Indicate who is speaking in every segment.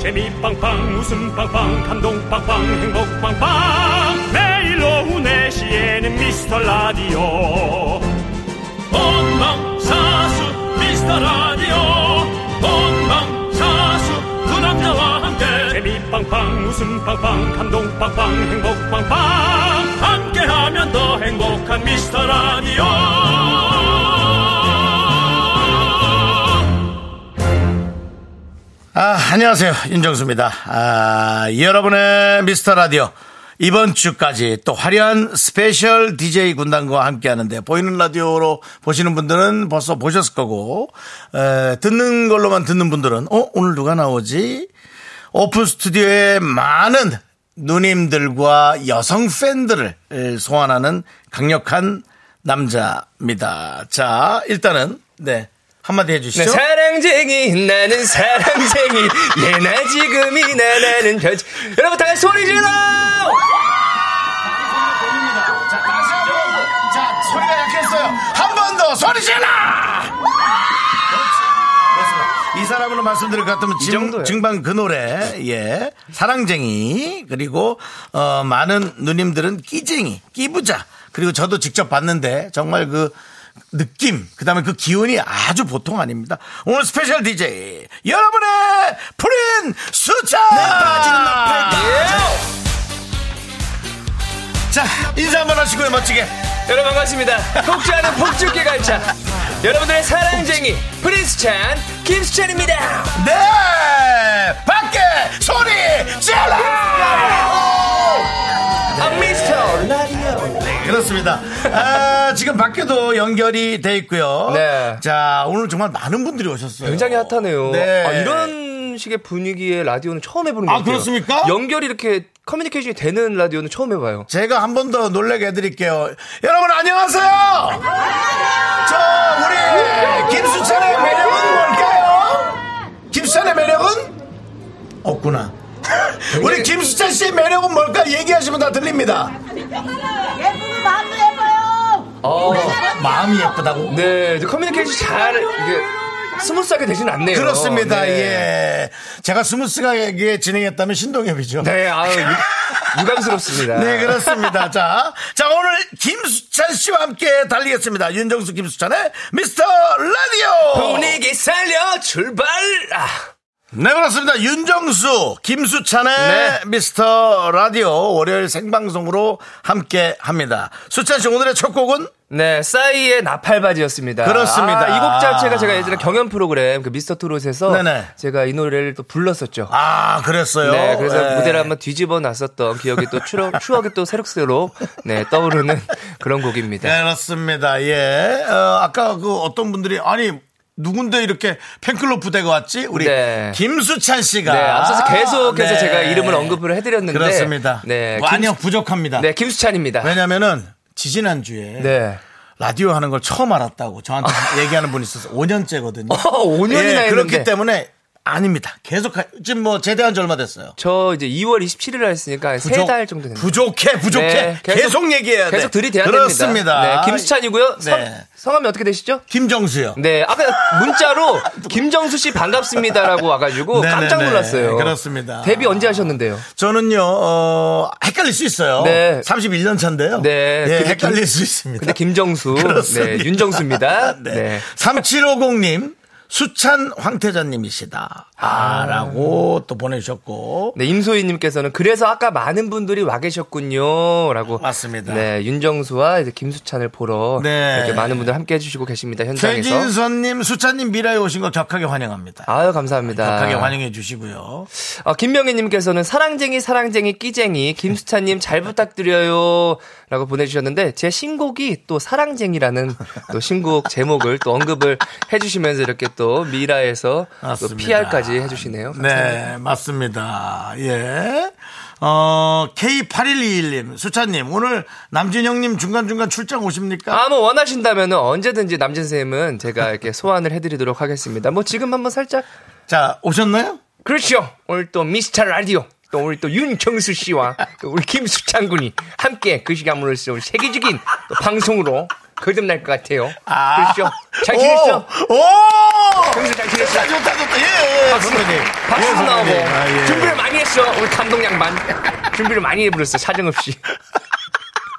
Speaker 1: 재미 빵빵 웃음 빵빵 감동 빵빵 행복 빵빵 매일 오후 4시에는 미스터 라디오 본방사수 미스터 라디오 본방사수 그 남자와 함께 재미 빵빵 웃음 빵빵 감동 빵빵 행복 빵빵 아, 함께하면 더 행복한 미스터 라디오
Speaker 2: 아, 안녕하세요. 윤정수입니다. 아, 여러분의 미스터 라디오. 이번 주까지 또 화려한 스페셜 DJ 군단과 함께 하는데 보이는 라디오로 보시는 분들은 벌써 보셨을 거고, 에, 듣는 걸로만 듣는 분들은, 어, 오늘 누가 나오지? 오픈 스튜디오에 많은 누님들과 여성 팬들을 소환하는 강력한 남자입니다. 자, 일단은, 네. 한마디 해주시죠.
Speaker 3: 나 사랑쟁이 나는 사랑쟁이 예나 지금이나 나는 변치 여러분 다 소리 질러
Speaker 2: 자, 다시 한 번. 자, 소리가 약했어요. 한 번 더 소리 질러! 그렇지. 그렇습니다. 이 사람으로 말씀드릴 것 같으면 증,
Speaker 3: 정도예요.
Speaker 2: 증방 그 노래, 예. 사랑쟁이, 그리고, 어, 많은 누님들은 끼쟁이, 끼부자. 그리고 저도 직접 봤는데, 정말 그, 느낌, 그 다음에 그 기운이 아주 보통 아닙니다. 오늘 스페셜 DJ, 여러분의 프린 수차! 자, 인사 한번 하시고요, 멋지게.
Speaker 3: 여러분 반갑습니다 폭주 하는 폭주께 갈차 여러분들의 사랑쟁이 프린스찬 김수찬입니다
Speaker 2: 네! 밖에 소리 질러!
Speaker 3: 아 미스터
Speaker 2: 네, 그렇습니다. 아, 지금 밖에도 연결이 돼 있고요.
Speaker 3: 네.
Speaker 2: 자, 오늘 정말 많은 분들이 오셨어요.
Speaker 3: 굉장히 핫하네요
Speaker 2: 네.
Speaker 3: 아, 이런 식의 분위기의 라디오는 처음 해보는 것
Speaker 2: 아,
Speaker 3: 같아요
Speaker 2: 그렇습니까?
Speaker 3: 연결이 이렇게 커뮤니케이션이 되는 라디오는 처음 해봐요
Speaker 2: 제가 한 번 더 놀래게 해드릴게요. 여러분, 안녕하세요! 저, 우리, 김수찬의 매력은 뭘까요? 김수찬의 매력은? 없구나. 우리 김수찬 씨의 매력은 뭘까? 얘기하시면 다 들립니다.
Speaker 4: 예쁘고 마음도 예뻐요.
Speaker 3: 어,
Speaker 2: 아. 마음이 예쁘다고?
Speaker 3: 네 이제 커뮤니케이션 잘 이게 스무스하게 되진 않네요
Speaker 2: 그렇습니다.
Speaker 3: 네.
Speaker 2: 예. 제가 스무스하게 진행했다면 신동엽이죠.
Speaker 3: 네, 아유, 유- 유감스럽습니다.
Speaker 2: 네, 그렇습니다. 자, 자, 오늘 김수찬 씨와 함께 달리겠습니다. 윤정수 김수찬의 미스터 라디오!
Speaker 3: 분위기 살려 출발! 아,
Speaker 2: 네, 그렇습니다. 윤정수, 김수찬의
Speaker 3: 네.
Speaker 2: 미스터 라디오 월요일 생방송으로 함께 합니다. 수찬 씨, 오늘의 첫 곡은?
Speaker 3: 네, 싸이의 나팔바지였습니다. 아,
Speaker 2: 그렇습니다. 아.
Speaker 3: 이 곡 자체가 제가 예전에 경연 프로그램 그 미스터 트롯에서
Speaker 2: 네네.
Speaker 3: 제가 이 노래를 또 불렀었죠.
Speaker 2: 아, 그랬어요.
Speaker 3: 네, 그래서
Speaker 2: 예.
Speaker 3: 무대를 한번 뒤집어 놨었던 기억이 또 추러, 추억이 또 새록새록 네, 떠오르는 그런 곡입니다.
Speaker 2: 네, 그렇습니다. 예. 어, 아까 그 어떤 분들이 아니 누군데 이렇게 팬클럽 부대가 왔지? 우리
Speaker 3: 네.
Speaker 2: 김수찬 씨가
Speaker 3: 네, 앞서서 계속해서
Speaker 2: 네.
Speaker 3: 제가 이름을 언급을 해드렸는데
Speaker 2: 그렇습니다.
Speaker 3: 네,
Speaker 2: 많이
Speaker 3: 김수-
Speaker 2: 부족합니다.
Speaker 3: 네, 김수찬입니다.
Speaker 2: 왜냐면은 지지난 주에
Speaker 3: 네.
Speaker 2: 라디오 하는 걸 처음 알았다고 저한테 얘기하는 분이 있어서 5년째거든요. 예,
Speaker 3: 어, 5년이나
Speaker 2: 그렇기
Speaker 3: 했는데.
Speaker 2: 때문에 아닙니다. 계속 하- 지금 뭐 제대한 지 얼마 됐어요.
Speaker 3: 저 이제 2월 27일 날 했으니까
Speaker 2: 부족-
Speaker 3: 3달 정도 됐네요.
Speaker 2: 부족해, 부족해.
Speaker 3: 네,
Speaker 2: 계속, 얘기해야 돼.
Speaker 3: 계속 들이대야
Speaker 2: 그렇습니다.
Speaker 3: 됩니다. 네, 김수찬이고요.
Speaker 2: 네.
Speaker 3: 성, 성함이 어떻게 되시죠?
Speaker 2: 김정수요.
Speaker 3: 네, 아까 문자로 김정수 씨 반갑습니다라고 와가지고
Speaker 2: 네네네.
Speaker 3: 깜짝 놀랐어요.
Speaker 2: 그렇습니다.
Speaker 3: 데뷔 언제 하셨는데요?
Speaker 2: 저는요, 어, 헷갈릴 수 있어요.
Speaker 3: 네.
Speaker 2: 31년 차인데요.
Speaker 3: 네,
Speaker 2: 예,
Speaker 3: 근데
Speaker 2: 헷갈릴
Speaker 3: 김-
Speaker 2: 수 있습니다.
Speaker 3: 근데 김정수, 네,
Speaker 2: 그렇습니다.
Speaker 3: 윤정수입니다.
Speaker 2: 네.
Speaker 3: 네.
Speaker 2: 3750님, 수찬 황태자님이시다. 아, 라고 또 보내주셨고.
Speaker 3: 네, 임소희님께서는 그래서 아까 많은 분들이 와 계셨군요라고
Speaker 2: 맞습니다.
Speaker 3: 네, 윤정수와 이제 김수찬을 보러
Speaker 2: 네.
Speaker 3: 이렇게 많은 분들 함께 해주시고 계십니다 현장에서.
Speaker 2: 최진선님, 수찬님 미라에 오신 거 격하게 환영합니다.
Speaker 3: 아유 감사합니다.
Speaker 2: 격하게 환영해 주시고요.
Speaker 3: 아, 김명희님께서는 사랑쟁이 사랑쟁이 끼쟁이 김수찬님 잘 부탁드려요라고 보내주셨는데 제 신곡이 또 사랑쟁이라는 또 신곡 제목을 또 언급을 해주시면서 이렇게 또 미라에서 또
Speaker 2: 맞습니다.
Speaker 3: PR까지 해주시네요.
Speaker 2: 네, 맞습니다. 예. 어, K8121님, 수찬님, 오늘 남진영님 중간중간 출장 오십니까?
Speaker 3: 아뭐 원하신다면 언제든지 남진 쌤은 제가 이렇게 소환을 해드리도록 하겠습니다. 뭐 지금 한번 살짝
Speaker 2: 자, 오셨나요?
Speaker 3: 그렇죠. 오늘 또 미스터 라디오. 또 오늘 또 윤정수 씨와 또 우리 김수찬 군이 함께 그 시간으로써 세계적인 또 방송으로 거듭날 것 같아요.
Speaker 2: 아.
Speaker 3: 그렇죠. 잘 지냈죠?
Speaker 2: 오! 오!
Speaker 3: 형수 잘 지냈죠?
Speaker 2: 좋다, 좋다, 좋다. 예, 예,
Speaker 3: 박수,
Speaker 2: 선배님. 예,
Speaker 3: 박수 나오고.
Speaker 2: 선배님. 아, 예.
Speaker 3: 준비를 많이 했어. 우리 감독 양반. 준비를 많이 해버렸어. 사정없이.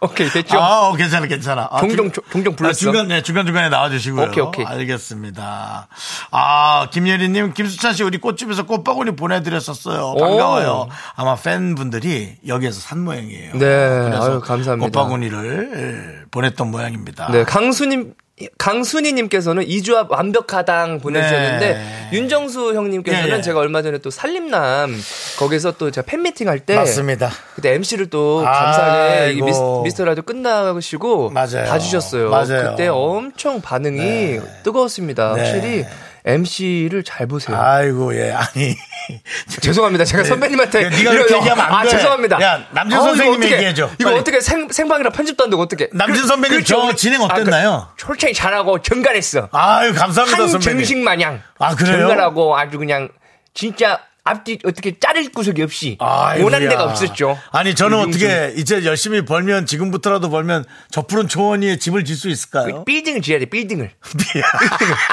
Speaker 3: 오케이, 됐죠?
Speaker 2: 아, 어, 괜찮아, 괜찮아. 아,
Speaker 3: 종종,
Speaker 2: 중-
Speaker 3: 종종 불렀어.
Speaker 2: 아, 중간, 네, 중간중간에 나와주시고요.
Speaker 3: 오케이, 오케이.
Speaker 2: 알겠습니다. 아, 김예리님, 김수찬 씨 우리 꽃집에서 꽃바구니 보내드렸었어요. 반가워요.
Speaker 3: 오.
Speaker 2: 아마 팬분들이 여기에서 산 모양이에요.
Speaker 3: 네, 아유, 감사합니다.
Speaker 2: 꽃바구니를 예, 보냈던 모양입니다.
Speaker 3: 네, 강수님. 강순이님께서는 이 조합 완벽하당 보내주셨는데
Speaker 2: 네.
Speaker 3: 윤정수 형님께서는
Speaker 2: 예, 예.
Speaker 3: 제가 얼마 전에 또 살림남 거기서 또 제가 팬미팅 할 때
Speaker 2: 맞습니다. 아,
Speaker 3: 그때 MC를 또 감사하게 이
Speaker 2: 아이고.
Speaker 3: 미스, 터 라디오 끝나시고
Speaker 2: 맞아요.
Speaker 3: 봐주셨어요.
Speaker 2: 맞아요.
Speaker 3: 그때 엄청 반응이 뜨거웠습니다.
Speaker 2: 네.
Speaker 3: 확실히 MC를 잘 보세요.
Speaker 2: 아이고, 예, 아니.
Speaker 3: 죄송합니다. 제가 선배님한테
Speaker 2: 야, 네가 이렇게
Speaker 3: 이런-
Speaker 2: 얘기하면 안
Speaker 3: 아,
Speaker 2: 돼.
Speaker 3: 죄송합니다.
Speaker 2: 야, 남준
Speaker 3: 아, 이거
Speaker 2: 선생님이
Speaker 3: 어떻게-
Speaker 2: 얘기해줘.
Speaker 3: 이거
Speaker 2: 빨리.
Speaker 3: 어떻게 생, 생방이라 편집도 안 되고 어떻게? 그렇죠.
Speaker 2: 남준 선배님 저 진행 어땠나요?
Speaker 3: 아, 그, 솔직히 잘하고 정갈했어.
Speaker 2: 아유, 감사합니다,
Speaker 3: 한
Speaker 2: 선배님.
Speaker 3: 정식 마냥.
Speaker 2: 아, 그래요?
Speaker 3: 정갈하고 아주 그냥 진짜 앞뒤 어떻게 자를 구석이 없이
Speaker 2: 아이고야.
Speaker 3: 원한 데가 없었죠.
Speaker 2: 아니 저는
Speaker 3: 요즘
Speaker 2: 어떻게 이제 열심히 벌면 지금부터라도 벌면 저 푸른 초원이에 집을 질 수 있을까요?
Speaker 3: 그 빌딩을 지어야 돼, 빌딩을.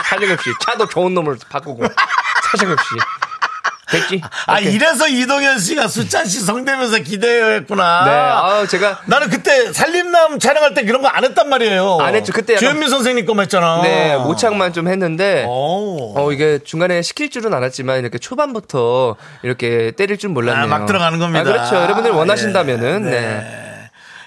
Speaker 3: 사정없이. 차도 좋은 놈으로 바꾸고. 사정없이. 됐지?
Speaker 2: 아
Speaker 3: 오케이.
Speaker 2: 이래서 이동현 씨가 수찬 씨 성대면서 기대했구나.
Speaker 3: 네, 아, 제가.
Speaker 2: 나는 그때 살림남 촬영할 때 그런 거 안 했단 말이에요.
Speaker 3: 안 했죠. 그때 약간-
Speaker 2: 주현민 선생님 거만 했잖아.
Speaker 3: 네, 모창만 좀 했는데.
Speaker 2: 오.
Speaker 3: 어, 이게 중간에 시킬 줄은 알았지만, 이렇게 초반부터 이렇게 때릴 줄 몰랐네요.
Speaker 2: 아, 막 들어가는 겁니다.
Speaker 3: 아, 그렇죠. 여러분들 원하신다면은,
Speaker 2: 예,
Speaker 3: 네.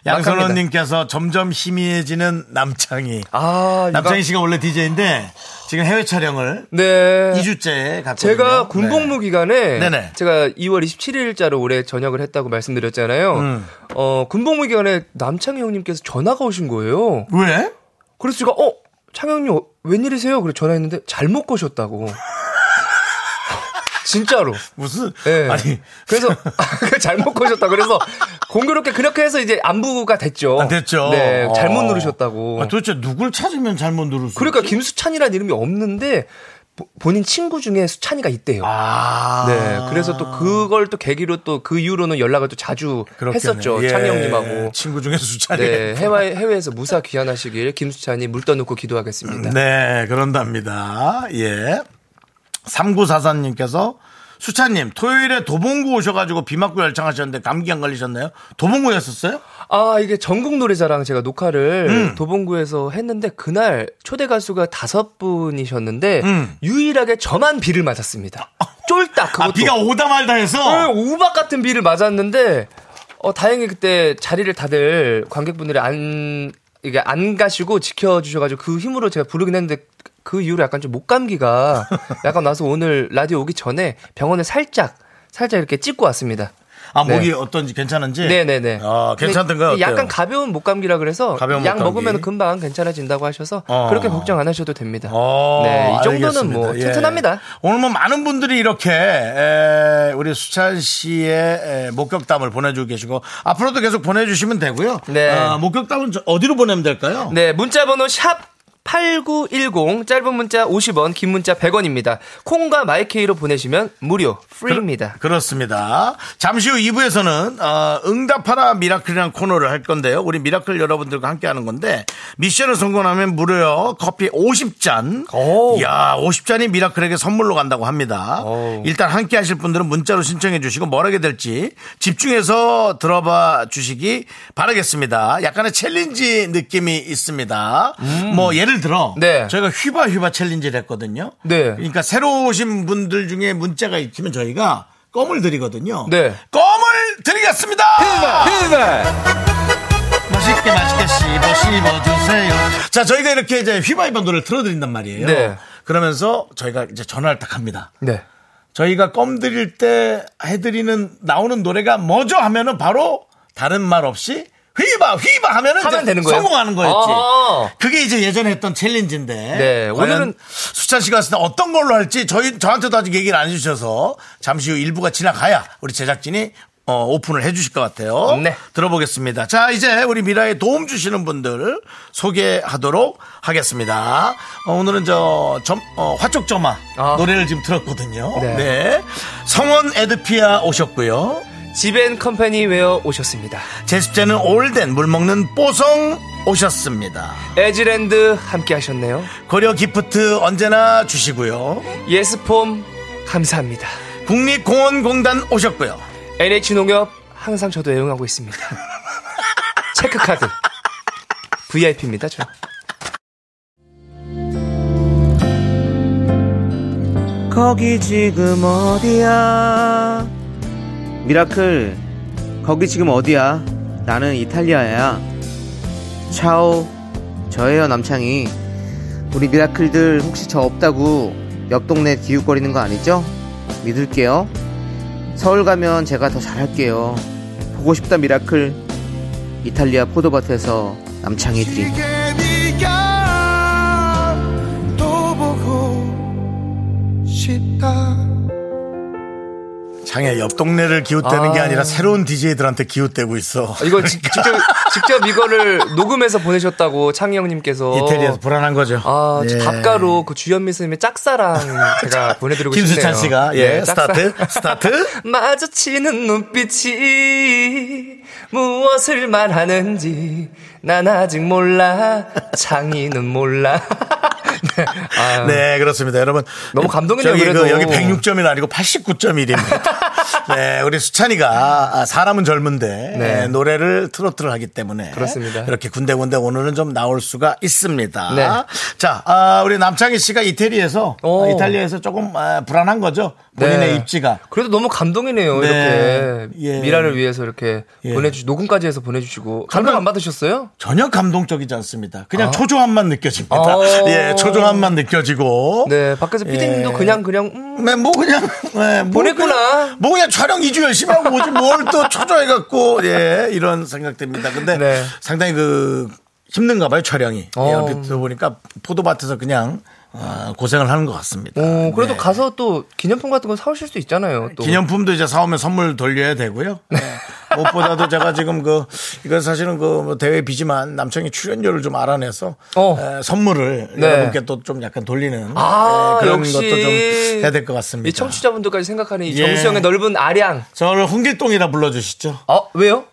Speaker 2: 양선호님께서 점점 희미해지는 남창희.
Speaker 3: 아, 이거-
Speaker 2: 남창희 씨가 원래 DJ인데 지금 해외 촬영을
Speaker 3: 네.
Speaker 2: 2주째 갔거든요.
Speaker 3: 제가
Speaker 2: 네.
Speaker 3: 군복무 기간에
Speaker 2: 네네.
Speaker 3: 제가 2월 27일자로 올해 전역을 했다고 말씀드렸잖아요.
Speaker 2: 음.
Speaker 3: 어, 군복무 기간에 남창희 형님께서 전화가 오신 거예요.
Speaker 2: 왜?
Speaker 3: 그래서 제가 어 창영님 어, 웬일이세요? 그래 전화했는데 잘못 거셨다고. 진짜로.
Speaker 2: 무슨
Speaker 3: 예.
Speaker 2: 아니
Speaker 3: 그래서 잘못 거셨다. 그래서 공교롭게 그렇게 해서 이제 안부가 됐죠.
Speaker 2: 안 됐죠.
Speaker 3: 네, 잘못
Speaker 2: 어.
Speaker 3: 누르셨다고.
Speaker 2: 아, 도대체 누굴 찾으면 잘못 누를 수?
Speaker 3: 그러니까
Speaker 2: 있지?
Speaker 3: 김수찬이라는 이름이 없는데 보- 본인 친구 중에 수찬이가 있대요.
Speaker 2: 아
Speaker 3: 네, 그래서 또 그걸 또 계기로 또 그 이후로는 연락을 또 자주
Speaker 2: 그렇겠네.
Speaker 3: 했었죠.
Speaker 2: 예.
Speaker 3: 창희 형님하고.
Speaker 2: 친구 중에 수찬이.
Speaker 3: 네, 해외, 해외에서 무사 귀환하시길 김수찬이 물 떠놓고 기도하겠습니다.
Speaker 2: 네, 그런답니다. 예. 3944님께서 수찬님 토요일에 도봉구 오셔가지고 비 맞고 열창하셨는데 감기 안 걸리셨나요? 도봉구였었어요?
Speaker 3: 아, 이게 전국 노래자랑 제가 녹화를
Speaker 2: 음.
Speaker 3: 도봉구에서 했는데 그날 초대 가수가 다섯 분이셨는데 유일하게 저만 비를 맞았습니다. 쫄딱 그것도
Speaker 2: 음. 아 비가 오다 말다
Speaker 3: 네,
Speaker 2: 해서
Speaker 3: 우박 같은 비를 맞았는데 어 다행히 그때 자리를 다들 관객분들이 안 이게 안 가시고 지켜 주셔 가지고 그 힘으로 제가 부르긴 했는데 그 이후로 약간 좀 목감기가 약간 나서 오늘 라디오 오기 전에 병원에 살짝 살짝 이렇게 찍고 왔습니다.
Speaker 2: 아 목이
Speaker 3: 네.
Speaker 2: 어떤지 괜찮은지.
Speaker 3: 네네네.
Speaker 2: 아 괜찮던가요?
Speaker 3: 근데 약간
Speaker 2: 어때요?
Speaker 3: 가벼운 목감기라 그래서
Speaker 2: 가벼운
Speaker 3: 약
Speaker 2: 목감기.
Speaker 3: 먹으면 금방 괜찮아진다고 하셔서
Speaker 2: 어.
Speaker 3: 그렇게 걱정 안 하셔도 됩니다.
Speaker 2: 어,
Speaker 3: 네, 이 정도는
Speaker 2: 알겠습니다.
Speaker 3: 뭐
Speaker 2: 예.
Speaker 3: 튼튼합니다.
Speaker 2: 오늘 뭐 많은 분들이 이렇게 에, 우리 수찬 씨의 에, 목격담을 보내주고 계시고 앞으로도 계속 보내주시면 되고요.
Speaker 3: 네.
Speaker 2: 아, 목격담은 저- 어디로 보내면 될까요?
Speaker 3: 네, 문자 번호 샵 8910, 짧은 문자 50원, 긴 문자 100원입니다. 콩과 마이케이로 보내시면 무료, 프리입니다.
Speaker 2: 그렇습니다. 잠시 후 2부에서는 어, 응답하라 미라클이라는 코너를 할 건데요. 우리 미라클 여러분들과 함께 하는 건데 미션을 성공하면 무려 커피 50잔.
Speaker 3: 오.
Speaker 2: 이야, 50잔이 미라클에게 선물로 간다고 합니다.
Speaker 3: 오.
Speaker 2: 일단 함께 하실 분들은 문자로 신청해 주시고 뭐라게 될지 집중해서 들어봐 주시기 바라겠습니다. 약간의 챌린지 느낌이 있습니다. 뭐 예를 들어
Speaker 3: 음. 네.
Speaker 2: 저희가 휘바 휘바 챌린지를 했거든요.
Speaker 3: 네.
Speaker 2: 그러니까 새로 오신 분들 중에 문자가 있으면 저희가 껌을 드리거든요.
Speaker 3: 네.
Speaker 2: 껌을 드리겠습니다. 맛있게 맛있게 씹어 씹어 주세요. 자, 저희가 이렇게 이제 휘바이바 노래를 틀어드린단 말이에요.
Speaker 3: 네.
Speaker 2: 그러면서 저희가 이제 전화를 딱 합니다.
Speaker 3: 네.
Speaker 2: 저희가 껌 드릴 때 해드리는 나오는 노래가 뭐죠 하면은 바로 다른 말 없이 휘바 휘바 하면은
Speaker 3: 하면
Speaker 2: 이제
Speaker 3: 되는 거예요?
Speaker 2: 성공하는 거였지.
Speaker 3: 아.
Speaker 2: 그게 이제 예전에 했던 챌린지인데.
Speaker 3: 네,
Speaker 2: 과연
Speaker 3: 오늘은-
Speaker 2: 수찬 씨가 왔을 때 어떤 걸로 할지 저희 저한테도 아직 얘기를 안 해주셔서 잠시 후 일부가 지나가야 우리 제작진이 어, 오픈을 해주실 것 같아요.
Speaker 3: 네.
Speaker 2: 들어보겠습니다. 자, 이제 우리 미라에 도움 주시는 분들 소개하도록 하겠습니다. 어, 오늘은 저 점, 어, 화촉점화
Speaker 3: 아.
Speaker 2: 노래를 지금 들었거든요.
Speaker 3: 네.
Speaker 2: 네. 성원 에드피아 오셨고요.
Speaker 3: 지벤 컴퍼니 웨어 오셨습니다.
Speaker 2: 제습제는 올덴 물 먹는 뽀송 오셨습니다.
Speaker 3: 에즈랜드 함께 하셨네요.
Speaker 2: 고려 기프트 언제나 주시고요.
Speaker 3: 예스폼 감사합니다.
Speaker 2: 국립공원공단 오셨고요.
Speaker 3: NH농협 항상 저도 애용하고 있습니다. 체크카드 VIP입니다 저.
Speaker 5: 거기 지금 어디야? 미라클, 거기 지금 어디야? 나는 이탈리아야. 차오, 저예요, 남창희. 우리 미라클들 혹시 저 없다고 옆 동네 기웃거리는 거 아니죠? 믿을게요. 서울 가면 제가 더 잘할게요. 보고 싶다, 미라클. 이탈리아 포도밭에서 남창희 드림.
Speaker 2: 장애 옆 동네를 기웃대는
Speaker 3: 아.
Speaker 2: 게 아니라 새로운 DJ들한테 기웃대고 있어.
Speaker 3: 이거 직- 직접 직접 이거를 녹음해서 보내셨다고 창희 형님께서
Speaker 2: 이태리에서 불안한 거죠.
Speaker 3: 아, 저
Speaker 2: 예.
Speaker 3: 답가로 그 주현미 선생님의 짝사랑 제가 보내드리고 싶네요.
Speaker 2: 김수찬 씨가 예,
Speaker 3: 짝사랑.
Speaker 2: 스타트 스타트
Speaker 3: 마주치는 눈빛이 무엇을 말하는지 난 아직 몰라 창이는 몰라 네. 아유.
Speaker 2: 네, 그렇습니다. 여러분.
Speaker 3: 너무 감동이네요,
Speaker 2: 저기
Speaker 3: 그래도.
Speaker 2: 그 여기 106점이 아니고 89.1입니다. 네, 우리 수찬이가 아, 사람은 젊은데
Speaker 3: 네.
Speaker 2: 예, 노래를 트로트를 하기 때문에
Speaker 3: 그렇습니다.
Speaker 2: 이렇게 군데군데 오늘은 좀 나올 수가 있습니다.
Speaker 3: 네.
Speaker 2: 자, 아, 우리 남창희 씨가 이태리에서
Speaker 3: 오.
Speaker 2: 아, 이탈리아에서 조금 아, 불안한 거죠. 본인의
Speaker 3: 네.
Speaker 2: 입지가.
Speaker 3: 그래도 너무 감동이네요.
Speaker 2: 네.
Speaker 3: 이렇게
Speaker 2: 예.
Speaker 3: 미라를 위해서 이렇게
Speaker 2: 예.
Speaker 3: 보내주 녹음까지 해서 보내주시고 감동 안 받으셨어요?
Speaker 2: 전혀 감동적이지 않습니다. 그냥
Speaker 3: 아.
Speaker 2: 초조함만 느껴집니다.
Speaker 3: 어.
Speaker 2: 예, 초조함만 느껴지고.
Speaker 3: 네 밖에서 피디님도
Speaker 2: 예.
Speaker 3: 그냥 그냥 음,
Speaker 2: 네, 뭐 그냥 네, 뭐
Speaker 3: 보냈구나.
Speaker 2: 그냥- 뭐 그냥 촬영 2주 열심히 하고 오지 뭘 또 초조해갖고 예 이런 생각됩니다. 근데
Speaker 3: 네.
Speaker 2: 상당히 그 힘든가 봐요 촬영이. 예,
Speaker 3: 어.
Speaker 2: 얼핏 들어보니까 포도밭에서 그냥 어, 고생을 하는 것 같습니다.
Speaker 3: 어, 그래도
Speaker 2: 네.
Speaker 3: 그 가서 또 기념품 같은 거 사오실 수 있잖아요. 또.
Speaker 2: 기념품도 이제 사오면 선물 돌려야 되고요. 네. 무엇보다도 제가 지금 그 이건 사실은 그뭐 대회 비지만 남청이 출연료를 좀 알아내서
Speaker 3: 어.
Speaker 2: 에, 선물을
Speaker 3: 네.
Speaker 2: 여러분께 또 좀 약간 돌리는
Speaker 3: 아,
Speaker 2: 예, 그런
Speaker 3: 역시.
Speaker 2: 것도 좀 해야 될 것 같습니다.
Speaker 3: 이 청취자분들까지 생각하는 이
Speaker 2: 예.
Speaker 3: 정수영의 넓은 아량.
Speaker 2: 저를 홍길동이라 불러주시죠.
Speaker 3: 어, 왜요?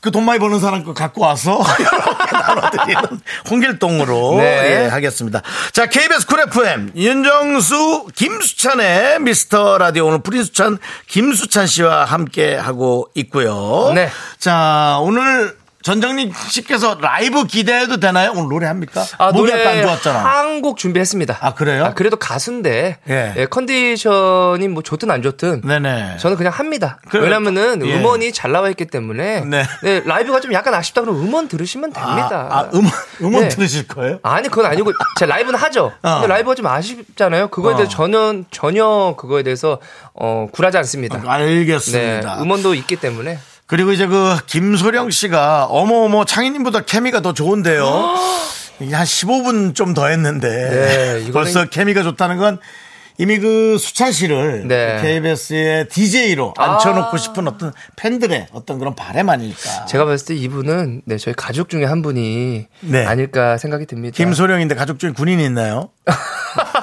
Speaker 2: 그 돈 많이 버는 사람 거 갖고 와서 여러분께 나눠드리는 홍길동으로
Speaker 3: 네.
Speaker 2: 예, 하겠습니다. 자 KBS 쿨 FM 윤정수 김수찬의 미스터 라디오 오늘 프린수찬 김수찬 씨와 함께 하고 있고요.
Speaker 3: 네.
Speaker 2: 자 오늘 전정님 씨께서 라이브 기대해도 되나요? 오늘 노래 합니까?
Speaker 3: 아,
Speaker 2: 목이
Speaker 3: 노래
Speaker 2: 아까 안 좋았잖아.
Speaker 3: 한곡 준비했습니다.
Speaker 2: 아, 그래요?
Speaker 3: 그래도 가수인데
Speaker 2: 예.
Speaker 3: 예, 컨디션이 뭐 좋든 안 좋든
Speaker 2: 네네.
Speaker 3: 저는 그냥 합니다.
Speaker 2: 그래요.
Speaker 3: 왜냐면은
Speaker 2: 예.
Speaker 3: 음원이 잘 나와 있기 때문에
Speaker 2: 네.
Speaker 3: 네, 라이브가 좀 약간 아쉽다 그러면 음원 들으시면 됩니다.
Speaker 2: 아, 아, 음원 음원
Speaker 3: 네.
Speaker 2: 들으실 거예요?
Speaker 3: 아니 그건 아니고 제 라이브는 하죠.
Speaker 2: 어.
Speaker 3: 근데 라이브가 좀 아쉽잖아요. 그거에 대해서 전혀 전혀 그거에 대해서 어, 굴하지 않습니다.
Speaker 2: 아,
Speaker 3: 네,
Speaker 2: 알겠습니다.
Speaker 3: 음원도 있기 때문에
Speaker 2: 그리고 이제 그 김소령 씨가 어머어머 창희님보다 케미가 더 좋은데요. 이게 한 15분 좀 더 했는데
Speaker 3: 네, 이거는-
Speaker 2: 벌써 케미가 좋다는 건 이미 그 수찬 씨를
Speaker 3: 네. 아.
Speaker 2: KBS의 DJ로 앉혀놓고 싶은 어떤 팬들의 어떤 그런 바램 아닐까.
Speaker 3: 제가 봤을 때 이분은 네 저희 가족 중에 한 분이
Speaker 2: 네.
Speaker 3: 아닐까 생각이 듭니다.
Speaker 2: 김소령인데 가족 중에 군인이 있나요?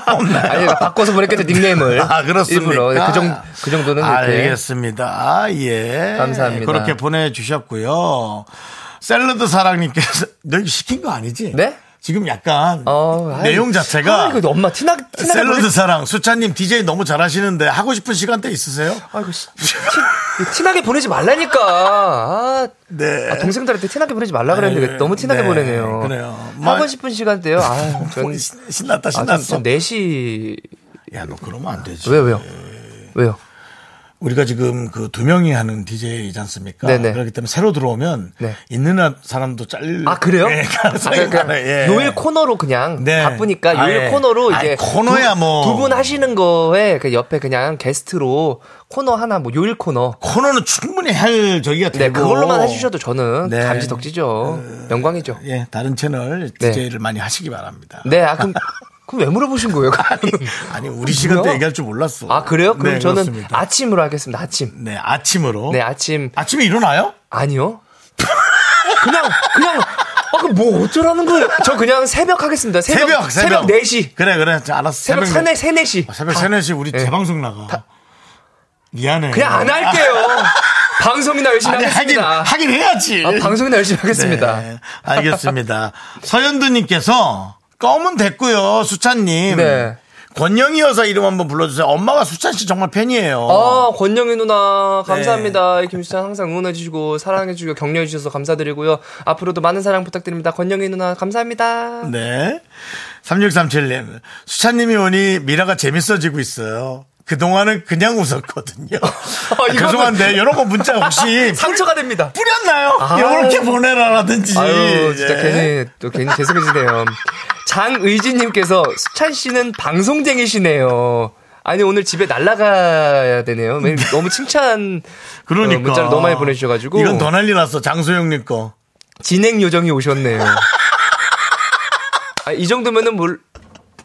Speaker 2: 없나요?
Speaker 3: 아니, 바꿔서 보냈겠죠, 닉네임을.
Speaker 2: 아, 그렇습니까? 아,
Speaker 3: 일부러. 네, 그 정- 그 정도는 이렇게.
Speaker 2: 알겠습니다. 아, 예.
Speaker 3: 감사합니다.
Speaker 2: 그렇게 보내주셨고요. 샐러드 사랑님께서, 너 이거 시킨 거 아니지?
Speaker 3: 네?
Speaker 2: 지금 약간
Speaker 3: 어, 아이,
Speaker 2: 내용 자체가
Speaker 3: 아, 이거 엄마 티나 티나
Speaker 2: 샐러드 사랑, 수찬님 DJ 너무 잘하시는데 하고 싶은 시간대 있으세요?
Speaker 3: 아이고 씨, 티, 티- 티나게 보내지 말라니까. 아,
Speaker 2: 네.
Speaker 3: 아, 동생들한테 티나게 보내지 말라 그랬는데
Speaker 2: 아유,
Speaker 3: 너무 티나게
Speaker 2: 네,
Speaker 3: 보내네요.
Speaker 2: 그래요.
Speaker 3: 하고
Speaker 2: 마-
Speaker 3: 싶은 시간대요. 아,
Speaker 2: 뭐,
Speaker 3: 전
Speaker 2: 신- 신났다,
Speaker 3: 아, 전,
Speaker 2: 신났어.
Speaker 3: 전 4시
Speaker 2: 야, 너 그러면 안 되지.
Speaker 3: 왜요, 왜요? 왜요?
Speaker 2: 우리가 지금 그 두 명이 하는 DJ이지 않습니까?
Speaker 3: 네네.
Speaker 2: 그렇기 때문에 새로 들어오면
Speaker 3: 네.
Speaker 2: 있는 한 사람도 잘릴
Speaker 3: 아 그래요?
Speaker 2: 예, 가능성이
Speaker 3: 아, 그냥
Speaker 2: 많아요. 예.
Speaker 3: 요일 코너로 그냥
Speaker 2: 네.
Speaker 3: 바쁘니까 요일
Speaker 2: 아, 예.
Speaker 3: 코너로
Speaker 2: 아이,
Speaker 3: 이제
Speaker 2: 코너야, 뭐.
Speaker 3: 두 분 하시는 거에 그 옆에 그냥 게스트로 코너 하나 뭐 요일 코너
Speaker 2: 코너는 충분히 할 저기가 되고
Speaker 3: 네 그걸로만 해주셔도 저는
Speaker 2: 네.
Speaker 3: 감지덕지죠 영광이죠.
Speaker 2: 예 다른 채널
Speaker 3: 네.
Speaker 2: DJ를 많이 하시기 바랍니다.
Speaker 3: 네, 아, 그럼, 그럼 왜 물어보신 거예요?
Speaker 2: 아니 우리 시간 대
Speaker 3: 뭐야?
Speaker 2: 얘기할 줄 몰랐어.
Speaker 3: 아, 그래요? 그럼
Speaker 2: 네,
Speaker 3: 저는
Speaker 2: 그렇습니다.
Speaker 3: 아침으로 하겠습니다. 아침.
Speaker 2: 네 아침으로.
Speaker 3: 네, 아침.
Speaker 2: 아침에 일어나요?
Speaker 3: 아니요. 그냥, 그냥, 아, 그럼 뭐 어쩌라는 거예요? 저 그냥 새벽 하겠습니다. 새벽,
Speaker 2: 새벽 새벽
Speaker 3: 4시.
Speaker 2: 그래 그래 자, 알았어. 네
Speaker 3: 새벽 3, 4시. 네.
Speaker 2: 새벽 3, 4시 우리 재방송 나가. 미안해.
Speaker 3: 그냥 안 할게요. 방송이나 열심히
Speaker 2: 아니, 하긴,
Speaker 3: 네. 하겠습니다.
Speaker 2: 하긴 해야지.
Speaker 3: 아, 방송이나 열심히 하겠습니다.
Speaker 2: 네, 알겠습니다. 서현두님께서 껌은 됐고요, 수찬님.
Speaker 3: 네.
Speaker 2: 권영희 여사 이름 한번 불러주세요. 엄마가 수찬 씨 정말 팬이에요.
Speaker 3: 아, 권영희 누나, 감사합니다. 김수찬 항상 응원해주시고, 사랑해주시고, 격려해주셔서 감사드리고요. 앞으로도 많은 사랑 부탁드립니다. 권영희 누나, 감사합니다.
Speaker 2: 네. 3637님. 수찬님이 오니 미라가 재밌어지고 있어요. 그동안은 그냥 웃었거든요.
Speaker 3: 어,
Speaker 2: 아,
Speaker 3: 이거는-
Speaker 2: 죄송한데, 이런 거 문자 혹시
Speaker 3: 상처가 됩니다.
Speaker 2: 뿌렸나요?
Speaker 3: 아.
Speaker 2: 이렇게 보내라라든지.
Speaker 3: 아유, 진짜
Speaker 2: 예.
Speaker 3: 괜히, 또 괜히 죄송해지네요. 장의진님께서, 수찬 씨는 방송쟁이시네요. 아니, 오늘 집에 날라가야 되네요. 왜 너무 칭찬.
Speaker 2: 그러니까.
Speaker 3: 어, 문자를 너무 많이 보내주셔가지고.
Speaker 2: 이건 더 난리 났어. 장소영님 거.
Speaker 3: 진행 요정이 오셨네요. 아, 이 정도면은 뭘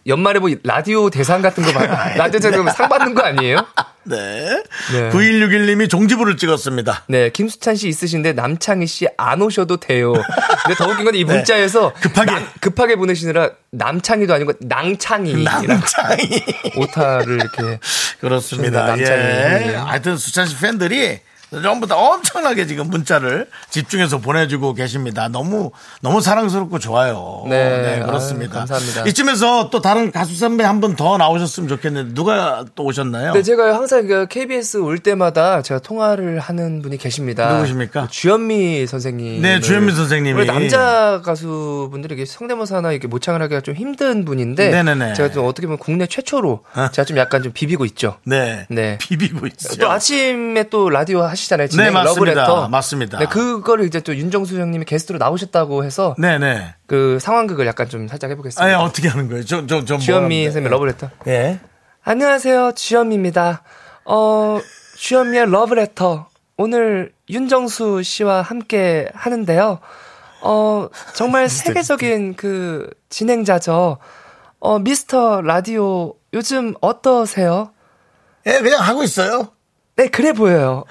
Speaker 3: 연말에 뭐 라디오 대상 같은 거 받, 라디오 대상 같은 거상 받는 거 아니에요?
Speaker 2: 네.
Speaker 3: 네.
Speaker 2: 9161님이 종지부를 찍었습니다.
Speaker 3: 네, 김수찬 씨 있으신데 남창희 씨 안 오셔도 돼요. 근데 더 웃긴 건 이 문자에서
Speaker 2: 급하게.
Speaker 3: 급하게 보내시느라 남창희도 아니고 낭창희라고
Speaker 2: 남창이.
Speaker 3: 오타를 이렇게
Speaker 2: 그렇습니다.
Speaker 3: 남창이
Speaker 2: 예.
Speaker 3: 형님이요.
Speaker 2: 하여튼 수찬 씨 팬들이 전부 다 엄청나게 지금 문자를 집중해서 보내주고 계십니다. 너무 너무 사랑스럽고 좋아요.
Speaker 3: 네.
Speaker 2: 그렇습니다.
Speaker 3: 아유, 감사합니다.
Speaker 2: 이쯤에서 또 다른 가수 선배 한 분 더 나오셨으면 좋겠는데 누가 또 오셨나요?
Speaker 3: 네, 제가 항상 그 KBS 올 때마다 제가 통화를 하는 분이 계십니다. 그
Speaker 2: 누구십니까?
Speaker 3: 주현미 선생님.
Speaker 2: 네, 주현미 선생님이.
Speaker 3: 원래 남자 가수분들이 이게 성대모사나 이렇게 모창을 하기가 좀 힘든 분인데
Speaker 2: 네네네. 어.
Speaker 3: 제가 좀 어떻게 보면 국내 최초로 제가 좀 약간 좀 비비고 있죠.
Speaker 2: 네.
Speaker 3: 네.
Speaker 2: 비비고 있어요.
Speaker 3: 또 아침에 또 라디오 하시잖아요. 진행
Speaker 2: 네, 맞습니다.
Speaker 3: 러브레터.
Speaker 2: 맞습니다.
Speaker 3: 네, 그거를 이제 또 윤정수 형님이 게스트로 나오셨다고 해서
Speaker 2: 네네.
Speaker 3: 그 상황극을 약간 좀 살짝 해보겠습니다.
Speaker 2: 아니 어떻게 하는 거예요? 저 저저
Speaker 3: 주현미 선생님 러브레터.
Speaker 2: 예.
Speaker 3: 안녕하세요, 주현미입니다. 어, 주현미의 러브레터. 오늘 윤정수 씨와 함께 하는데요. 어, 정말 세계적인 그 진행자죠. 어, 미스터 라디오 요즘 어떠세요?
Speaker 2: 예, 그냥 하고 있어요.
Speaker 3: 네, 그래 보여요.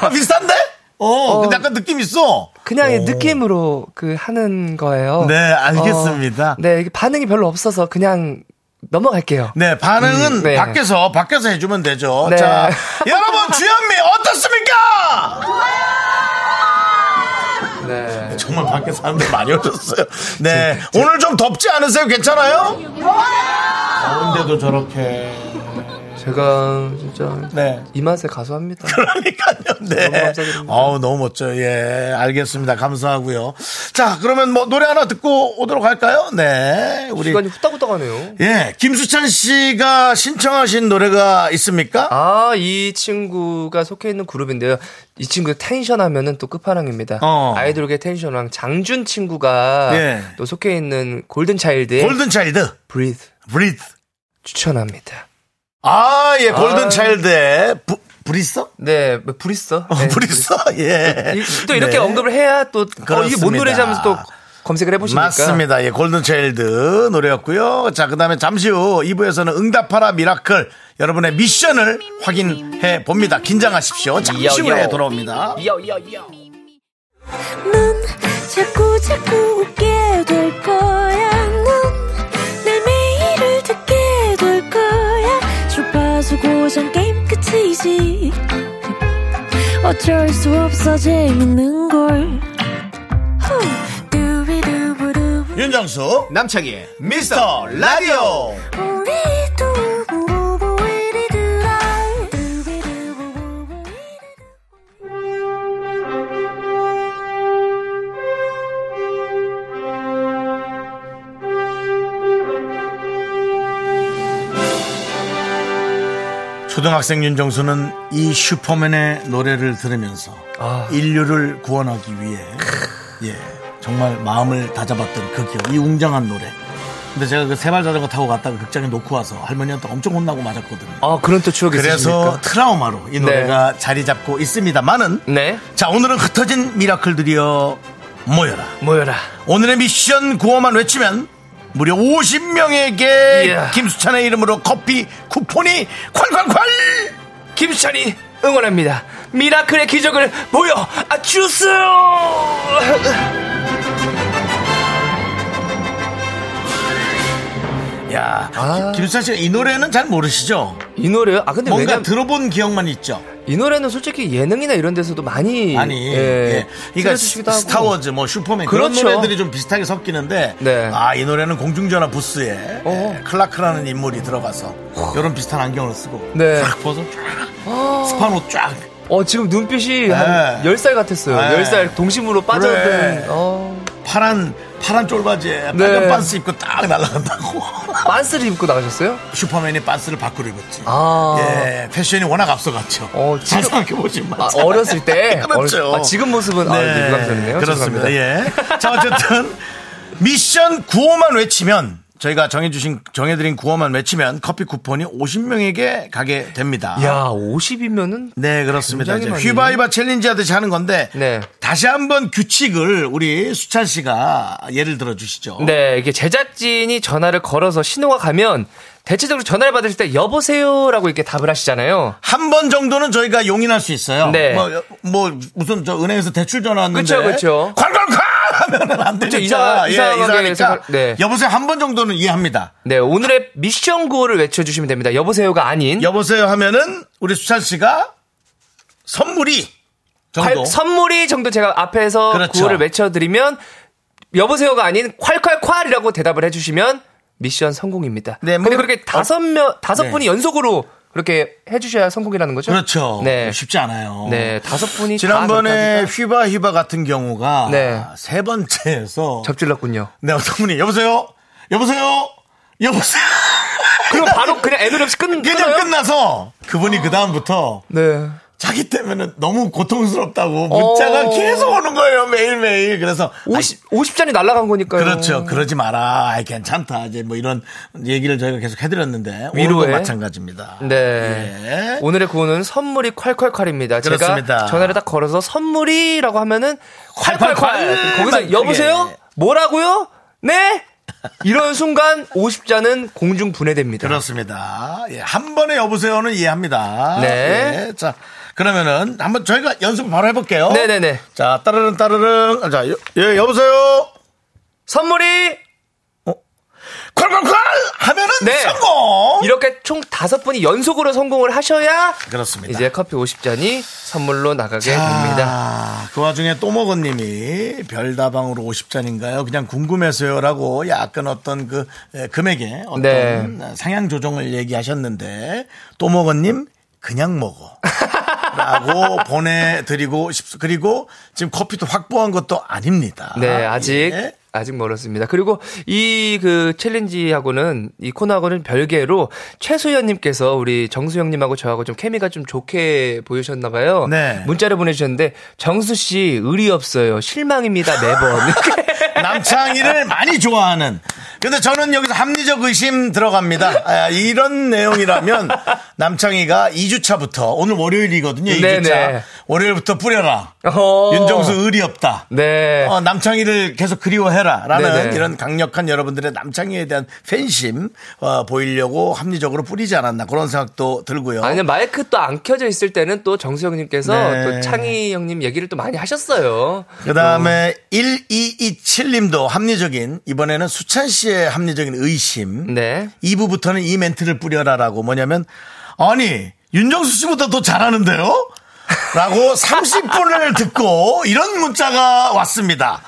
Speaker 2: 아, 비슷한데? 어, 근데 약간 느낌 있어.
Speaker 3: 그냥 이 느낌으로 그 하는 거예요.
Speaker 2: 네, 알겠습니다.
Speaker 3: 어, 네, 이게 반응이 별로 없어서 그냥 넘어갈게요.
Speaker 2: 네, 반응은
Speaker 3: 음, 네.
Speaker 2: 밖에서, 밖에서 해주면 되죠.
Speaker 3: 네.
Speaker 2: 자, 여러분, 주현미, 어떻습니까?
Speaker 3: 네.
Speaker 2: 정말 밖에 사람들 많이 오셨어요. 네. 오늘 좀 덥지 않으세요? 괜찮아요? 더운데도 저렇게.
Speaker 3: 제가 진짜
Speaker 2: 네.
Speaker 3: 이 맛에 가수합니다.
Speaker 2: 그러니까요, 네.
Speaker 3: 너무 감사드립니다.
Speaker 2: 어우, 너무 멋져요. 예, 알겠습니다. 감사하고요. 자, 그러면 뭐, 노래 하나 듣고 오도록 할까요? 네. 우리.
Speaker 3: 시간이 후딱후딱하네요.
Speaker 2: 예, 김수찬 씨가 신청하신 노래가 있습니까?
Speaker 3: 아, 이 친구가 속해 있는 그룹인데요. 이 친구 텐션 하면은 또 끝판왕입니다.
Speaker 2: 어.
Speaker 3: 아이돌계 텐션왕 장준 친구가
Speaker 2: 예.
Speaker 3: 또 속해 있는 골든 차일드의
Speaker 2: 골든 차일드,
Speaker 3: 브리드
Speaker 2: 브리드.
Speaker 3: 추천합니다.
Speaker 2: 아, 예,
Speaker 3: 아.
Speaker 2: 골든 차일드의 부, 브리서?
Speaker 3: 네, 뭐 브리스?
Speaker 2: 어,
Speaker 3: 네,
Speaker 2: 브리서? 예.
Speaker 3: 이- 또 이렇게
Speaker 2: 네.
Speaker 3: 언급을 해야 또 어, 이게
Speaker 2: 그렇습니다.
Speaker 3: 뭔 노래지 하면서 또 검색을 해보시니까
Speaker 2: 맞습니다. 예, 골든 차일드 노래였고요. 자, 그다음에 잠시 후 2부에서는 응답하라 미라클 여러분의 미션을 확인해 봅니다. 긴장하십시오. 잠시
Speaker 3: 요,
Speaker 2: 후에
Speaker 3: 요.
Speaker 2: 돌아옵니다.
Speaker 6: 넌 자꾸 자꾸 웃게 될 거야. 넌내 매일을 듣게 될 거야. 주파수 고정 게임 끝이지. 어쩔 수 없어 재밌는 걸. 후. 두비두부두부.
Speaker 2: 윤정수 남창희 미스터 라디오.
Speaker 6: 우리 두부부부 우리 두라. 두비두부부부 우리 두라.
Speaker 2: 초등학생 윤정수는 이 슈퍼맨의 노래를 들으면서
Speaker 3: 아.
Speaker 2: 인류를 구원하기 위해 예 정말 마음을 다잡았던 그 기억 이 웅장한 노래 근데 제가 그 세발 자전거 타고 갔다가 극장에 놓고 와서 할머니한테 엄청 혼나고 맞았거든요
Speaker 3: 아 그런 또 추억이
Speaker 2: 그래서
Speaker 3: 있으십니까?
Speaker 2: 트라우마로 이 노래가 자리 잡고 있습니다만은
Speaker 3: 네
Speaker 2: 자 오늘은 흩어진 미라클들이여 모여라
Speaker 3: 모여라
Speaker 2: 오늘의 미션 구호만 외치면 무려 50명에게
Speaker 3: 이야.
Speaker 2: 김수찬의 이름으로 커피 쿠폰이 콸콸콸
Speaker 3: 김수찬이 응원합니다. 미라클의 기적을 보여 아 주스.
Speaker 2: 야, 김수찬 씨가 이 노래는 잘 모르시죠?
Speaker 3: 이 노래요? 아 근데
Speaker 2: 뭔가
Speaker 3: 왜냐면 아,
Speaker 2: 들어본 기억만 있죠?
Speaker 3: 이 노래는 솔직히 예능이나 이런 데서도 많이
Speaker 2: 아니,
Speaker 3: 예,
Speaker 2: 예. 그러니까
Speaker 3: 틀어주시기도 하고.
Speaker 2: 스타워즈, 뭐 슈퍼맨
Speaker 3: 그렇죠.
Speaker 2: 그런 노래들이 좀 비슷하게 섞이는데,
Speaker 3: 네.
Speaker 2: 아 이 노래는 공중전화 부스에
Speaker 3: 어.
Speaker 2: 예, 클라크라는 인물이 들어가서 이런 비슷한 안경을 쓰고
Speaker 3: 네.
Speaker 2: 쫙 벗어 쫙 스판 옷 쫙.
Speaker 3: 어, 지금 눈빛이
Speaker 2: 네.
Speaker 3: 한 10살 같았어요.
Speaker 2: 네.
Speaker 3: 10살 동심으로 빠져든.
Speaker 2: 그래.
Speaker 3: 어,
Speaker 2: 파란 파란 쫄바지에
Speaker 3: 네.
Speaker 2: 빨간 반스 입고 딱 날아간다고.
Speaker 3: 반스를 입고 나가셨어요?
Speaker 2: 슈퍼맨이 반스를 밖으로 입었지.
Speaker 3: 아.
Speaker 2: 예, 패션이 워낙 앞서갔죠.
Speaker 3: 어, 지금-
Speaker 2: 상상해 보지만.
Speaker 3: 아, 어렸을 때?
Speaker 2: 그렇죠.
Speaker 3: 어렸- 아, 지금 모습은 아, 네, 유감스럽네요.
Speaker 2: 그렇습니다.
Speaker 3: 죄송합니다.
Speaker 2: 예. 자, 어쨌든 미션 구호만 외치면 저희가 정해주신 정해드린 구호만 외치면 커피 쿠폰이 50명에게 가게 됩니다.
Speaker 3: 야, 50이면은
Speaker 2: 네, 그렇습니다.
Speaker 3: 굉장히
Speaker 2: 이제
Speaker 3: 많이.
Speaker 2: 휘바이바 챌린지 하듯이 하는 건데
Speaker 3: 네.
Speaker 2: 다시 한번 규칙을 우리 수찬 씨가 예를 들어 주시죠.
Speaker 3: 네, 이게 제작진이 전화를 걸어서 신호가 가면 대체적으로 전화를 받으실 때 여보세요라고 이렇게 답을 하시잖아요.
Speaker 2: 한 번 정도는 저희가 용인할 수 있어요.
Speaker 3: 네.
Speaker 2: 뭐, 뭐 무슨 저 은행에서 대출 전화 왔는데
Speaker 3: 그쵸, 그쵸.
Speaker 2: 콸콸콸 하면은 안 되니까
Speaker 3: 그쵸, 이상하-
Speaker 2: 예,
Speaker 3: 이상하게
Speaker 2: 이상하니까
Speaker 3: 생각- 네.
Speaker 2: 여보세요 한 번 정도는 이해합니다.
Speaker 3: 네, 오늘의 미션 구호를 외쳐 주시면 됩니다. 여보세요가 아닌
Speaker 2: 여보세요 하면은 우리 수찬 씨가 선물이 정도
Speaker 3: 콸- 선물이 정도 제가 앞에서
Speaker 2: 어, 그렇죠.
Speaker 3: 구호를 외쳐드리면 여보세요가 아닌 콸콸콸이라고 대답을 해주시면 미션 성공입니다.
Speaker 2: 네, 뭐-
Speaker 3: 근데 그렇게 다섯 명 다섯
Speaker 2: 네.
Speaker 3: 분이 연속으로 그렇게 해주셔야 성공이라는 거죠?
Speaker 2: 그렇죠.
Speaker 3: 네,
Speaker 2: 쉽지 않아요.
Speaker 3: 네, 다섯 분이 다
Speaker 2: 지난번에
Speaker 3: 그렇게 하니까
Speaker 2: 휘바 휘바 같은 경우가
Speaker 3: 네.
Speaker 2: 세 번째에서
Speaker 3: 접질렀군요.
Speaker 2: 네 어떤 분이 여보세요 여보세요 여보세요
Speaker 3: 그리고 바로 그냥 애들 없이 끝
Speaker 2: 그냥
Speaker 3: 끊어요?
Speaker 2: 끝나서 그분이 그 다음부터
Speaker 3: 네.
Speaker 2: 자기 때문에 너무 고통스럽다고 문자가
Speaker 3: 어.
Speaker 2: 계속 오는 거예요 매일 매일 그래서 아이,
Speaker 3: 50, 50잔이 날아간 거니까요.
Speaker 2: 그렇죠 그러지 마라 아이 괜찮다 이제 뭐 이런 얘기를 저희가 계속 해드렸는데
Speaker 3: 위로해.
Speaker 2: 오늘도 마찬가지입니다
Speaker 3: 네.
Speaker 2: 예.
Speaker 3: 오늘의 구호는 선물이 콸콸콸입니다.
Speaker 2: 그렇습니다.
Speaker 3: 제가 전화를 딱 걸어서 선물이라고 하면은
Speaker 2: 콸콸콸! 예.
Speaker 3: 콸콸콸. 거기서
Speaker 2: 막
Speaker 3: 여보세요?
Speaker 2: 그게.
Speaker 3: 뭐라고요? 네? 이런 순간 50자는 공중 분해됩니다.
Speaker 2: 그렇습니다 예, 한 번에 여보세요는 이해합니다
Speaker 3: 네.
Speaker 2: 예, 자 그러면은 한번 저희가 연습 바로 해볼게요
Speaker 3: 네네네.
Speaker 2: 자 따르릉 따르릉 자 여, 예, 여보세요
Speaker 3: 선물이
Speaker 2: 콸콸콸 하면은
Speaker 3: 네.
Speaker 2: 성공
Speaker 3: 이렇게 총 다섯 분이 연속으로 성공을 하셔야
Speaker 2: 그렇습니다
Speaker 3: 이제 커피 50잔이 선물로 나가게 됩니다.
Speaker 2: 아, 그 와중에 또먹어님이 별다방으로 50잔인가요? 그냥 궁금해서요라고 약간 어떤 그 에, 금액에 어떤
Speaker 3: 네.
Speaker 2: 상향 조정을 얘기하셨는데 또먹어님 그냥 먹어. 라고 보내드리고 싶, 그리고 지금 커피도 확보한 것도 아닙니다.
Speaker 3: 네, 아직
Speaker 2: 예.
Speaker 3: 아직 멀었습니다. 그리고 이 그 챌린지하고는 이 코너하고는 별개로 최수연님께서 우리 정수영님하고 저하고 좀 케미가 좀 좋게 보이셨나 봐요.
Speaker 2: 네.
Speaker 3: 문자를 보내주셨는데 정수 씨 의리 없어요. 실망입니다 매번.
Speaker 2: 남창희를 많이 좋아하는. 근데 저는 여기서 합리적 의심 들어갑니다. 아, 이런 내용이라면 남창희가 2주차부터 오늘 월요일이거든요. 2주차.
Speaker 3: 네네.
Speaker 2: 월요일부터 뿌려라.
Speaker 3: 어.
Speaker 2: 윤정수 의리 없다.
Speaker 3: 네.
Speaker 2: 어, 남창희를 계속 그리워해라. 라는
Speaker 3: 네네.
Speaker 2: 이런 강력한 여러분들의 남창희에 대한 팬심 어, 보이려고 합리적으로 뿌리지 않았나 그런 생각도 들고요.
Speaker 3: 아니 마이크 또 안 켜져 있을 때는 또 정수영님께서
Speaker 2: 네.
Speaker 3: 또 창희 형님 얘기를 또 많이 하셨어요.
Speaker 2: 그 다음에 1227님도 합리적인 이번에는 수찬 씨의 합리적인 의심.
Speaker 3: 네.
Speaker 2: 2부부터는 이 멘트를 뿌려라라고 뭐냐면 아니 윤정수 씨보다 더 잘하는데요? 라고 30분을 듣고 이런 문자가 왔습니다.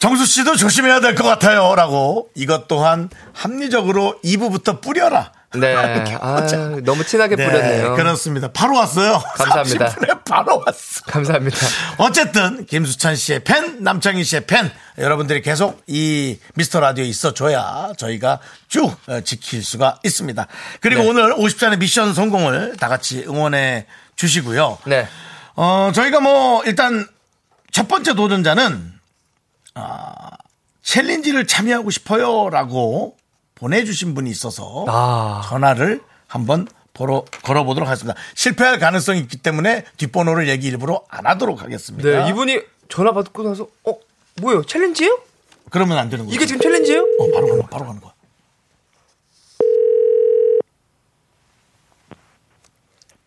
Speaker 2: 정수 씨도 조심해야 될 것 같아요. 라고 이것 또한 합리적으로 2부부터 뿌려라.
Speaker 3: 네. 아, 너무 티나게 뿌렸네요.
Speaker 2: 그렇습니다. 바로 왔어요.
Speaker 3: 감사합니다.
Speaker 2: 30분에 바로 왔어.
Speaker 3: 감사합니다.
Speaker 2: 어쨌든 김수찬 씨의 팬, 남창희 씨의 팬 여러분들이 계속 이 미스터 라디오에 있어줘야 저희가 쭉 어, 지킬 수가 있습니다. 그리고
Speaker 3: 네.
Speaker 2: 오늘 50잔의 미션 성공을 다 같이 응원해 주시고요.
Speaker 3: 네.
Speaker 2: 어, 저희가 뭐 일단 첫 번째 도전자는 아, 챌린지를 참여하고 싶어요라고 보내주신 분이 있어서
Speaker 3: 아.
Speaker 2: 전화를 한번 보러 걸어보도록 하겠습니다. 실패할 가능성이 있기 때문에 뒷번호를 얘기 일부러 안 하도록 하겠습니다.
Speaker 3: 네, 이분이 전화 받고 나서 어 뭐예요 챌린지예요?
Speaker 2: 그러면 안 되는 거죠.
Speaker 3: 이게 지금 챌린지예요?
Speaker 2: 어, 바로 가는 거야, 바로 가는 거야.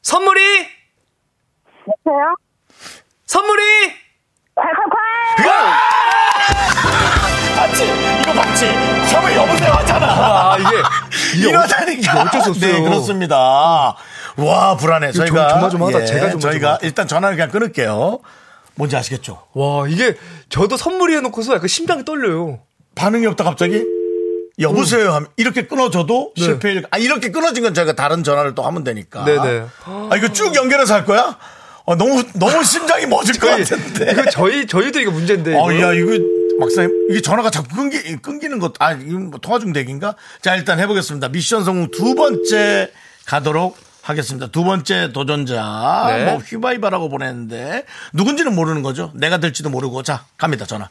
Speaker 3: 선물이
Speaker 4: 여보세요?
Speaker 3: 선물이
Speaker 4: 콸콸콸!
Speaker 2: 맞지? 이거 맞지? 처음에 여보세요 하잖아.
Speaker 3: 이게
Speaker 2: 이러다니까.
Speaker 3: 뭐 어쩔 수 없어요.
Speaker 2: 네, 그렇습니다. 와 불안해.
Speaker 7: 이거
Speaker 2: 저희가 예,
Speaker 7: 조마조마하다. 제가 조마조마하다.
Speaker 2: 저희가 일단 전화를 그냥 끊을게요. 뭔지 아시겠죠?
Speaker 3: 와 이게 저도 선물이해 놓고서 약간 심장이 떨려요.
Speaker 2: 반응이 없다 갑자기
Speaker 3: 음.
Speaker 2: 여보세요 하면 이렇게 끊어져도 실패일. 아 이렇게 끊어진 건 저희가 다른 전화를 또 하면 되니까.
Speaker 3: 네. 네네.
Speaker 2: 아 이거 쭉 연결해서 할 거야? 아, 너무 너무 심장이 멎을 것 같은데.
Speaker 3: 이거 저희 저희도 이거 문제인데.
Speaker 2: 어,
Speaker 3: 이거.
Speaker 2: 야, 이거 막상 이게 전화가 자꾸 끊기, 끊기는 것, 아, 이거 뭐 통화 중대기인가? 자, 일단 해보겠습니다. 미션 성공 두 번째 가도록 하겠습니다. 두 번째 도전자.
Speaker 3: 네.
Speaker 2: 뭐 휘바이바라고 보냈는데 누군지는 모르는 거죠. 내가 될지도 모르고. 자, 갑니다. 전화.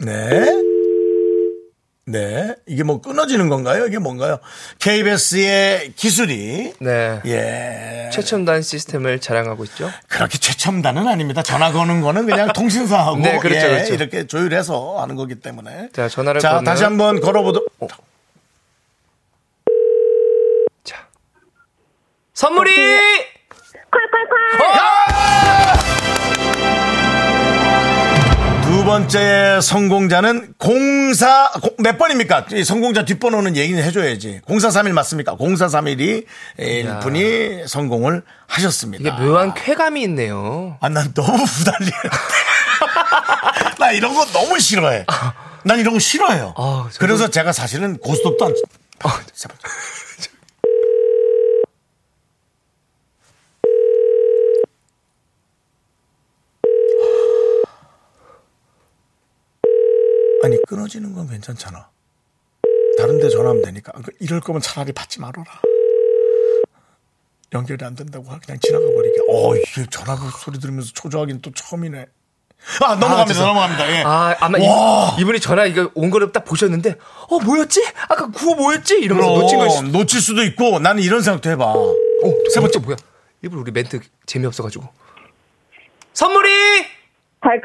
Speaker 2: 네. 네. 이게 뭐 끊어지는 건가요? 이게 뭔가요? KBS의 기술이.
Speaker 3: 네.
Speaker 2: 예.
Speaker 3: 최첨단 시스템을 자랑하고 있죠.
Speaker 2: 그렇게 최첨단은 아닙니다. 전화 거는 거는 그냥 통신사하고
Speaker 3: 네, 그렇죠,
Speaker 2: 예,
Speaker 3: 그렇죠.
Speaker 2: 이렇게 조율해서 하는 거기 때문에.
Speaker 3: 자, 전화를
Speaker 2: 자,
Speaker 3: 걸면-
Speaker 2: 다시 한번 걸어보도.
Speaker 3: 자 선물이
Speaker 4: 콸콸콸!
Speaker 2: 두 번째 성공자는 공사 공- 몇 번입니까? 이 성공자 뒷번호는 얘기는 해줘야지. 0431 맞습니까? 0431이 예, 분이 성공을 하셨습니다.
Speaker 3: 이게 묘한 쾌감이 있네요.
Speaker 2: 아, 난 너무 부달리는데. 나 이런 거 너무 싫어해. 난 이런 거 싫어해요.
Speaker 3: 아, 저도-
Speaker 2: 그래서 제가 사실은 고스톱도 안. 치- 아, 제발. 아니, 끊어지는 건 괜찮잖아. 다른데 전화하면 되니까. 아, 그 이럴 거면 차라리 받지 말아라. 연결이 안 된다고 하- 그냥 지나가 버리게. 어, 이게 전화기 소리 들으면서 초조하긴 또 처음이네. 아, 넘어갑니다. 넘어갑니다. 예.
Speaker 3: 아 아마
Speaker 2: 와.
Speaker 3: 이, 분이 전화 이거 온 거를 딱 보셨는데 어 뭐였지? 아까 구호 뭐였지? 이러면서
Speaker 2: 그럼
Speaker 3: 놓친 거 있어.
Speaker 2: 놓칠 수도 있고 나는 이런 생각도 해봐.
Speaker 3: 어, 세 번째 뭐야? 일부러 우리 멘트 재미없어가지고 선물이
Speaker 4: 콸콸콸!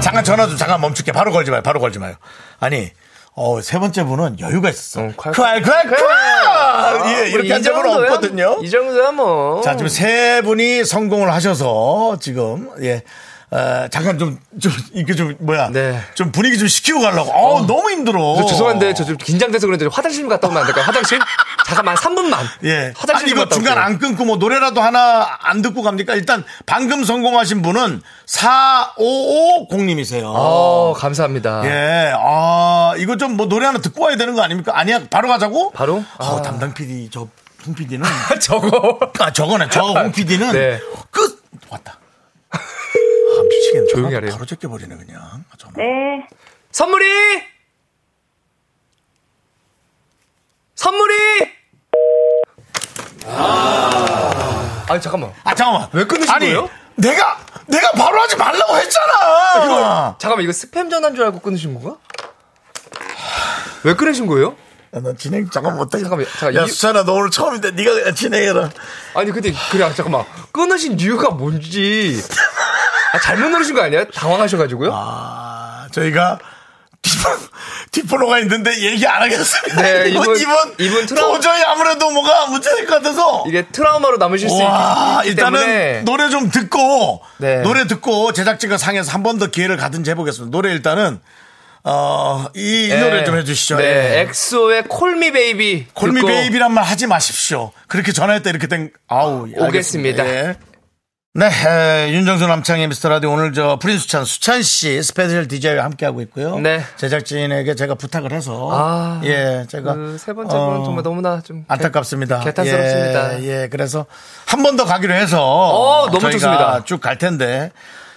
Speaker 2: 잠깐 전화 좀 잠깐 멈출게. 바로 걸지 마요. 바로 걸지 마요. 아니. 어, 세 번째 분은 여유가 있었어.
Speaker 3: 어, 콸콸.
Speaker 2: 콸콸콸! 예, 이렇게 한 적은
Speaker 3: 정도야,
Speaker 2: 없거든요.
Speaker 3: 이 정도야 뭐.
Speaker 2: 자, 지금 세 분이 성공을 하셔서 지금, 예. 어, 잠깐 좀, 좀, 이게 좀, 뭐야.
Speaker 3: 네.
Speaker 2: 좀 분위기 좀 식히고 가려고. 어, 너무 힘들어.
Speaker 3: 저 죄송한데 저 좀 긴장돼서 그런데 좀 화장실 좀 갔다 오면 안 될까요? 화장실? 잠깐만 3분만.
Speaker 2: 예.
Speaker 3: 화장실
Speaker 2: 아니,
Speaker 3: 좀
Speaker 2: 이거
Speaker 3: 갔다
Speaker 2: 중간
Speaker 3: 올게요.
Speaker 2: 안 끊고 뭐 노래라도 하나 안 듣고 갑니까? 일단 방금 성공하신 분은 4550님이세요.
Speaker 3: 어, 감사합니다.
Speaker 2: 예. 아, 이거 좀 뭐 노래 하나 듣고 와야 되는 거 아닙니까? 아니야. 바로 가자고?
Speaker 3: 바로?
Speaker 2: 아,
Speaker 3: 아.
Speaker 2: 담당 PD, 저, 홍 PD는.
Speaker 3: 저거.
Speaker 2: 아, 저거는, 저 홍 PD는.
Speaker 3: 네.
Speaker 2: 끝! 왔다. 아, 미치겠네.
Speaker 3: 조용히
Speaker 2: 전화도
Speaker 3: 하래요.
Speaker 2: 바로 제껴버리네, 그냥. 아, 전화.
Speaker 4: 네.
Speaker 3: 선물이! 선물이! 아, 니 잠깐만.
Speaker 2: 아, 잠깐만.
Speaker 3: 왜 끊으신
Speaker 2: 아니,
Speaker 3: 거예요?
Speaker 2: 내가, 내가 바로 하지 말라고 했잖아!
Speaker 3: 잠깐만, 이거 스팸 전화인 줄 알고 끊으신 건가? 왜 끊으신 거예요?
Speaker 2: 야, 나 진행 잠깐 못해.
Speaker 3: 아, 잠깐만, 잠깐,
Speaker 2: 야,
Speaker 3: 이-
Speaker 2: 수찬아, 너 오늘 처음인데 네가 진행해라.
Speaker 3: 아니, 근데, 그래, 아, 잠깐만. 끊으신 이유가 뭔지. 아, 잘못 누르신 거 아니야? 당황하셔가지고요?
Speaker 2: 아, 저희가 뒷번, 뒷번호가 있는데 얘기 안 하겠습니다.
Speaker 3: 네,
Speaker 2: 이분,
Speaker 3: 이분-
Speaker 2: 이분,
Speaker 3: 이분 트라우-
Speaker 2: 도저히 아무래도 뭐가 문제될 것 같아서.
Speaker 3: 이게 트라우마로 남으실 수 있-
Speaker 2: 와,
Speaker 3: 있기
Speaker 2: 일단은
Speaker 3: 때문에.
Speaker 2: 노래 좀 듣고,
Speaker 3: 네.
Speaker 2: 노래 듣고 제작진과 상해서 한 번 더 기회를 가든지 해보겠습니다. 노래 일단은, 어, 이, 이 노래 좀 해주시죠.
Speaker 3: 네,
Speaker 2: 예.
Speaker 3: 엑소의 콜미 베이비.
Speaker 2: 골미 베이비란 말 하지 마십시오. 그렇게 전화할 때 이렇게 된 아우 예,
Speaker 3: 오겠습니다.
Speaker 2: 알겠습니다. 예. 네, 에, 윤정수 남창의 미스터 라디오 오늘 저 프린스 찬 수찬 씨 스페셜 DJ와 함께 하고 있고요.
Speaker 3: 네.
Speaker 2: 제작진에게 제가 부탁을 해서
Speaker 3: 아,
Speaker 2: 예, 제가
Speaker 3: 그세 번째 분은
Speaker 2: 어,
Speaker 3: 정말 너무나 좀
Speaker 2: 안타깝습니다.
Speaker 3: 개탄스럽습니다.
Speaker 2: 예, 예, 그래서 한 번 더 가기로 해서
Speaker 3: 어, 너무 좋습니다.
Speaker 2: 쭉 갈 텐데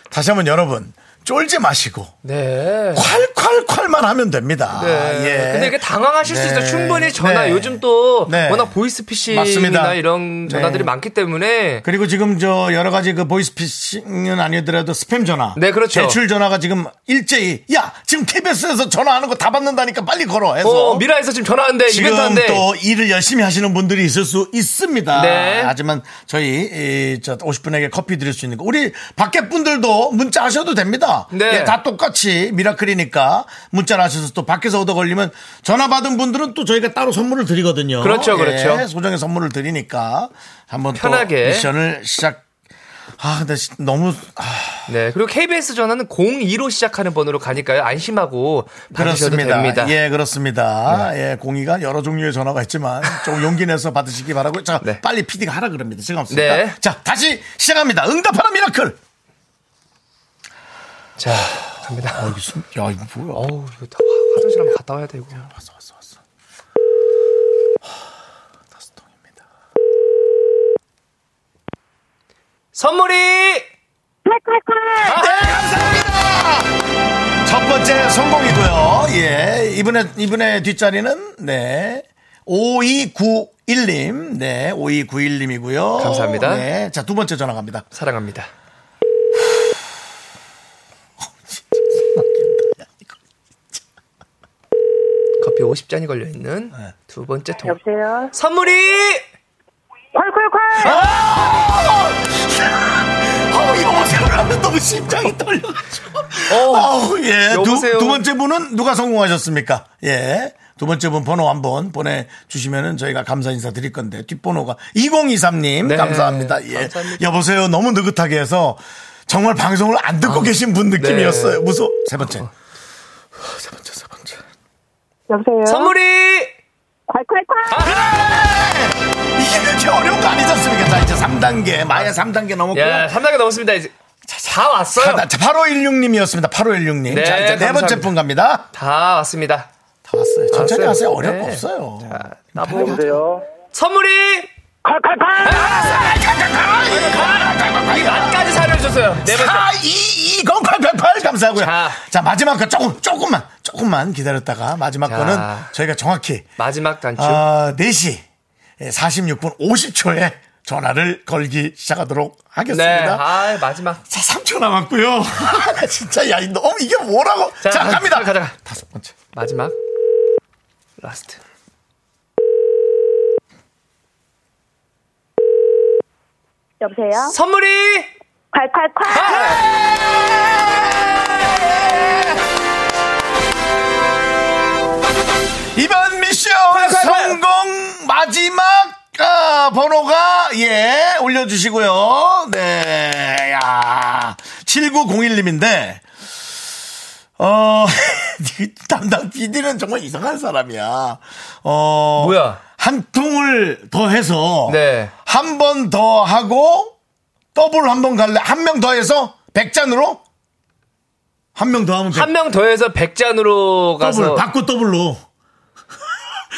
Speaker 2: 다시 한번 여러분 쫄지 마시고
Speaker 3: 네.
Speaker 2: 콸콸콸만 하면 됩니다.
Speaker 3: 네. 근데 이게 당황하실 수
Speaker 2: 아, 예. 네.
Speaker 3: 있어요. 충분히 전화
Speaker 2: 네.
Speaker 3: 요즘 또
Speaker 2: 네.
Speaker 3: 워낙 보이스피싱이나
Speaker 2: 맞습니다.
Speaker 3: 이런 전화들이
Speaker 2: 네.
Speaker 3: 많기 때문에
Speaker 2: 그리고 지금 저 여러 가지 그 보이스피싱은 아니더라도 스팸 전화.
Speaker 3: 네, 그렇죠.
Speaker 2: 대출 전화가 지금 일제히 야 지금 KBS에서 전화하는 거 다 받는다니까 빨리 걸어 해서.
Speaker 3: 어, 미라에서 지금 전화하는데
Speaker 2: 지금
Speaker 3: 이벤트 한데
Speaker 2: 또 일을 열심히 하시는 분들이 있을 수 있습니다.
Speaker 3: 네.
Speaker 2: 하지만 저희 이저 50분에게 커피 드릴 수 있는 거 우리 밖에 분들도 문자 하셔도 됩니다.
Speaker 3: 네.
Speaker 2: 예, 다 똑같이 미라클이니까 문자를 하셔서 또 밖에서 얻어 걸리면 전화 받은 분들은 또 저희가 따로 선물을 드리거든요.
Speaker 3: 그렇죠, 그렇죠.
Speaker 2: 예, 소정의 선물을 드리니까 한번 또
Speaker 3: 편하게.
Speaker 2: 미션을 시작. 아, 근데 시- 너무 아,
Speaker 3: 네. 그리고 KBS 전화는 02로 시작하는 번호로 가니까요. 안심하고 받으셔도 됩니다.
Speaker 2: 예, 그렇습니다. 예, 공이가 여러 종류의 전화가 있지만 좀 용기 내서 받으시기 바라고요. 자,
Speaker 3: 네.
Speaker 2: 빨리 PD가 하라 그럽니다. 지금 없습니다.
Speaker 3: 네.
Speaker 2: 자, 다시 시작합니다. 응답하라 미라클.
Speaker 3: 자, 갑니다.
Speaker 2: 아, 이거 숨, 야, 이거 뭐야?
Speaker 3: 어우, 이거 다 화장실 한번 갔다 와야 되고.
Speaker 2: 왔어, 왔어, 왔어. 하, 다섯 통입니다.
Speaker 3: 선물이
Speaker 4: 콸콸콸!
Speaker 2: 네, 감사합니다. 첫 번째 성공이고요. 예, 이분의 이분의 뒷자리는 네. 5291님, 네, 5291님이고요.
Speaker 3: 감사합니다.
Speaker 2: 네, 자, 두 번째 전화 갑니다.
Speaker 3: 사랑합니다.
Speaker 2: 어,
Speaker 3: 커피 50잔이 걸려 있는
Speaker 2: 네.
Speaker 3: 두 번째 통.
Speaker 4: 여보세요?
Speaker 3: 선물이
Speaker 4: 콸콸콸!
Speaker 2: 아우, 이거 아! 어색을 하면 너무 심장이 떨려가지고.
Speaker 3: 어,
Speaker 2: 아우, 예. 두,
Speaker 3: 여보세요?
Speaker 2: 두 번째 분은 누가 성공하셨습니까? 예. 두 번째 분 번호 한번 보내주시면은 저희가 감사 인사 드릴 건데, 뒷번호가 2023님.
Speaker 3: 네,
Speaker 2: 감사합니다. 예.
Speaker 3: 감사합니다.
Speaker 2: 여보세요. 너무 느긋하게 해서 정말 방송을 안 듣고
Speaker 3: 아,
Speaker 2: 계신 분 느낌이었어요.
Speaker 3: 네.
Speaker 2: 무서워. 세 번째. 세 번째, 세 번째.
Speaker 4: 여보세요?
Speaker 3: 선물이
Speaker 4: 콸콸콸!
Speaker 2: 이게 그렇게 어려운 거 아니지 않습니까? 자, 이제 3단계. 마야 3단계 넘었고요.
Speaker 3: 야, 3단계 넘었습니다. 이제 다 왔어요.
Speaker 2: 자, 8516님이었습니다. 8516님.
Speaker 3: 네,
Speaker 2: 자, 이제 네 번째
Speaker 3: 감사합니다.
Speaker 2: 분 갑니다.
Speaker 3: 다 왔습니다.
Speaker 2: 다 왔어요. 천천히
Speaker 3: 왔어요.
Speaker 2: 하세요. 어려울 거
Speaker 3: 네.
Speaker 2: 없어요.
Speaker 3: 나보고 선물이 까지 사려주셨어요. 네 번째.
Speaker 2: 422088 감사하고요. 자,
Speaker 3: 자.
Speaker 2: 마지막 거 조금 조금만 조금만 기다렸다가 마지막
Speaker 3: 자.
Speaker 2: 거는 저희가 정확히
Speaker 3: 마지막 단추.
Speaker 2: 아, 4시 46분 50초에 전화를 걸기 시작하도록
Speaker 3: 네.
Speaker 2: 하겠습니다.
Speaker 3: 아, 마지막.
Speaker 2: 자, 3초 남았고요. 나 진짜 야, 이 너무 이게 뭐라고? 자,
Speaker 3: 가-
Speaker 2: 갑니다.
Speaker 3: 가자, 가자.
Speaker 2: 다섯 번째.
Speaker 3: 마지막. 라스트.
Speaker 4: 여보세요?
Speaker 3: 선물이
Speaker 4: 콸콸콸!
Speaker 2: 이번 미션 성공 마지막 아, 번호가 예 올려주시고요. 네, 야 7901님인데 어 담당 PD는 정말 이상한 사람이야. 어
Speaker 3: 뭐야?
Speaker 2: 한 통을 더 해서
Speaker 3: 네.
Speaker 2: 한 번 더 하고 더블 한 번 갈래 한 명 더 해서 100잔으로 한 명 더 하면 100
Speaker 3: 한 명 더해서 백잔으로
Speaker 2: 더블
Speaker 3: 가서
Speaker 2: 바꿔 더블로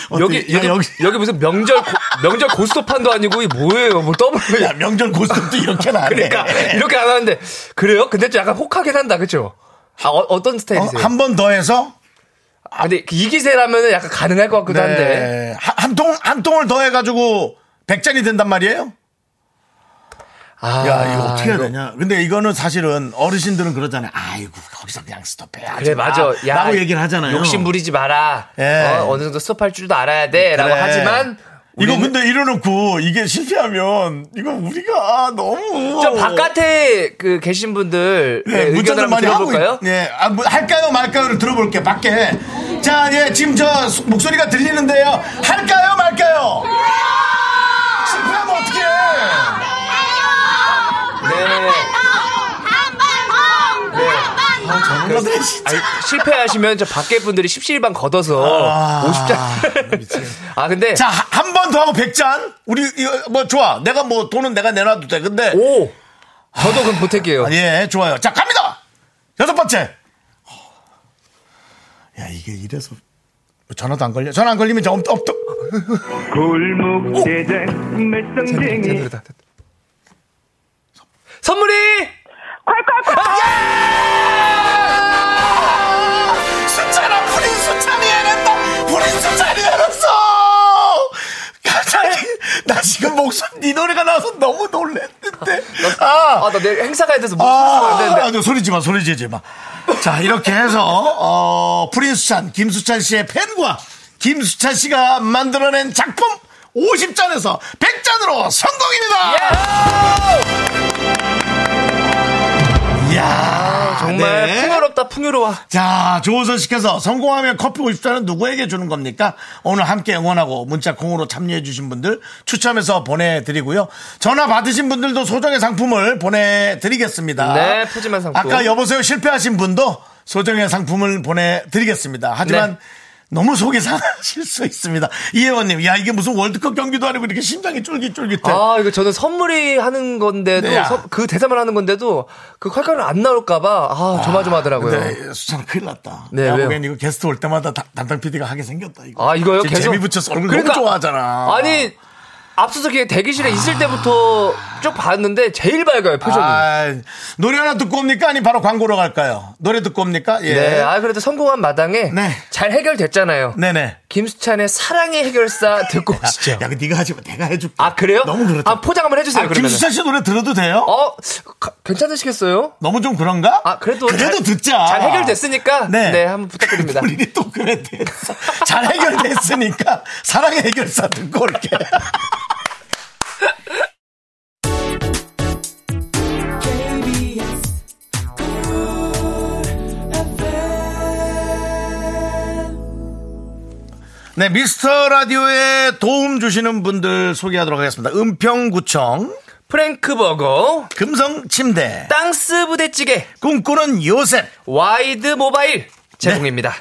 Speaker 2: 어때?
Speaker 3: 여기
Speaker 2: 야,
Speaker 3: 아, 여기, 여기 무슨 명절 고, 명절 고스톱판도 아니고 이 뭐예요? 뭐 더블
Speaker 2: 야, 명절 고스톱도 이렇게는 안 해.
Speaker 3: 그러니까 이렇게 안 하는데 그래요? 근데 좀 약간 혹하긴 한다, 그렇죠? 아, 어, 떤 스타일이세요?
Speaker 2: 한 번 더 해서
Speaker 3: 아, 근데 이 기세라면 약간 가능할 것 같기도
Speaker 2: 네.
Speaker 3: 한데
Speaker 2: 한- 한 통, 한 통을 더 해가지고 100잔이 된단 말이에요?
Speaker 3: 아,
Speaker 2: 야, 이거 어떻게 해야 되냐. 근데 이거는 사실은 어르신들은 그러잖아요. 아이고, 거기서 그냥 스톱해야지.
Speaker 3: 그래 맞아. 야,
Speaker 2: 라고 얘기를 하잖아요.
Speaker 3: 욕심 부리지 마라.
Speaker 2: 예.
Speaker 3: 어, 느 정도 스톱할 줄도 알아야 돼라고
Speaker 2: 그래.
Speaker 3: 하지만
Speaker 2: 이거
Speaker 3: 우리는
Speaker 2: 근데 이래놓고 이게 실패하면 이거 우리가 너무.
Speaker 3: 좀 바깥에 그 계신 분들 네,
Speaker 2: 네, 문자들
Speaker 3: 의견을 한번
Speaker 2: 많이 하고
Speaker 3: 들어볼까요?
Speaker 2: 있- 예, 아, 뭐 할까요 말까요를 들어볼게요. 밖에 자, 예, 지금 저 소- 목소리가 들리는데요. 할까요 말까요? 실패하면 어떡해?
Speaker 3: 네.
Speaker 2: 저놈들 진짜.
Speaker 3: 아니, 실패하시면 저 밖에 분들이 십시일반 걷어서
Speaker 2: 아,
Speaker 3: 50장. 아 근데
Speaker 2: 자, 한 번 더 하고 100잔? 우리 이거 뭐 좋아. 내가 뭐 돈은 내가 내놔도 돼. 근데
Speaker 3: 오 저도 그럼 보탤게요.
Speaker 2: 아, 예, 좋아요. 자, 갑니다. 여섯 번째. 야, 이게 이래서 전화도 안 걸려. 전화 안 걸리면 저 엄청 엄청
Speaker 7: 골목대장
Speaker 3: 제
Speaker 2: 네.
Speaker 7: 말썽쟁이
Speaker 3: 노래다. 네, 선물이
Speaker 2: 수찬아 불린 수찬이 해냈다 불린 수찬이 해냈어 갑자기 나 지금 목소리 네 노래가 나와서 너무 놀랬는데 아,
Speaker 3: 아나 내일 행사 가야 돼서 못
Speaker 2: 아,
Speaker 3: 아,
Speaker 2: 아, 소리 지마 소리 지지 마. 자 이렇게 해서 어, 프린스찬 김수찬 씨의 팬과 김수찬 씨가 만들어낸 작품 50잔에서 100잔으로 성공입니다.
Speaker 3: 예!
Speaker 2: 이야
Speaker 3: 정말
Speaker 2: 네.
Speaker 3: 풍요롭 풍요롭다 풍요로워.
Speaker 2: 자, 조우선 시켜서 성공하면 커피 50잔은 누구에게 주는 겁니까? 오늘 함께 응원하고 문자 콩으로 참여해주신 분들 추첨해서 보내드리고요. 전화 받으신 분들도 소정의 상품을 보내드리겠습니다.
Speaker 3: 네, 푸짐한 상품.
Speaker 2: 아까 여보세요 실패하신 분도 소정의 상품을 보내드리겠습니다. 하지만
Speaker 3: 네.
Speaker 2: 너무 속이 상하실 수 있습니다. 이혜원님, 야, 이게 무슨 월드컵 경기도 아니고 이렇게 심장이 쫄깃쫄깃해.
Speaker 3: 아 이거 저는 선물이 하는 건데도
Speaker 2: 네.
Speaker 3: 선- 그 대사만 하는 건데도 그 칼칼은 안 나올까봐 아 조마조마하더라고요.
Speaker 2: 근데 수찬 큰일 났다.
Speaker 3: 네,
Speaker 2: 내가
Speaker 3: 왜요?
Speaker 2: 보기엔 이거 게스트 올 때마다 다- 담당 PD가 하게 생겼다. 이거.
Speaker 3: 아 이거요
Speaker 2: 지금
Speaker 3: 계속 그러니까
Speaker 2: 재미 붙여서 얼굴 너무 좋아하잖아.
Speaker 3: 아니 압수수색에 대기실에 있을 때부터 쭉 봤는데 제일 밝아요 표정이.
Speaker 2: 아, 노래 하나 듣고 옵니까? 아니 바로 광고로 갈까요? 노래 듣고 옵니까? 예.
Speaker 3: 네, 아 그래도 성공한 마당에
Speaker 2: 네.
Speaker 3: 잘 해결됐잖아요.
Speaker 2: 네네.
Speaker 3: 김수찬의 사랑의 해결사 듣고 오시죠.
Speaker 2: 야, 그 네가 하지 마. 내가 해줄게.
Speaker 3: 아 그래요?
Speaker 2: 너무 그렇다.
Speaker 3: 아 포장 한번 해주세요.
Speaker 2: 아,
Speaker 3: 그러면.
Speaker 2: 김수찬 씨 노래 들어도 돼요?
Speaker 3: 어 가- 괜찮으시겠어요?
Speaker 2: 너무 좀 그런가?
Speaker 3: 아 그래도
Speaker 2: 그래도
Speaker 3: 잘-
Speaker 2: 듣자.
Speaker 3: 잘 해결됐으니까
Speaker 2: 네.
Speaker 3: 네, 한번 부탁드립니다.
Speaker 2: 본인이 또 그래 됐어. 잘 해결됐으니까 사랑의 해결사 듣고 올게. 네, 미스터 라디오에 도움 주시는 분들 소개하도록 하겠습니다. 은평구청,
Speaker 3: 프랭크 버거,
Speaker 2: 금성 침대,
Speaker 3: 땅스 부대찌개,
Speaker 2: 꿈꾸는 요셉.
Speaker 3: 와이드 모바일 제공입니다.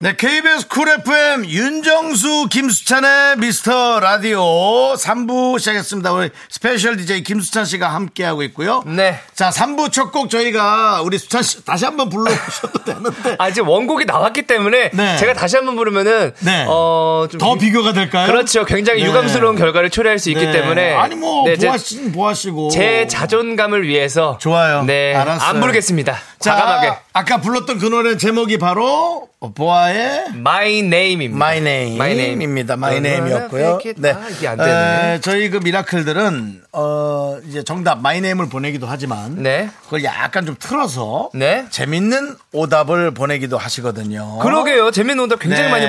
Speaker 2: 네, KBS 쿨 FM 윤정수 김수찬의 미스터 라디오 3부 시작했습니다. 우리 스페셜 DJ 김수찬 씨가 함께하고 있고요.
Speaker 3: 네.
Speaker 2: 자, 3부 첫 곡 저희가 우리 수찬 씨 다시 한번 불러주셔도 되는데.
Speaker 3: 아, 이제 원곡이 나왔기 때문에
Speaker 2: 네.
Speaker 3: 제가 다시 한번 부르면은
Speaker 2: 네.
Speaker 3: 어, 좀
Speaker 2: 더
Speaker 3: 유-
Speaker 2: 비교가 될까요?
Speaker 3: 그렇죠. 굉장히
Speaker 2: 네.
Speaker 3: 유감스러운 결과를 초래할 수 있기
Speaker 2: 네.
Speaker 3: 때문에
Speaker 2: 아니, 뭐,
Speaker 3: 네, 제-
Speaker 2: 보아 씨는 보아 씨고.
Speaker 3: 제 자존감을 위해서
Speaker 2: 좋아요.
Speaker 3: 네,
Speaker 2: 알았어요.
Speaker 3: 안 부르겠습니다.
Speaker 2: 자,
Speaker 3: 과감하게
Speaker 2: 아까 불렀던 그 노래 제목이 바로 보아의
Speaker 3: My Name입니다.
Speaker 2: 마이 네임.
Speaker 3: My Name.
Speaker 2: 입니다. 마이
Speaker 3: 얼마나
Speaker 2: 네임이었고요.
Speaker 3: 팩이- 아, 이게 안 되네.
Speaker 2: 에, 저희 그 미라클들은 어 이제 정답 마이 네임을 보내기도 하지만
Speaker 3: 네.
Speaker 2: 그걸 약간 좀 틀어서
Speaker 3: 네.
Speaker 2: 재밌는 오답을 보내기도 하시거든요.
Speaker 3: 그러게요. 재밌는 오답 굉장히
Speaker 2: 어? 네.
Speaker 3: 많이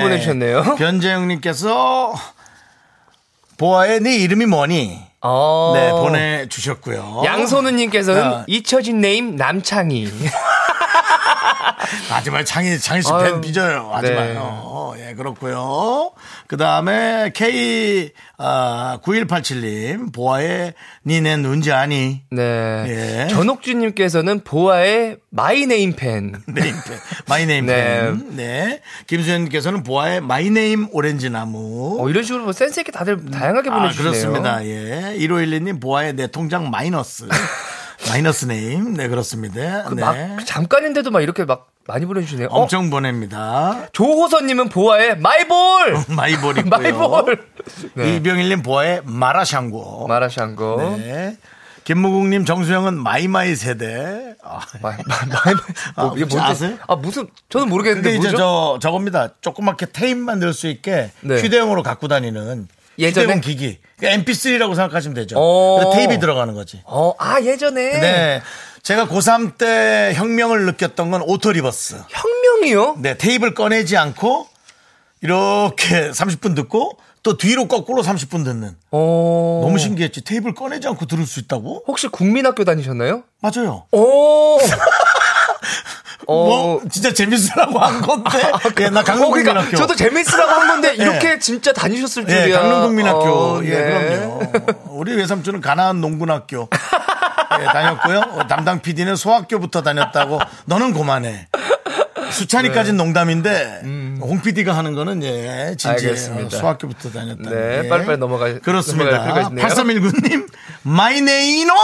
Speaker 3: 보내주셨네요.
Speaker 2: 변재영 님께서 보아의 네 이름이 뭐니?
Speaker 3: 어.
Speaker 2: 네, 보내 어? 주셨고요.
Speaker 3: 양선우님께서는
Speaker 2: 어.
Speaker 3: 잊혀진 네임 남창희.
Speaker 2: 하지만 창희 창희 씨
Speaker 3: 아유.
Speaker 2: 팬 삐져요. 하지
Speaker 3: 네.
Speaker 2: 마요. 예, 그렇고요. 그다음에 K 아, 9187님 보아의 니네 눈지 아니.
Speaker 3: 네.
Speaker 2: 예.
Speaker 3: 전옥주님께서는 보아의 마이 네임 팬.
Speaker 2: 네임 팬. 마이 네임 팬. 네. 김수현님께서는 보아의 마이 네임 오렌지 나무.
Speaker 3: 어, 이런 식으로 뭐 센스 있게 다들 다양하게
Speaker 2: 아,
Speaker 3: 보내주시네요.
Speaker 2: 그렇습니다. 예. 1512님 보아의 내 통장 마이너스. 마이너스 네임. 네, 그렇습니다.
Speaker 3: 그
Speaker 2: 네.
Speaker 3: 막 잠깐인데도 막 이렇게 막 많이 보내주시네요. 어,
Speaker 2: 엄청 보냅니다.
Speaker 3: 조호선님은 보아의 마이볼.
Speaker 2: 마이볼 있고요.
Speaker 3: 마이볼. 네.
Speaker 2: 이병일님 보아의 마라샹궈.
Speaker 3: 마라샹궈.
Speaker 2: 네. 김무국님 정수영은 마이마이 세대. 아,
Speaker 3: 마이, 마이, 마이,
Speaker 2: 아,
Speaker 3: 뭐, 이게
Speaker 2: 혹시
Speaker 3: 뭔지
Speaker 2: 아세요?
Speaker 3: 아 무슨 저는
Speaker 2: 그게
Speaker 3: 모르겠는데
Speaker 2: 이제
Speaker 3: 뭐죠?
Speaker 2: 저 저겁니다. 조그맣게 테잎 만들 수 있게
Speaker 3: 네.
Speaker 2: 휴대용으로 갖고 다니는
Speaker 3: 예전에?
Speaker 2: 휴대용 기기. MP3라고 생각하시면 되죠.
Speaker 3: 어.
Speaker 2: 근데 테잎이 들어가는 거지.
Speaker 3: 어, 아 예전에
Speaker 2: 네. 제가 고3 때 혁명을 느꼈던 건 오토리버스.
Speaker 3: 혁명이요?
Speaker 2: 네, 테잎을 꺼내지 않고 이렇게 30분 듣고 또 뒤로 거꾸로 30분 듣는.
Speaker 3: 어.
Speaker 2: 너무 신기했지. 테잎을 꺼내지 않고 들을 수 있다고?
Speaker 3: 혹시 국민학교 다니셨나요?
Speaker 2: 맞아요.
Speaker 3: 오.
Speaker 2: 뭐 진짜 재밌으라고 한 건데. 예, 나
Speaker 3: 어,
Speaker 2: 강릉국민학교.
Speaker 3: 그러니까 저도 재밌으라고 한 건데 이렇게 진짜 다니셨을 줄이야.
Speaker 2: 예, 강릉국민학교.
Speaker 3: 어,
Speaker 2: 예,
Speaker 3: 네.
Speaker 2: 그럼요. 우리 외삼촌은 가나안 농군학교. 예, 다녔고요. 어, 담당 PD는 소학교부터 다녔다고. 너는 고만해.
Speaker 3: 네.
Speaker 2: 수찬이까지는 농담인데 홍 PD가 하는 거는 예, 진지해요.
Speaker 3: 음. 알겠습니다.
Speaker 2: 소학교부터 다녔다.
Speaker 3: 네,
Speaker 2: 예.
Speaker 3: 빨리빨리 넘어가-
Speaker 2: 그렇습니다.
Speaker 3: 넘어갈 필요가 있네요.
Speaker 2: 8319님, 마이네 이놈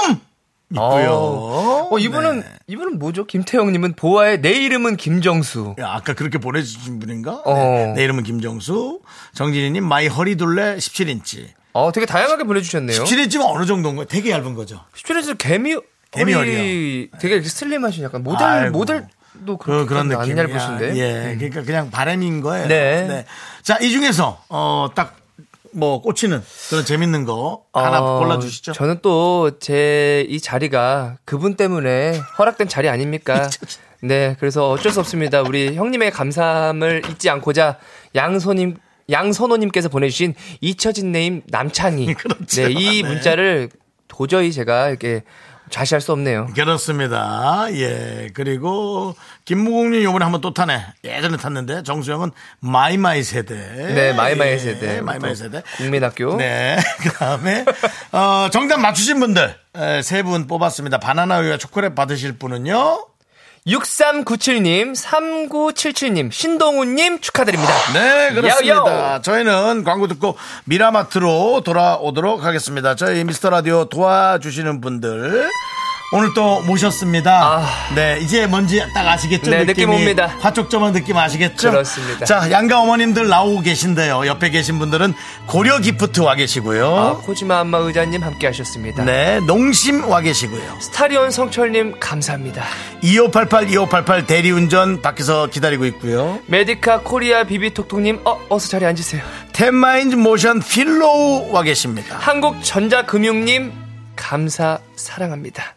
Speaker 2: 있고요.
Speaker 3: 어, 어, 이분은
Speaker 2: 네.
Speaker 3: 이분은 뭐죠? 김태형님은 보아의 내 이름은 김정수.
Speaker 2: 야, 아까 그렇게 보내주신 분인가?
Speaker 3: 어.
Speaker 2: 네. 내 이름은 김정수. 정진희님 마이 허리둘레 17인치.
Speaker 3: 어, 되게 다양하게 보내주셨네요.
Speaker 2: 17인치면 어느 정도인가요? 되게 얇은 거죠.
Speaker 3: 스튜디오에서 개미
Speaker 2: 개미
Speaker 3: 허리 되게 이렇게 슬림하신 약간 모델
Speaker 2: 아이고.
Speaker 3: 모델도
Speaker 2: 그,
Speaker 3: 그렇게
Speaker 2: 그런
Speaker 3: 안
Speaker 2: 느낌이야.
Speaker 3: 얇으신데. 음.
Speaker 2: 예, 그러니까 그냥 바람인 거예요.
Speaker 3: 네.
Speaker 2: 자, 이 중에서 어, 딱 뭐 꽂히는 그런 재밌는 거 하나
Speaker 3: 어,
Speaker 2: 골라주시죠.
Speaker 3: 저는 또 제 이 자리가 그분 때문에 허락된 자리 아닙니까? 네, 그래서 어쩔 수 없습니다. 우리 형님의 감사함을 잊지 않고자 양손님 양선호님께서 보내주신 이처진네임 남창희.
Speaker 2: 그렇죠.
Speaker 3: 네, 이
Speaker 2: 네.
Speaker 3: 문자를 도저히 제가 이렇게 좌시할 수 없네요.
Speaker 2: 그렇습니다. 예. 그리고 김무국님 요번에 한번 또 타네. 예전에 탔는데 정수영은 마이마이 세대.
Speaker 3: 네, 마이마이
Speaker 2: 예,
Speaker 3: 세대. 음.
Speaker 2: 마이마이
Speaker 3: 또
Speaker 2: 세대.
Speaker 3: 국민학교.
Speaker 2: 네. 그다음에 어, 정답 맞추신 분들 세 분 뽑았습니다. 바나나 우유와 초콜릿 받으실 분은요.
Speaker 3: 6397님, 3977님, 신동훈님 축하드립니다.
Speaker 2: 네, 그렇습니다.
Speaker 3: 야우, 야우.
Speaker 2: 저희는 광고 듣고 미라마트로 돌아오도록 하겠습니다. 저희 미스터 라디오 도와주시는 분들 오늘 또 모셨습니다.
Speaker 3: 아.
Speaker 2: 네, 이제 뭔지 딱 아시겠죠?
Speaker 3: 네, 느낌
Speaker 2: 느낌이?
Speaker 3: 옵니다.
Speaker 2: 화촉점은 느낌 아시겠죠?
Speaker 3: 그렇습니다.
Speaker 2: 자, 양가 어머님들 나오고 계신데요. 옆에 계신 분들은 고려 기프트 와 계시고요.
Speaker 3: 아, 코지마 안마 의자님 함께 하셨습니다.
Speaker 2: 네, 농심 와 계시고요.
Speaker 3: 스타리온 성철님 감사합니다.
Speaker 2: 2588, 2588 대리운전 밖에서 기다리고 있고요.
Speaker 3: 메디카 코리아 비비톡톡님 어 어서 자리 앉으세요.
Speaker 2: 텐마인즈 모션 필로우 와 계십니다.
Speaker 3: 한국전자금융님 감사 사랑합니다.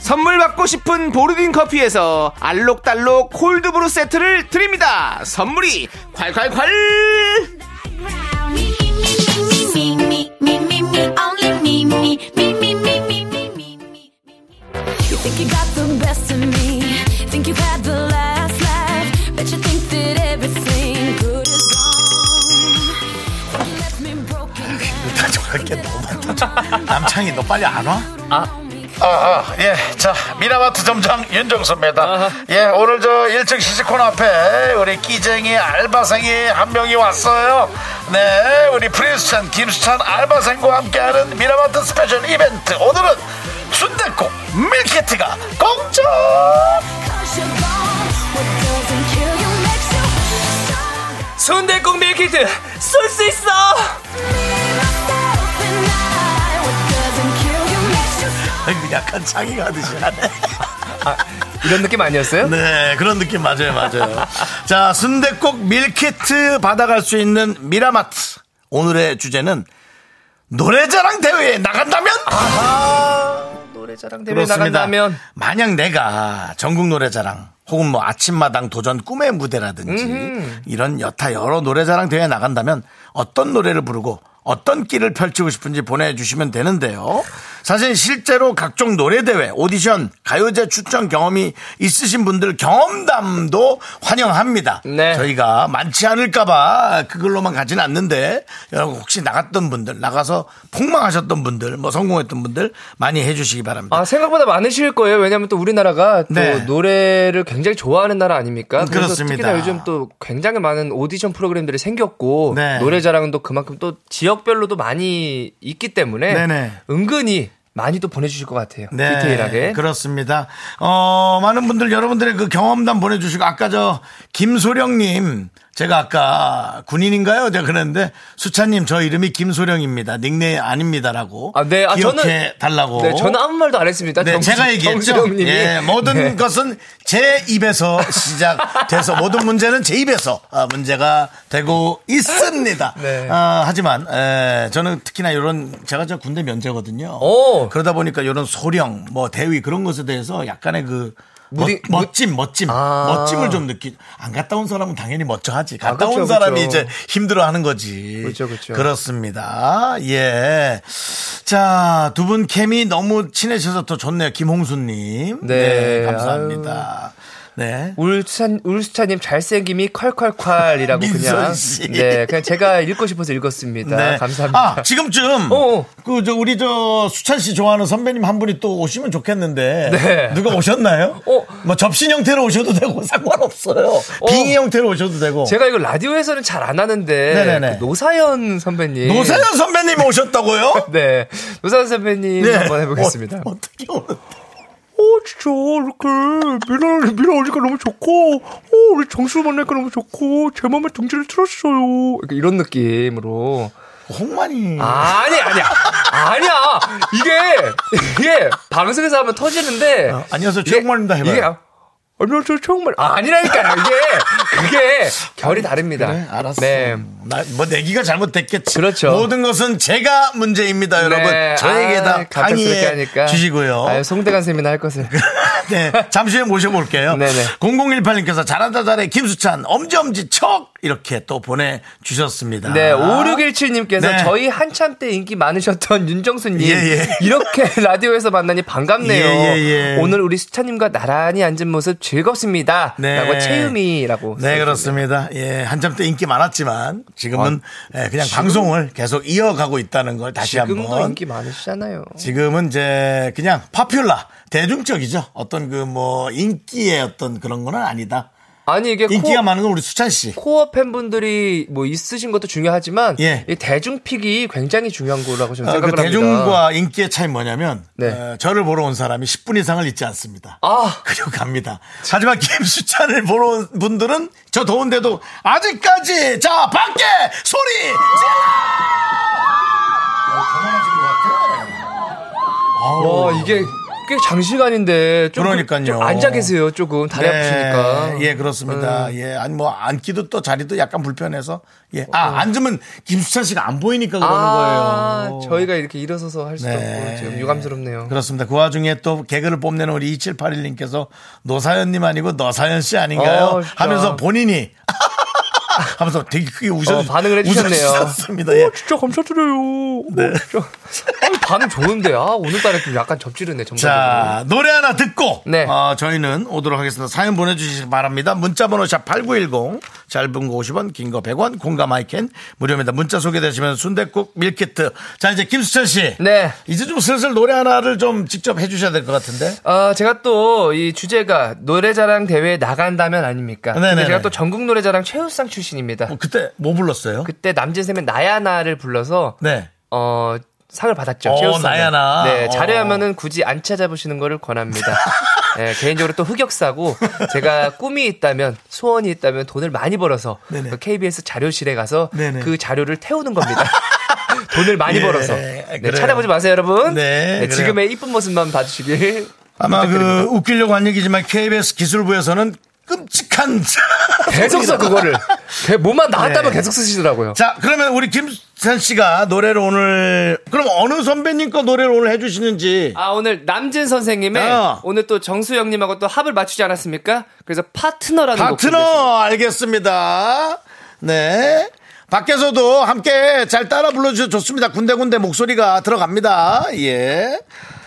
Speaker 5: 선물 받고 싶은 보르딘 커피에서 알록달록 콜드브루 세트를 드립니다 선물이 콸콸콸
Speaker 6: Me, me, me, me, me, me, me, me, me, only me, me, me, me, me, me, me, me, me. You think you got the best of me? Think you've had the last laugh? Bet you think that everything good is gone. You left me broken down.
Speaker 2: 저렇게 남창이 너 빨리 안 와?
Speaker 6: 아.
Speaker 2: 아, 아, 예. 자, 미라마트 점장 윤정수입니다. 예, 오늘 저 1층 시식콘 앞에 우리 끼쟁이 알바생이 한 명이 왔어요. 네, 우리 프린스찬, 김수찬 알바생과 함께하는 미라마트 스페셜 이벤트. 오늘은 순대국 밀키트가 공짜!
Speaker 6: Cause you're gone. What doesn't kill you makes you stronger.
Speaker 3: 순대국 밀키트 쏠 수 있어.
Speaker 6: Me, myself, and I. What doesn't kill you makes you stronger.
Speaker 2: 약간 자기가 하듯이 하네.
Speaker 3: 이런 느낌 아니었어요?
Speaker 2: 네, 그런 느낌 맞아요, 맞아요. 자, 순대국 밀키트 받아갈 수 있는 미라마트. 오늘의 주제는 노래자랑 대회에 나간다면?
Speaker 3: 노래자랑 대회 나간다면
Speaker 2: 만약 내가 전국 노래자랑 혹은 뭐 아침마당 도전 꿈의 무대라든지 이런 여타 여러 노래자랑 대회에 나간다면 어떤 노래를 부르고 어떤 끼를 펼치고 싶은지 보내주시면 되는데요. 사실 실제로 각종 노래대회, 오디션, 가요제 추천 경험이 있으신 분들 경험담도 환영합니다.
Speaker 3: 네.
Speaker 2: 저희가 많지 않을까봐 그걸로만 가진 않는데 여러분 혹시 나갔던 분들, 나가서 폭망하셨던 분들, 뭐 성공했던 분들 많이 해주시기 바랍니다.
Speaker 3: 아, 생각보다 많으실 거예요. 왜냐하면 또 우리나라가 또
Speaker 2: 네.
Speaker 3: 노래를 굉장히 좋아하는 나라 아닙니까? 그래서
Speaker 2: 그렇습니다.
Speaker 3: 특히나 요즘 또 굉장히 많은 오디션 프로그램들이 생겼고
Speaker 2: 네.
Speaker 3: 노래 자랑도 그만큼 또 지역별로도 많이 있기 때문에
Speaker 2: 네네. 네.
Speaker 3: 은근히 많이 또 보내주실 것 같아요. 디테일하게.
Speaker 2: 그렇습니다. 어, 많은 분들 여러분들의 그 경험담 보내주시고 아까 저 김소령님 제가 아까 군인인가요? 제가 그랬는데 수찬님 저 이름이 김소령입니다. 닉네임 아닙니다라고
Speaker 3: 아, 네. 아,
Speaker 2: 기억해
Speaker 3: 저는-
Speaker 2: 달라고.
Speaker 3: 네, 저는 아무 말도 안 했습니다.
Speaker 2: 네,
Speaker 3: 정-
Speaker 2: 제가 얘기했죠.
Speaker 3: 정수영님이.
Speaker 2: 예, 모든
Speaker 3: 네.
Speaker 2: 것은 제 입에서 시작돼서 모든 문제는 제 입에서 아, 문제가 되고 있습니다.
Speaker 3: 네.
Speaker 2: 아, 하지만 에, 저는 특히나 이런 제가 저 군대 면제거든요.
Speaker 3: 오.
Speaker 2: 그러다 보니까 이런 소령, 뭐 대위 그런 것에 대해서 약간의 그 멋,
Speaker 3: 무디- 무-
Speaker 2: 멋짐, 멋짐,
Speaker 3: 아.
Speaker 2: 멋짐을 좀 느끼. 안 갔다 온 사람은 당연히 멋져하지. 갔다
Speaker 3: 그쵸,
Speaker 2: 온 사람이
Speaker 3: 그쵸.
Speaker 2: 이제 힘들어하는 거지.
Speaker 3: 그렇죠, 그쵸, 그쵸.
Speaker 2: 렇습니다 예. 자, 두 분 케미 너무 친해져서 더 좋네요. 김홍수님.
Speaker 3: 네,
Speaker 2: 감사합니다. 네.
Speaker 3: 울산 울수차님 잘생김이 콸콸콸이라고
Speaker 2: 민선
Speaker 3: 그냥
Speaker 2: 씨.
Speaker 3: 네 그냥 제가 읽고 싶어서 읽었습니다.
Speaker 2: 네.
Speaker 3: 감사합니다.
Speaker 2: 아, 지금쯤.
Speaker 3: 어.
Speaker 2: 그, 저, 우리 저, 수찬 씨 좋아하는 선배님 한 분이 또 오시면 좋겠는데.
Speaker 3: 네.
Speaker 2: 누가 오셨나요?
Speaker 3: 어.
Speaker 2: 뭐, 접신 형태로 오셔도 되고, 상관없어요.
Speaker 3: 어.
Speaker 2: 빙의 형태로 오셔도 되고.
Speaker 3: 제가 이거 라디오에서는 잘 안 하는데
Speaker 2: 네네네.
Speaker 3: 그 노사연 선배님
Speaker 2: 노사연 선배님 오셨다고요? 예.
Speaker 3: 네 노사연 선배님 네. 한번 해보겠습니다.
Speaker 2: 어, 어떻게 오는데?
Speaker 3: 오 어, 진짜 이렇게 미라 미라 오니까 너무 좋고 오 우리 정수 만나니까 너무 좋고 제 마음에 등지를 틀었어요. 이렇게 이런 느낌으로
Speaker 2: 홍만이.
Speaker 3: 아니 아니야 아니야 이게 이게 방송에서 하면 터지는데
Speaker 2: 어, 안녕하세요, 최홍만입니다 해봐요.
Speaker 3: 이게 안녕하세요 최홍만 아, 아니라니까요 이게 그게 결이 다릅니다
Speaker 2: 그래, 알았어.
Speaker 3: 네.
Speaker 2: 나, 뭐, 내기가 잘못됐겠지.
Speaker 3: 그렇죠.
Speaker 2: 모든 것은 제가 문제입니다,
Speaker 3: 네,
Speaker 2: 여러분. 저에게
Speaker 3: 아,
Speaker 2: 다
Speaker 3: 갑작스럽게
Speaker 2: 강의해
Speaker 3: 하니까.
Speaker 2: 주시고요.
Speaker 3: 아유, 송대관 세미나 할 것을.
Speaker 2: 네, 잠시 후에 모셔볼게요.
Speaker 3: 네네.
Speaker 2: 0018님께서 잘한다 잘해 김수찬 엄지엄지 척 이렇게 또 보내주셨습니다.
Speaker 3: 네, 5617님께서
Speaker 2: 네.
Speaker 3: 저희 한참 때 인기 많으셨던 윤정수님.
Speaker 2: 예, 예.
Speaker 3: 이렇게 라디오에서 만나니 반갑네요.
Speaker 2: 예, 예, 예.
Speaker 3: 오늘 우리 수찬님과 나란히 앉은 모습 즐겁습니다.
Speaker 2: 네.
Speaker 3: 라고 채유미라고.
Speaker 2: 네,
Speaker 3: 써주셨네요.
Speaker 2: 그렇습니다. 예, 한참 때 인기 많았지만 지금은 예, 그냥 방송을 계속 이어가고 있다는 걸 다시
Speaker 3: 아, 지금도
Speaker 2: 한번
Speaker 3: 인기 많으시잖아요.
Speaker 2: 지금은 이제 그냥 파퓰라 대중적이죠. 어떤 그 뭐 인기의 어떤 그런 거는 아니다.
Speaker 3: 아니, 이게
Speaker 2: 인기가
Speaker 3: 그 코,
Speaker 2: 많은 건 우리 수찬 씨.
Speaker 3: 코어 팬분들이 뭐 있으신 것도 중요하지만
Speaker 2: 예.
Speaker 3: 이 대중픽이 굉장히 중요한 거라고 저는
Speaker 2: 어, 그
Speaker 3: 생각을 합니다.
Speaker 2: 대중과 인기의 차이 뭐냐면
Speaker 3: 네.
Speaker 2: 어, 저를 보러 온 사람이 10분 이상을 잊지 않습니다.
Speaker 3: 아.
Speaker 2: 그리고 갑니다. 하지만 김수찬을 보러 온 분들은 저 더운데도 아직까지 자 밖에 소리
Speaker 3: 와 어, 이게 꽤 장시간인데 좀,
Speaker 2: 그러니까요.
Speaker 3: 좀 앉아 계세요 조금 다리 아프시니까
Speaker 2: 네.
Speaker 3: 어.
Speaker 2: 예 그렇습니다. 예 아니 뭐 앉기도 또 자리도 약간 불편해서 예아 앉으면 김수찬 씨가 안 보이니까 그러는
Speaker 3: 어. 아
Speaker 2: 거예요.
Speaker 3: 저희가 이렇게 일어서서 할 수도 없고 지금 유감스럽네요
Speaker 2: 예. 그렇습니다. 그 와중에 또 개그를 뽐내는 우리 2781님께서 노사연님 아니고 너사연 씨 아닌가요?
Speaker 3: 어, 진짜.
Speaker 2: 하면서 본인이 하면서 되게 크게 우셔
Speaker 3: 어, 반응을 해주셨네요.
Speaker 2: 웃으셨습니다. 예.
Speaker 3: 어, 진짜 감사드려요 네. 반응 좋은데 아 오늘따라 좀 약간 접지르네 전반적으로
Speaker 2: 자, 노래 하나 듣고
Speaker 3: 네.
Speaker 2: 어, 저희는 오도록 하겠습니다. 사연 보내주시기 바랍니다. 문자번호 샵 8910 짧은 거 50원 긴 거 100원 공감 아이캔 무료입니다. 문자 소개되시면 순댓국 밀키트 자 이제 김수철 씨
Speaker 3: 네.
Speaker 2: 이제 좀 슬슬 노래 하나를 좀 직접 해주셔야 될 것 같은데
Speaker 3: 아, 제가 또 이 주제가 노래자랑 대회에 나간다면 아닙니까? 근데
Speaker 2: 네네네.
Speaker 3: 제가 또 전국 노래자랑 최우수상 출신입니다.
Speaker 2: 어, 그때 뭐 불렀어요?
Speaker 3: 그때 남진쌤의 나야나를 불러서
Speaker 2: 네.
Speaker 3: 어, 상을 받았죠.
Speaker 2: 어,
Speaker 3: 최우수상.
Speaker 2: 나야나.
Speaker 3: 네,
Speaker 2: 어.
Speaker 3: 자료하면은 굳이 안 찾아보시는 거를 권합니다. 네, 개인적으로 또 흑역사고 제가 꿈이 있다면 소원이 있다면 돈을 많이 벌어서
Speaker 2: 네네.
Speaker 3: 그 KBS 자료실에 가서
Speaker 2: 네네.
Speaker 3: 그 자료를 태우는 겁니다. 돈을 많이
Speaker 2: 예,
Speaker 3: 벌어서 네,
Speaker 2: 그래요.
Speaker 3: 찾아보지 마세요, 여러분.
Speaker 2: 네, 그래요.
Speaker 3: 지금의 이쁜 모습만 봐주시길.
Speaker 2: 아마 그
Speaker 3: 부탁드립니다.
Speaker 2: 웃기려고 한 얘기지만 KBS 기술부에서는 끔찍한
Speaker 3: 계속 써 그거를 걔 뭐만 나왔다면
Speaker 2: 네.
Speaker 3: 계속 쓰시더라고요.
Speaker 2: 자 그러면 우리 김선 씨가 노래를 오늘 그럼 어느 선배님 거 노래를 오늘 해주시는지
Speaker 3: 아 오늘 남진 선생님의
Speaker 2: 어.
Speaker 3: 오늘 또 정수영님하고 또 합을 맞추지 네, 않았습니까? 그래서 파트너라는 곡
Speaker 2: 파트너 알겠습니다 네 밖에서도 함께 잘 따라 불러주셔서 좋습니다. 군데군데 목소리가 들어갑니다. 예.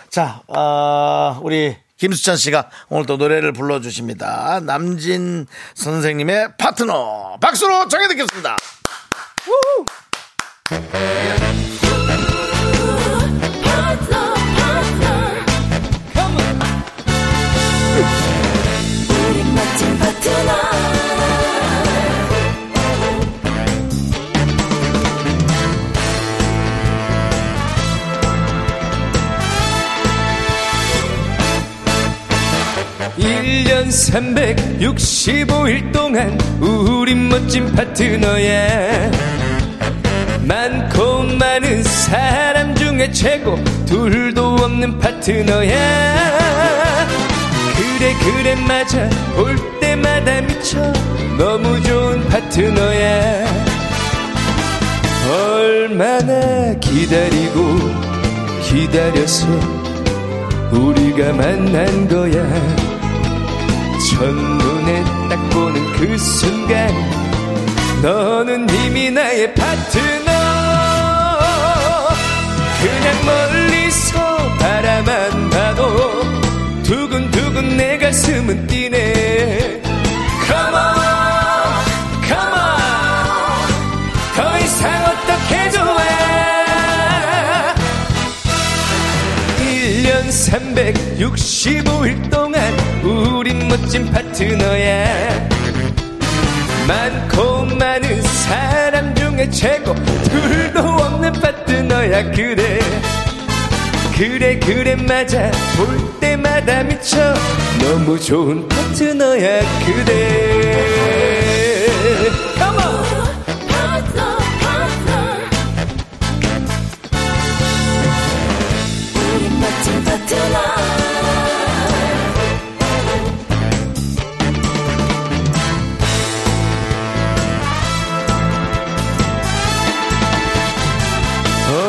Speaker 2: 자, 아, 우리 김수찬 씨가 오늘 또 노래를 불러주십니다. 남진 선생님의 파트너. 박수로 정해 듣겠습니다.
Speaker 8: 일년 365일 동안 우린 멋진 파트너야 많고 많은 사람 중에 최고 둘도 없는 파트너야 그래 그래 맞아 볼 때마다 미쳐 너무 좋은 파트너야 얼마나 기다리고 기다려서 우리가 만난 거야 첫눈에 딱 보는 그 순간 너는 이미 나의 파트너 그냥 멀리서 바라만 봐도 두근두근 내 가슴은 뛰네 Come on, come on 더 이상 어떻게 좋아 1년 365일 동안 우린 멋진 파트너야 많고 많은 사람 중에 최고 둘도 없는 파트너야 그래 그래 그래 맞아 볼 때마다 미쳐 너무 좋은 파트너야 그래 Come on!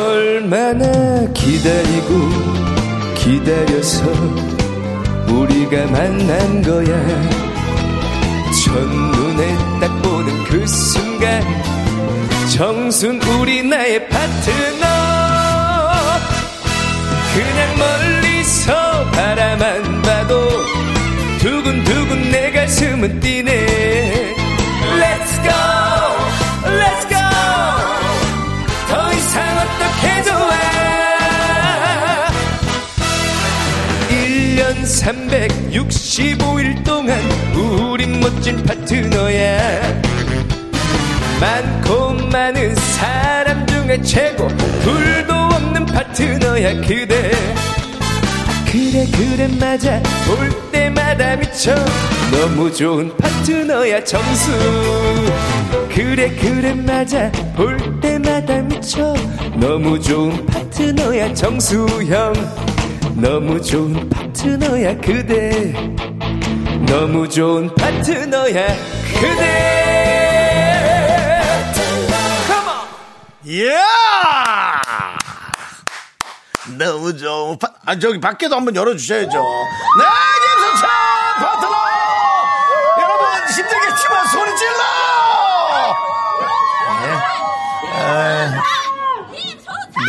Speaker 8: 얼마나 기다리고 기다려서 우리가 만난 거야 첫눈에 딱 보는 그 순간 정순 우리 나의 파트너 그냥 멀리서 바라만 봐도 두근두근 내 가슴은 뛰네 Let's go Let's go 더 이상 어떻게 좋아 1년 365일 동안 우린 멋진 파트너야 많고 많은 사람 중에 최고 둘도 없는 파트너야 그대 그래 그래 맞아 볼 때마다 미쳐 너무 좋은 파트너야 정수 그래 그래 맞아 볼 때마다 미쳐 너무 좋은 파트너야 정수형 너무 좋은 파트너야 그대 너무 좋은 파트너야 그대 Come on!
Speaker 2: 예! 너무 좋은 파, 아, 저기 밖에도 한번 열어주셔야죠. 네, 김수찬 파트너! 여러분, 힘들겠지만 소리 질러! 네.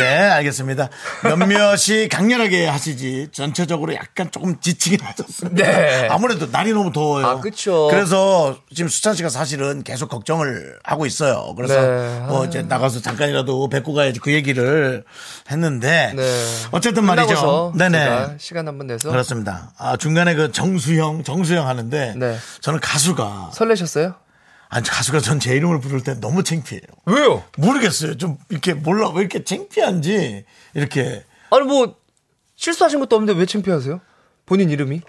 Speaker 2: 에, 네, 알겠습니다. 몇몇이 강렬하게 하시지, 전체적으로 약간 조금 지치긴 하셨습니다.
Speaker 8: 네.
Speaker 2: 아무래도 날이 너무 더워요.
Speaker 8: 아, 그쵸.
Speaker 2: 그래서 지금 수찬 씨가 사실은 계속 걱정을 하고 있어요. 그래서
Speaker 8: 네.
Speaker 2: 뭐 이제 나가서 잠깐이라도 뵙고 가야지 그 얘기를 했는데
Speaker 8: 네.
Speaker 2: 어쨌든 말이죠.
Speaker 8: 끝나고서
Speaker 2: 네네.
Speaker 8: 제가 시간 한번
Speaker 3: 그렇죠?
Speaker 8: 내서
Speaker 2: 그렇습니다. 아, 중간에 그 정수형, 정수형 하는데
Speaker 8: 네.
Speaker 2: 저는 가수가
Speaker 8: 설레셨어요?
Speaker 2: 아니 가수가 전 제 이름을 부를 때 너무 창피해요.
Speaker 8: 왜요?
Speaker 2: 모르겠어요. 좀 이렇게 몰라 왜 이렇게 창피한지 이렇게
Speaker 8: 아니 뭐 실수하신 것도 없는데 왜 창피하세요? 본인 이름이?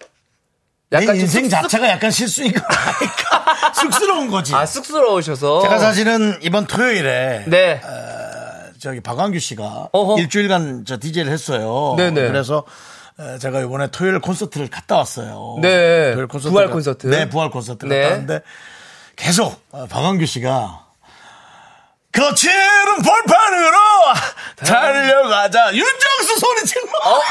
Speaker 2: 내
Speaker 8: 좀
Speaker 2: 인생
Speaker 8: 쑥-
Speaker 2: 자체가 약간 실수인 거 아니까 쑥스러운 거지.
Speaker 8: 아 쑥스러우셔서
Speaker 2: 제가 사실은 이번 토요일에
Speaker 8: 네
Speaker 2: 저기 박광규 씨가
Speaker 8: 어허.
Speaker 2: 일주일간 저 DJ를 했어요.
Speaker 8: 네네.
Speaker 2: 그래서 에, 제가 이번에 토요일 콘서트를 갔다 왔어요.
Speaker 8: 네.
Speaker 2: 토요일 콘서트.
Speaker 8: 부활 콘서트.
Speaker 2: 네, 부활 콘서트
Speaker 8: 네.
Speaker 2: 갔다 왔는데 계속 어, 박광규 씨가 거칠은 벌판으로 달려가자 윤정수 소리 질러.
Speaker 8: 어.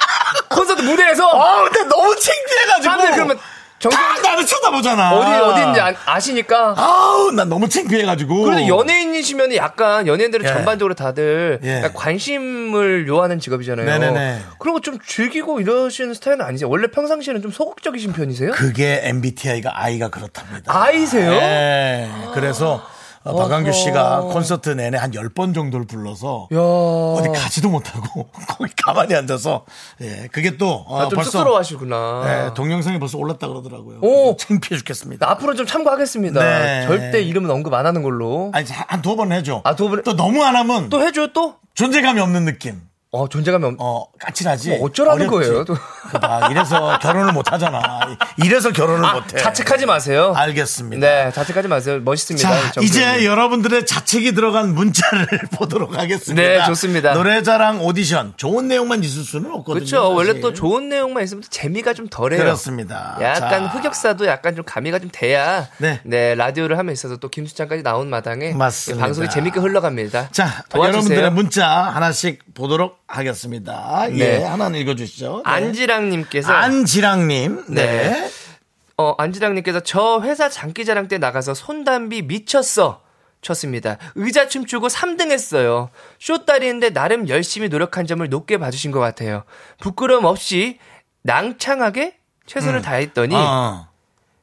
Speaker 8: 콘서트 무대에서
Speaker 2: 아, 근데 아, 너무 창피해가지고.
Speaker 8: 사람들 그러면
Speaker 3: 정답
Speaker 2: 나를 쳐다보잖아.
Speaker 3: 어디 어디인지 아- 아시니까
Speaker 2: 아우, 난 너무 창피해가지고.
Speaker 3: 그래도 연예인이시면 약간 연예인들은
Speaker 2: 어. 예.
Speaker 3: 전반적으로 다들
Speaker 2: 예.
Speaker 3: 약간 관심을 요하는 직업이잖아요.
Speaker 2: 네네네.
Speaker 3: 그런 거 좀 즐기고 이러시는 스타일은 아니세요? 원래 평상시에는 좀 소극적이신 편이세요?
Speaker 2: 그게 MBTI가 아이가 그렇답니다.
Speaker 3: 아이세요?
Speaker 2: 예. 그래서 어, 박완규
Speaker 3: 어허.
Speaker 2: 씨가 콘서트 내내 한 10번 정도를 불러서
Speaker 3: 야.
Speaker 2: 어디 가지도 못하고 거기 가만히 앉아서 예. 그게 또 어,
Speaker 3: 아, 좀 쑥스러워하시구나.
Speaker 2: 예, 동영상이 벌써 올랐다 그러더라고요.
Speaker 3: 오.
Speaker 2: 창피해 죽겠습니다. 아,
Speaker 3: 나 앞으로 좀 참고하겠습니다.
Speaker 2: 네.
Speaker 3: 절대 이름은 언급 안 하는 걸로.
Speaker 2: 아니 한 두 번 해줘.
Speaker 3: 아, 두 번-
Speaker 2: 또 너무 안 하면
Speaker 3: 또 해줘요 또?
Speaker 2: 존재감이 없는 느낌.
Speaker 3: 어 존재감이 없.
Speaker 2: 어 까칠하지.
Speaker 3: 뭐 어쩌라는 거예요, 또.
Speaker 2: 그 봐, 이래서 결혼을 못 하잖아. 이래서 결혼을
Speaker 3: 아,
Speaker 2: 못 해.
Speaker 3: 자책하지 마세요.
Speaker 2: 네. 알겠습니다.
Speaker 3: 네, 자책하지 마세요. 멋있습니다.
Speaker 2: 자,
Speaker 3: 정수영님.
Speaker 2: 이제 여러분들의 자책이 들어간 문자를 보도록 하겠습니다.
Speaker 3: 네, 좋습니다.
Speaker 2: 노래자랑 오디션 좋은 내용만 있을 수는 없거든요.
Speaker 3: 그렇죠. 원래
Speaker 2: 사실.
Speaker 3: 또 좋은 내용만 있으면 또 재미가 좀 덜해요.
Speaker 2: 그렇습니다.
Speaker 3: 약간
Speaker 2: 아, 자,
Speaker 3: 흑역사도 약간 좀 가미가 좀 돼야
Speaker 2: 네.
Speaker 3: 네, 라디오를 함에 있어서 또 김수찬까지 나온 마당에
Speaker 2: 맞습니다.
Speaker 3: 방송이 재밌게 흘러갑니다.
Speaker 2: 자,
Speaker 3: 도와주세요.
Speaker 2: 여러분들의 문자 하나씩 보도록 하겠습니다.
Speaker 3: 네.
Speaker 2: 예, 하나는 읽어주시죠. 네.
Speaker 3: 안지랑님께서
Speaker 2: 안지랑님. 네.
Speaker 3: 네. 어, 안지랑님께서 저 회사 장기자랑 때 나가서 손담비 미쳤어. 쳤습니다. 의자 춤추고 3등 했어요. 쇼딸인데 나름 열심히 노력한 점을 높게 봐주신 것 같아요. 부끄럼 없이 낭창하게
Speaker 2: 음.
Speaker 3: 최선을 다했더니
Speaker 2: 어,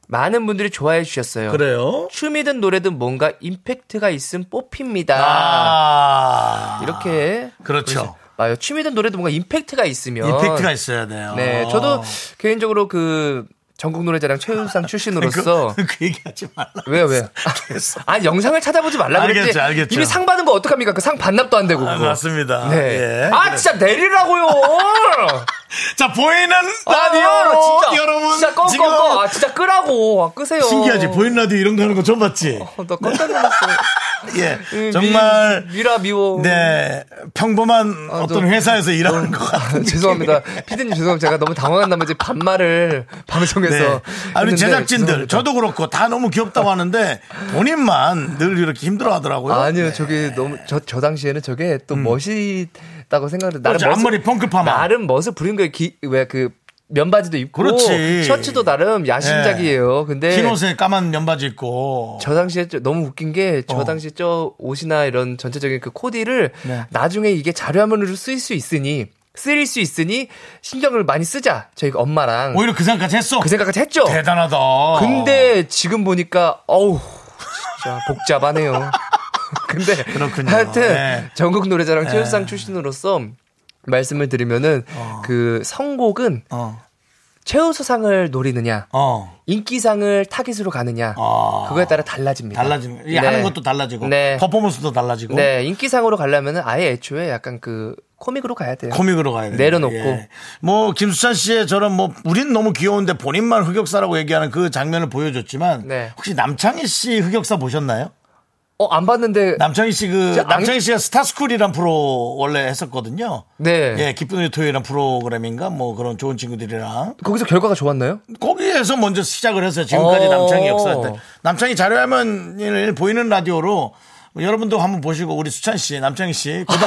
Speaker 3: 많은 분들이 좋아해 주셨어요.
Speaker 2: 그래요.
Speaker 3: 춤이든 노래든 뭔가 임팩트가 있음 뽑힙니다.
Speaker 2: 아.
Speaker 3: 이렇게
Speaker 2: 그렇죠.
Speaker 3: 맞아요. 춤이든 노래든 뭔가 임팩트가 있으면
Speaker 2: 임팩트가 있어야 돼요.
Speaker 3: 네, 저도 개인적으로 그 전국 노래자랑 최우수상 출신으로서
Speaker 2: 아, 그, 그 얘기하지 말라.
Speaker 3: 왜요 왜요?
Speaker 2: 그랬어.
Speaker 3: 아 영상을 찾아보지 말라 그랬지.
Speaker 2: 알겠죠, 알겠죠.
Speaker 3: 이미 상 받은 거 어떡합니까? 그 상 반납도 안 되고.
Speaker 2: 아,
Speaker 3: 그거.
Speaker 2: 맞습니다.
Speaker 3: 네.
Speaker 2: 예.
Speaker 3: 아
Speaker 2: 그래.
Speaker 3: 진짜 내리라고요.
Speaker 2: 자 보이는
Speaker 3: 아,
Speaker 2: 라디오로
Speaker 3: 진짜
Speaker 2: 여러분
Speaker 3: 진짜 꺼,
Speaker 2: 지금
Speaker 3: 꺼, 꺼. 아 진짜 끄라고. 아, 끄세요.
Speaker 2: 신기하지 보이는 라디오 이런 거 하는 거 처음 봤지.
Speaker 3: 어, 나 깜짝 놀랐어.
Speaker 2: 예,
Speaker 3: 음,
Speaker 2: 정말
Speaker 3: 미, 미라 미워.
Speaker 2: 네 평범한
Speaker 3: 아,
Speaker 2: 어떤
Speaker 3: 저-
Speaker 2: 회사에서 일하는 것
Speaker 3: 아,
Speaker 2: 같은
Speaker 3: 죄송합니다. 피디님 죄송합니다. 제가 너무 당황한 나머지 반말을 방송에서.
Speaker 2: 네. 아, 우리
Speaker 3: 했는데
Speaker 2: 제작진들,
Speaker 3: 죄송합니다.
Speaker 2: 저도 그렇고 다 너무 귀엽다고 하는데 본인만 늘 이렇게 힘들어 하더라고요.
Speaker 3: 아니요, 저게 너무 저, 저 당시에는 저게 또 멋있다고 생각을
Speaker 2: 음.
Speaker 3: 나름
Speaker 2: 그렇죠. 앞머리 펑크 파마.
Speaker 3: 나름 멋을 부린 거예요. 왜 그 면바지도 입고
Speaker 2: 그렇지. 네.
Speaker 3: 셔츠도 나름 야심작이에요. 근데
Speaker 2: 흰 옷에 까만 면바지 입고.
Speaker 3: 네. 저 당시에 저- 너무 웃긴 게 저
Speaker 2: 어.
Speaker 3: 당시 저 옷이나 이런 전체적인 그 코디를
Speaker 2: 네.
Speaker 3: 나중에 이게 자료화면으로 쓰일 수 있으니 쓰일 수 있으니 신경을 많이 쓰자. 저희 엄마랑
Speaker 2: 오히려 그 생각까지 했어.
Speaker 3: 그 생각까지 했죠.
Speaker 2: 대단하다. 어.
Speaker 3: 근데 지금 보니까 어우 진짜 복잡하네요. 근데
Speaker 2: 그렇군요.
Speaker 3: 하여튼
Speaker 2: 네.
Speaker 3: 전국 노래자랑 최우수상 출신으로서 말씀을 드리면은 그 선곡은
Speaker 2: 어.
Speaker 3: 최우수상을 노리느냐
Speaker 2: 어.
Speaker 3: 인기상을 타깃으로 가느냐
Speaker 2: 아.
Speaker 3: 그거에 따라 달라집니다.
Speaker 2: 달라지는 거. 이
Speaker 3: 네.
Speaker 2: 하는 것도 달라지고
Speaker 3: 네.
Speaker 2: 퍼포먼스도 달라지고
Speaker 3: 네 인기상으로 가려면은 아예 애초에 약간 그 코믹으로 가야 돼요.
Speaker 2: 코믹으로 가야 돼.
Speaker 3: 내려놓고.
Speaker 2: 뭐 김수찬 씨의 저런 뭐 우린 너무 귀여운데 본인만 흑역사라고 얘기하는 그 장면을 보여줬지만
Speaker 3: 네.
Speaker 2: 혹시 남창희 씨 흑역사 보셨나요?
Speaker 3: 어안 봤는데
Speaker 2: 남창희 씨그
Speaker 3: 저 안-
Speaker 2: 남창희 씨가 스타스쿨이란 프로 원래 했었거든요.
Speaker 3: 네
Speaker 2: 예, 기쁜 우리 토요일이란 프로그램인가 뭐 그런 좋은 친구들이랑
Speaker 3: 거기서 결과가 좋았나요?
Speaker 2: 거기에서 먼저 시작을 했어요. 지금까지
Speaker 3: 어.
Speaker 2: 남창희 역사한테. 남창희 자료화면을 보이는 라디오로 뭐 여러분도 한번 보시고 우리 수찬 씨, 남창희 씨, 고등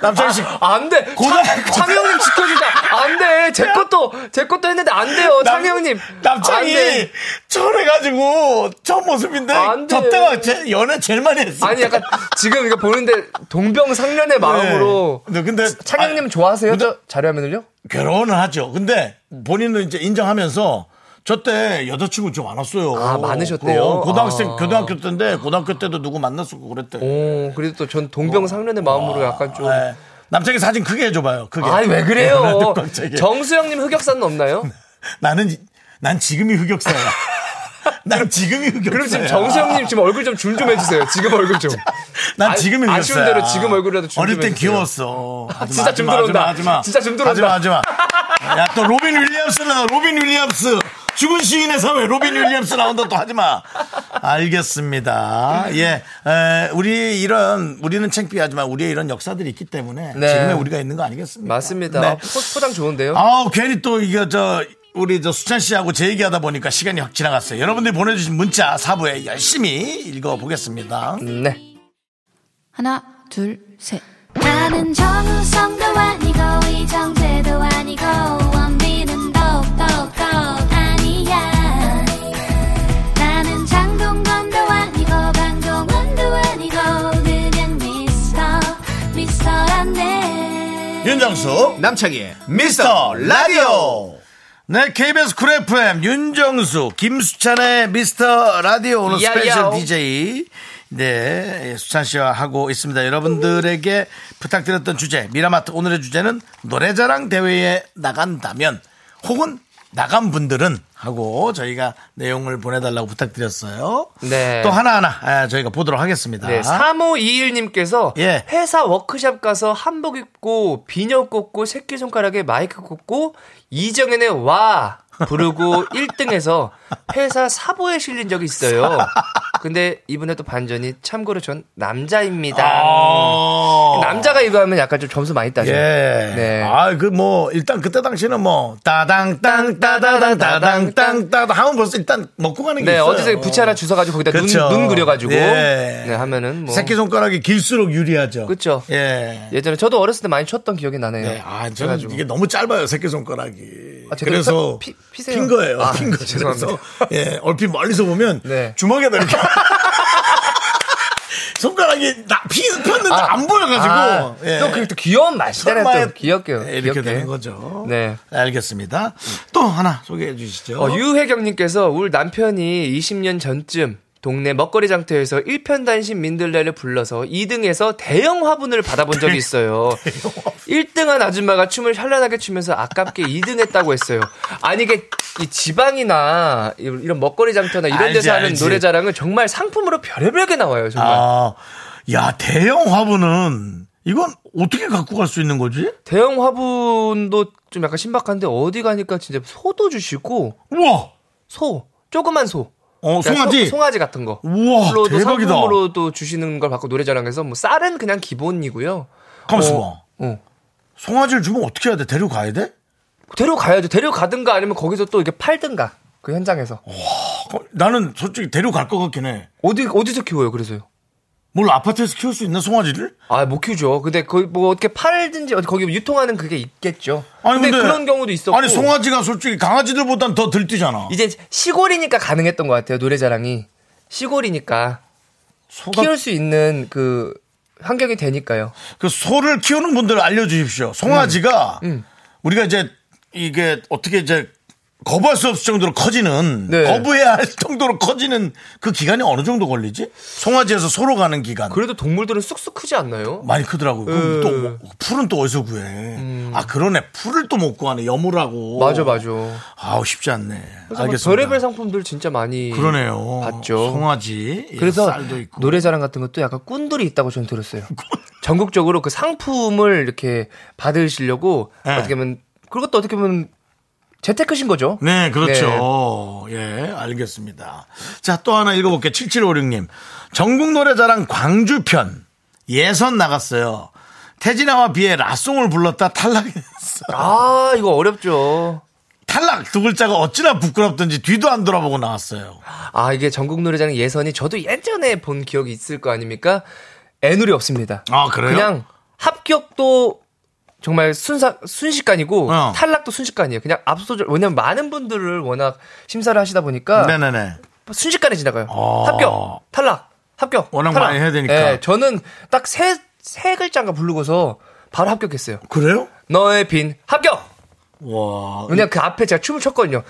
Speaker 2: 남창희 씨,
Speaker 3: 안돼
Speaker 2: 고등-
Speaker 3: 창희 형님 지켜주자 안돼 제 것도 제 것도 했는데 안 돼요
Speaker 2: 남-
Speaker 3: 창희 형님 어, 안
Speaker 2: 남창희
Speaker 3: 돼.
Speaker 2: 저래가지고 첫 모습인데
Speaker 3: 안 돼.
Speaker 2: 저 때가 제- 연애 제일 많이 했어.
Speaker 3: 아니 약간 지금 이거 보는데 동병상련의 마음으로
Speaker 2: 네. 근데
Speaker 3: 창희
Speaker 2: 아,
Speaker 3: 형님 좋아하세요 저 자료화면을요?
Speaker 2: 결혼은 하죠. 근데 본인은 이제 인정하면서 저 때 여자친구 좀 안 왔어요.
Speaker 3: 아, 많으셨대요?
Speaker 2: 그럼 고등학생,
Speaker 3: 아.
Speaker 2: 고등학교 때인데 고등학교 때도 누구 만났었고 그랬대.
Speaker 3: 오 그래도 또 전 동병상련의 마음으로 약간 좀
Speaker 2: 네. 남창희 사진 크게 해줘봐요. 크게.
Speaker 3: 아니 왜 그래요?
Speaker 2: 나도 깜짝이야.
Speaker 3: 정수영님 흑역사는 없나요?
Speaker 2: 네. 나는 이- 난 지금이 흑역사야. 난 지금이 흑역사야.
Speaker 3: 그럼 지금 정수영님 지금 얼굴 좀 줄 좀 해주세요. 지금 얼굴 좀.
Speaker 2: 난
Speaker 3: 아-
Speaker 2: 지금이 흑역사야.
Speaker 3: 아쉬운 대로 지금 얼굴이라도 좀
Speaker 2: 어릴 땐
Speaker 3: 해주세요. 아,
Speaker 2: 귀여웠어. 하지마,
Speaker 3: 진짜 좀
Speaker 2: 하지마,
Speaker 3: 들어온다.
Speaker 2: 하지마, 하지마.
Speaker 3: 진짜 좀 들어온다.
Speaker 2: 하지마, 하지마. 야, 또 로빈 윌리엄스 나 로빈 윌리엄스. 죽은 시인의 사회 로빈 윌리엄스 나온다 또 하지마. 알겠습니다. 예, 에, 우리 이런 우리는 창피하지만 우리의 이런 역사들이 있기 때문에
Speaker 3: 네.
Speaker 2: 지금의 우리가 있는 거 아니겠습니까?
Speaker 3: 맞습니다.
Speaker 2: 네.
Speaker 3: 아, 포- 포장 좋은데요?
Speaker 2: 아우 괜히 또 이게 저 우리 저 수찬 씨하고 제 얘기하다 보니까 시간이 확 지나갔어요. 여러분들이 보내주신 문자 사부에 열심히 읽어보겠습니다.
Speaker 3: 네.
Speaker 6: 하나, 둘, 셋. 나는 정우성도 아니고, 이정재도 아니고, 원빈은 더욱더
Speaker 2: 윤정수
Speaker 5: 남창희의
Speaker 2: 미스터 라디오 네 KBS 쿨 FM 윤정수 김수찬의 미스터 라디오 오늘
Speaker 3: 야야오.
Speaker 2: 스페셜 DJ 네 수찬 씨와 하고 있습니다 여러분들에게 부탁드렸던 주제 미라마트 오늘의 주제는 노래자랑 대회에 나간다면 혹은 나간 분들은 하고 저희가 내용을 보내달라고 부탁드렸어요
Speaker 3: 네.
Speaker 2: 또 하나하나 아, 저희가 보도록 하겠습니다
Speaker 3: 네, 3521님께서
Speaker 2: 예.
Speaker 3: 회사 워크샵 가서 한복 입고 비녀 꽂고 새끼손가락에 마이크 꽂고 이정현의 와 부르고 1등해서 회사 사보에 실린 적이 있어요. 근데 이분의 또 반전이 참고로 전 남자입니다.
Speaker 2: 어.
Speaker 3: 남자가 이거 하면 약간 좀 점수 많이 따죠.
Speaker 2: 예.
Speaker 3: 네.
Speaker 2: 아, 그 뭐, 일단 그때 당시는 뭐, 따당땅, 따다당, 따당땅, 따다 하면 벌써 일단 먹고 가는 게
Speaker 3: 네,
Speaker 2: 있어요.
Speaker 3: 어디서 부채 하나 주워가지고 거기다
Speaker 2: 그쵸.
Speaker 3: 눈, 눈 그려가지고
Speaker 2: 예.
Speaker 3: 네, 하면은 뭐
Speaker 2: 새끼손가락이 길수록 유리하죠.
Speaker 3: 그쵸.
Speaker 2: 예.
Speaker 3: 예전에 저도 어렸을 때 많이 쳤던 기억이 나네요.
Speaker 2: 네, 아, 저는
Speaker 3: 그래가지고.
Speaker 2: 이게 너무 짧아요, 새끼손가락이.
Speaker 3: 아, 제가
Speaker 2: 그래서
Speaker 3: 피- 피- 피세요.
Speaker 2: 핀 거예요.
Speaker 3: 아,
Speaker 2: 핀 거.
Speaker 3: 죄송합니다.
Speaker 2: 그래서, 예, 얼핏 멀리서 보면
Speaker 3: 네.
Speaker 2: 주먹에다 이렇게. 손가락이 나, 피, 폈는데
Speaker 3: 아.
Speaker 2: 안 보여가지고.
Speaker 3: 아,
Speaker 2: 예.
Speaker 3: 또 그게 또 귀여운 네, 맛이잖아요. 또
Speaker 2: 설마에-
Speaker 3: 귀엽게요.
Speaker 2: 예, 이렇게
Speaker 3: 귀엽게.
Speaker 2: 되는 거죠.
Speaker 3: 네.
Speaker 2: 알겠습니다. 또 하나 소개해 주시죠.
Speaker 3: 어, 유혜경님께서 울 남편이 20년 전쯤 동네 먹거리 장터에서 1편 단신 민들레를 불러서 2등에서 대형 화분을 받아본 적이 있어요. 1등한 아줌마가 춤을 현란하게 추면서 아깝게 2등했다고 했어요. 아니 이게 이 지방이나 이- 이런 먹거리 장터나 이런
Speaker 2: 알지,
Speaker 3: 데서 하는
Speaker 2: 알지.
Speaker 3: 노래자랑은 정말 상품으로 별의별게 나와요. 정말
Speaker 2: 아, 야 대형 화분은 이건 어떻게 갖고 갈 수 있는 거지?
Speaker 3: 대형 화분도 좀 약간 신박한데 어디 가니까 진짜 소도 주시고
Speaker 2: 우와,
Speaker 3: 소 조그만 소
Speaker 2: 어
Speaker 3: 그러니까
Speaker 2: 송아지.
Speaker 3: 소, 송아지 같은 거.
Speaker 2: 우와,
Speaker 3: 로도
Speaker 2: 대박이다.
Speaker 3: 상품으로도 주시는 걸 받고 노래자랑해서 뭐 쌀은 그냥 기본이고요.
Speaker 2: 가만있어 봐.
Speaker 3: 어, 어.
Speaker 2: 송아지를 주면 어떻게 해야 돼? 데려가야 돼?
Speaker 3: 데려가야죠. 데려가든가 아니면 거기서 또 이렇게 팔든가 그 현장에서
Speaker 2: 어, 나는 솔직히 데려갈 것 같긴 해.
Speaker 3: 어디 어디서 키워요? 그래서요.
Speaker 2: 뭘 아파트에서 키울 수 있나 송아지를?
Speaker 3: 아 못 키우죠. 근데 거기 뭐 어떻게 팔든지 어디 거기 유통하는 그게 있겠죠.
Speaker 2: 아니 근데,
Speaker 3: 그런 경우도 있었고.
Speaker 2: 아니 송아지가 솔직히 강아지들보단 더 들뛰잖아.
Speaker 3: 이제 시골이니까 가능했던 것 같아요. 노래자랑이 시골이니까
Speaker 2: 소가-
Speaker 3: 키울 수 있는 그 환경이 되니까요.
Speaker 2: 그 소를 키우는 분들 알려주십시오. 송아지가
Speaker 3: 음.
Speaker 2: 우리가 이제 이게 어떻게 이제 거부할 수 없을 정도로 커지는
Speaker 3: 네.
Speaker 2: 거부해야 할 정도로 커지는 그 기간이 어느 정도 걸리지? 송아지에서 소로 가는 기간
Speaker 3: 그래도 동물들은 쑥쑥 크지 않나요?
Speaker 2: 많이 크더라고. 그럼
Speaker 3: 예.
Speaker 2: 또 뭐- 풀은 또 어디서 구해? 아 그러네. 풀을 또 못 구하네. 여물하고.
Speaker 3: 음. 맞아 맞아.
Speaker 2: 아우 쉽지 않네.
Speaker 3: 그래서 막
Speaker 2: 알겠습니다.
Speaker 3: 별의별 상품들 진짜 많이
Speaker 2: 그러네요.
Speaker 3: 봤죠.
Speaker 2: 송아지. 예,
Speaker 3: 그래서
Speaker 2: 쌀도 있고.
Speaker 3: 노래자랑 같은 것도 약간 꾼들이 있다고 저는 들었어요. 전국적으로 그 상품을 이렇게 받으시려고
Speaker 2: 네.
Speaker 3: 어떻게 보면 그것도 어떻게 보면 재테크신 거죠.
Speaker 2: 네, 그렇죠. 예, 알겠습니다. 자, 또 하나 읽어볼게요. 7756님. 전국 노래자랑 광주편. 예선 나갔어요. 태진아와 비의 라송을 불렀다 탈락했어.
Speaker 3: 아 이거 어렵죠.
Speaker 2: 탈락 두 글자가 어찌나 부끄럽던지 뒤도 안 돌아보고 나왔어요.
Speaker 3: 아 이게 전국 노래자랑 예선이 저도 예전에 본 기억이 있을 거 아닙니까? 애누리 없습니다.
Speaker 2: 아, 그래요?
Speaker 3: 그냥 합격도 정말 순사, 순식간이고
Speaker 2: 어.
Speaker 3: 탈락도 순식간이에요. 그냥 압도적 왜냐면 많은 분들을 워낙 심사를 하시다 보니까
Speaker 2: 네네네.
Speaker 3: 순식간에 지나가요.
Speaker 2: 어.
Speaker 3: 합격, 탈락, 합격.
Speaker 2: 워낙
Speaker 3: 탈락.
Speaker 2: 많이 해야 되니까.
Speaker 3: 예, 저는 딱 세 세 글자가 부르고서 바로 합격했어요.
Speaker 2: 그래요?
Speaker 3: 너의 빈 합격.
Speaker 2: 와.
Speaker 3: 왜냐 그 앞에 제가 춤을 췄거든요.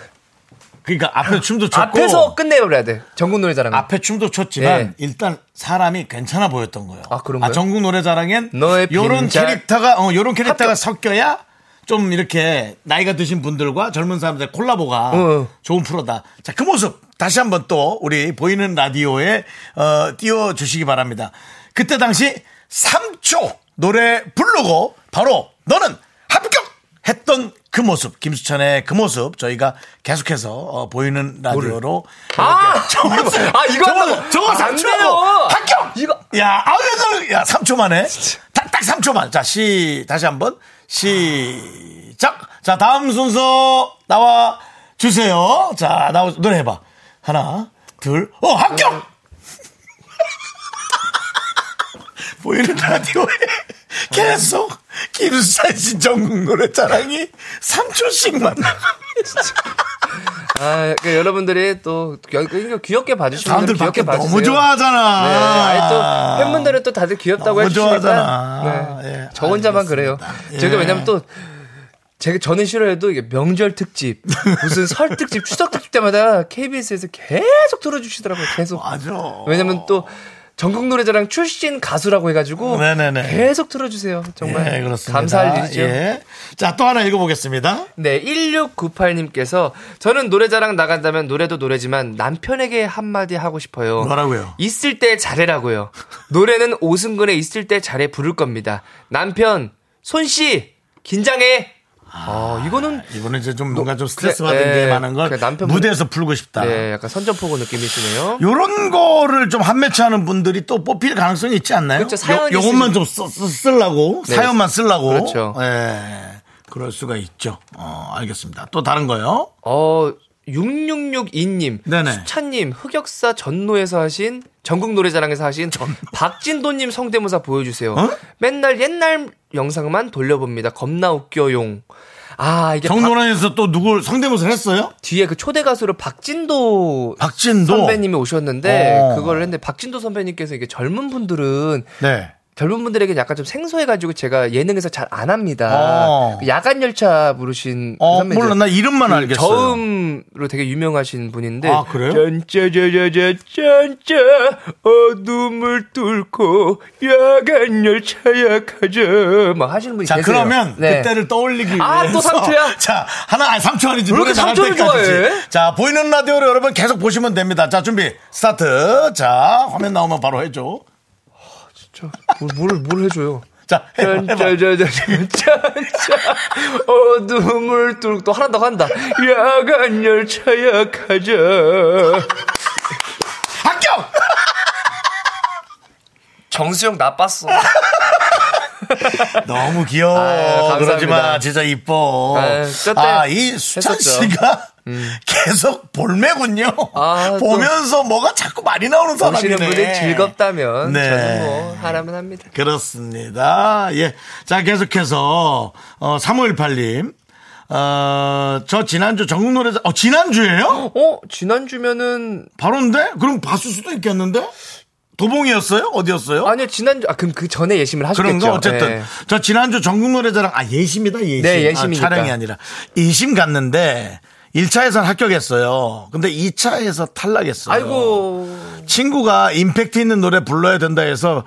Speaker 2: 그러니까 앞에 춤도 췄고. 아,
Speaker 3: 앞에서 끝내버려야 돼. 전국 노래자랑.
Speaker 2: 앞에 춤도 췄지만
Speaker 3: 예.
Speaker 2: 일단 사람이 괜찮아 보였던 거예요.
Speaker 3: 아, 그런가요?
Speaker 2: 전국 노래자랑엔
Speaker 3: 너의
Speaker 2: 요런
Speaker 3: 빈자-
Speaker 2: 캐릭터가 어 요런 캐릭터가
Speaker 3: 합격.
Speaker 2: 섞여야 좀 이렇게 나이가 드신 분들과 젊은 사람들의 콜라보가
Speaker 3: 어.
Speaker 2: 좋은 프로다. 자, 그 모습 다시 한번 또 우리 보이는 라디오에 어 띄워 주시기 바랍니다. 그때 당시 3초 노래 부르고 바로 너는 합격 했던 그 모습 김수찬의 그 모습 저희가 계속해서 어, 보이는 라디오로
Speaker 3: 아,
Speaker 2: 저거,
Speaker 3: 아, 이거
Speaker 2: 저거,
Speaker 3: 한다고?
Speaker 2: 저거
Speaker 3: 안
Speaker 2: 3초고
Speaker 3: 돼요.
Speaker 2: 합격!
Speaker 3: 이거-
Speaker 2: 야, 아우, 야, 야, 3초 만에. 딱, 딱 3초 만. 자, 시, 다시 한 번. 시작. 자, 다음 순서 나와 주세요. 자, 나오, 노래 해봐. 하나, 둘, 어, 합격! 보이는 라디오에 계속 김수찬 씨 전국 노래 자랑이 3초씩만 나갑니다.
Speaker 3: 아, 그러니까 여러분들이 또 귀- 그러니까 귀엽게 봐주시면
Speaker 2: 사람들
Speaker 3: 귀엽게
Speaker 2: 밖에
Speaker 3: 봐주세요.
Speaker 2: 너무
Speaker 3: 네,
Speaker 2: 좋아하잖아.
Speaker 3: 아니 또 팬분들은 또 다들 귀엽다고
Speaker 2: 너무
Speaker 3: 해주시니까
Speaker 2: 좋아하잖아.
Speaker 3: 네,
Speaker 2: 예,
Speaker 3: 저 혼자만
Speaker 2: 알겠습니다.
Speaker 3: 그래요.
Speaker 2: 예.
Speaker 3: 제가 왜냐면 또 제가 저는 싫어해도 이게 명절 특집, 무슨 설 특집, 추석 특집 때마다 KBS에서 계속 틀어주시더라고요. 계속.
Speaker 2: 맞아.
Speaker 3: 왜냐면 또 전국 노래자랑 출신 가수라고 해가지고
Speaker 2: 네네네.
Speaker 3: 계속 틀어주세요. 정말
Speaker 2: 예, 그렇습니다.
Speaker 3: 감사할 일이죠.
Speaker 2: 예. 자, 또 하나 읽어보겠습니다.
Speaker 3: 네, 1698님께서 저는 노래자랑 나간다면 노래도 노래지만 남편에게 한마디 하고 싶어요.
Speaker 2: 뭐라고요?
Speaker 3: 있을 때 잘해라고요. 노래는 오승근의 있을 때 잘해 부를 겁니다. 남편, 손씨, 긴장해! 어, 이거는,
Speaker 2: 이번에 이제 좀 뭔가 좀 스트레스
Speaker 3: 그래,
Speaker 2: 받은 게
Speaker 3: 예,
Speaker 2: 많은 걸
Speaker 3: 그래, 남편분-
Speaker 2: 무대에서 풀고 싶다.
Speaker 3: 네, 약간 선전포고 느낌이시네요.
Speaker 2: 요런 거를 좀 한매치하는 분들이 또 뽑힐 가능성이 있지 않나요?
Speaker 3: 그렇죠, 사연이
Speaker 2: 요, 요것만
Speaker 3: 있으면-
Speaker 2: 좀 쓰, 쓰, 쓰려고
Speaker 3: 네.
Speaker 2: 사연만 쓰려고
Speaker 3: 그렇죠.
Speaker 2: 예. 그럴 수가 있죠. 어, 알겠습니다. 또 다른 거요.
Speaker 3: 어, 6662님,
Speaker 2: 네네.
Speaker 3: 수찬님, 흑역사 전노에서 하신, 전국 노래자랑에서 하신 박진도님 성대모사 보여주세요.
Speaker 2: 어?
Speaker 3: 맨날 옛날 영상만 돌려봅니다. 겁나 웃겨용. 아, 이게 박-
Speaker 2: 정노란에서 또 누굴 성대모사를 했어요?
Speaker 3: 뒤에 그 초대 가수로 박진도
Speaker 2: 박진도
Speaker 3: 선배님이 오셨는데
Speaker 2: 어.
Speaker 3: 그걸 했는데 박진도 선배님께서 이게 젊은 분들은
Speaker 2: 네.
Speaker 3: 젊은 분들에게 약간 좀 생소해가지고 제가 예능에서 잘 안 합니다.
Speaker 2: 어.
Speaker 3: 그 야간 열차 부르신 그
Speaker 2: 어,
Speaker 3: 선배님.
Speaker 2: 몰라. 나 이름만 알겠어요.
Speaker 3: 저음으로 되게 유명하신 분인데
Speaker 2: 아, 그래요?
Speaker 3: 짠짜자자 짠짜 어둠을 뚫고 야간 열차야 가자 막 하시는 분이
Speaker 2: 자,
Speaker 3: 계세요.
Speaker 2: 그러면
Speaker 3: 네.
Speaker 2: 그때를 떠올리기
Speaker 3: 아,
Speaker 2: 위해서
Speaker 3: 또 상처야?
Speaker 2: 자, 하나 아니 3초 아니지.
Speaker 3: 왜
Speaker 2: 노래
Speaker 3: 이렇게
Speaker 2: 나갈
Speaker 3: 상처를
Speaker 2: 때까지.
Speaker 3: 좋아해?
Speaker 2: 자, 보이는 라디오로 여러분 계속 보시면 됩니다. 자, 준비. 스타트. 자, 화면 나오면 바로 해 줘.
Speaker 3: 저, 뭘, 뭘, 뭘 해줘요?
Speaker 2: 자, 해봐, 해봐.
Speaker 3: 짠짜자자짠짜 어둠을 뚫고 또 하란다고 한다. 야간 열차야 가자.
Speaker 2: 합격!
Speaker 3: 정수영 나빴어.
Speaker 2: 너무 귀여워.
Speaker 3: 아유, 감사합니다.
Speaker 2: 그러지 마. 진짜 이뻐.
Speaker 3: 아유, 저때
Speaker 2: 아, 이 수찬
Speaker 3: 했었죠. 음.
Speaker 2: 씨가 계속 볼매군요.
Speaker 3: 아, 또
Speaker 2: 보면서 뭐가 자꾸 많이 나오는 사람이네.
Speaker 3: 보시는 분이 즐겁다면
Speaker 2: 네.
Speaker 3: 저는 뭐 하라면 합니다.
Speaker 2: 그렇습니다. 예. 자, 계속해서, 어, 3518님. 어, 저 지난주 전국 노래자, 어, 지난주에요?
Speaker 3: 어 지난주면은
Speaker 2: 바로인데? 그럼 봤을 수도 있겠는데? 도봉이었어요? 어디였어요?
Speaker 3: 아니요 지난주 아 그럼 그 전에 예심을 하셨겠죠.
Speaker 2: 그런가? 어쨌든.
Speaker 3: 예.
Speaker 2: 저 지난주 전국 노래자랑, 아, 예심이다, 예심.
Speaker 3: 네,
Speaker 2: 아,
Speaker 3: 예심이니까.
Speaker 2: 촬영이 아니라. 예심 갔는데, 1차에선 합격했어요. 근데 2차에서 탈락했어요.
Speaker 3: 아이고
Speaker 2: 친구가 임팩트 있는 노래 불러야 된다 해서,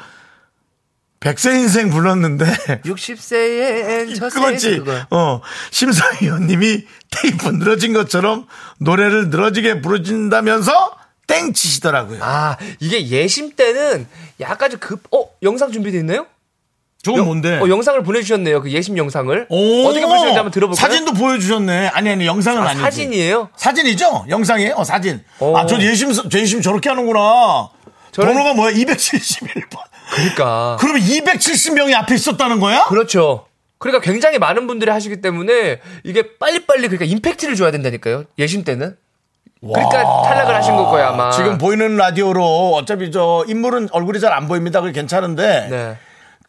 Speaker 2: 백세 인생 불렀는데,
Speaker 3: 60세에 첫
Speaker 2: 그거지.
Speaker 3: 그거.
Speaker 2: 어. 심사위원님이 테이프 늘어진 것처럼 노래를 늘어지게 부르신다면서 땡 치시더라고요.
Speaker 3: 아 이게 예심 때는 약간 좀급어 영상 준비돼 있나요?
Speaker 2: 저건
Speaker 3: 영-
Speaker 2: 뭔데?
Speaker 3: 어, 영상을 보내주셨네요. 그 예심 영상을.
Speaker 2: 네. 오!
Speaker 3: 어떻게 보내주셨는지 한번 들어볼까요?
Speaker 2: 사진도 보여주셨네. 아니, 아니, 영상은
Speaker 3: 아,
Speaker 2: 아니지.
Speaker 3: 사진이에요?
Speaker 2: 사진이죠? 영상이에요? 어, 사진.
Speaker 3: 오.
Speaker 2: 아, 저 예심, 저 예심 저렇게 하는구나.
Speaker 3: 저는-
Speaker 2: 번호가 뭐야? 271번.
Speaker 3: 그러니까.
Speaker 2: 그러면 270명이 앞에 있었다는 거야?
Speaker 3: 그, 렇죠 그러니까 굉장히 많은 분들이 하시기 때문에 이게 빨리빨리 그러니까 임팩트를 줘야 된다니까요. 예심 때는. 그러니까 탈락을 하신 걸 거예요 아마.
Speaker 2: 지금 뭐 보이는 라디오로 어차피 저 인물은 얼굴이 잘 안 보입니다. 그게 괜찮은데.
Speaker 3: 네.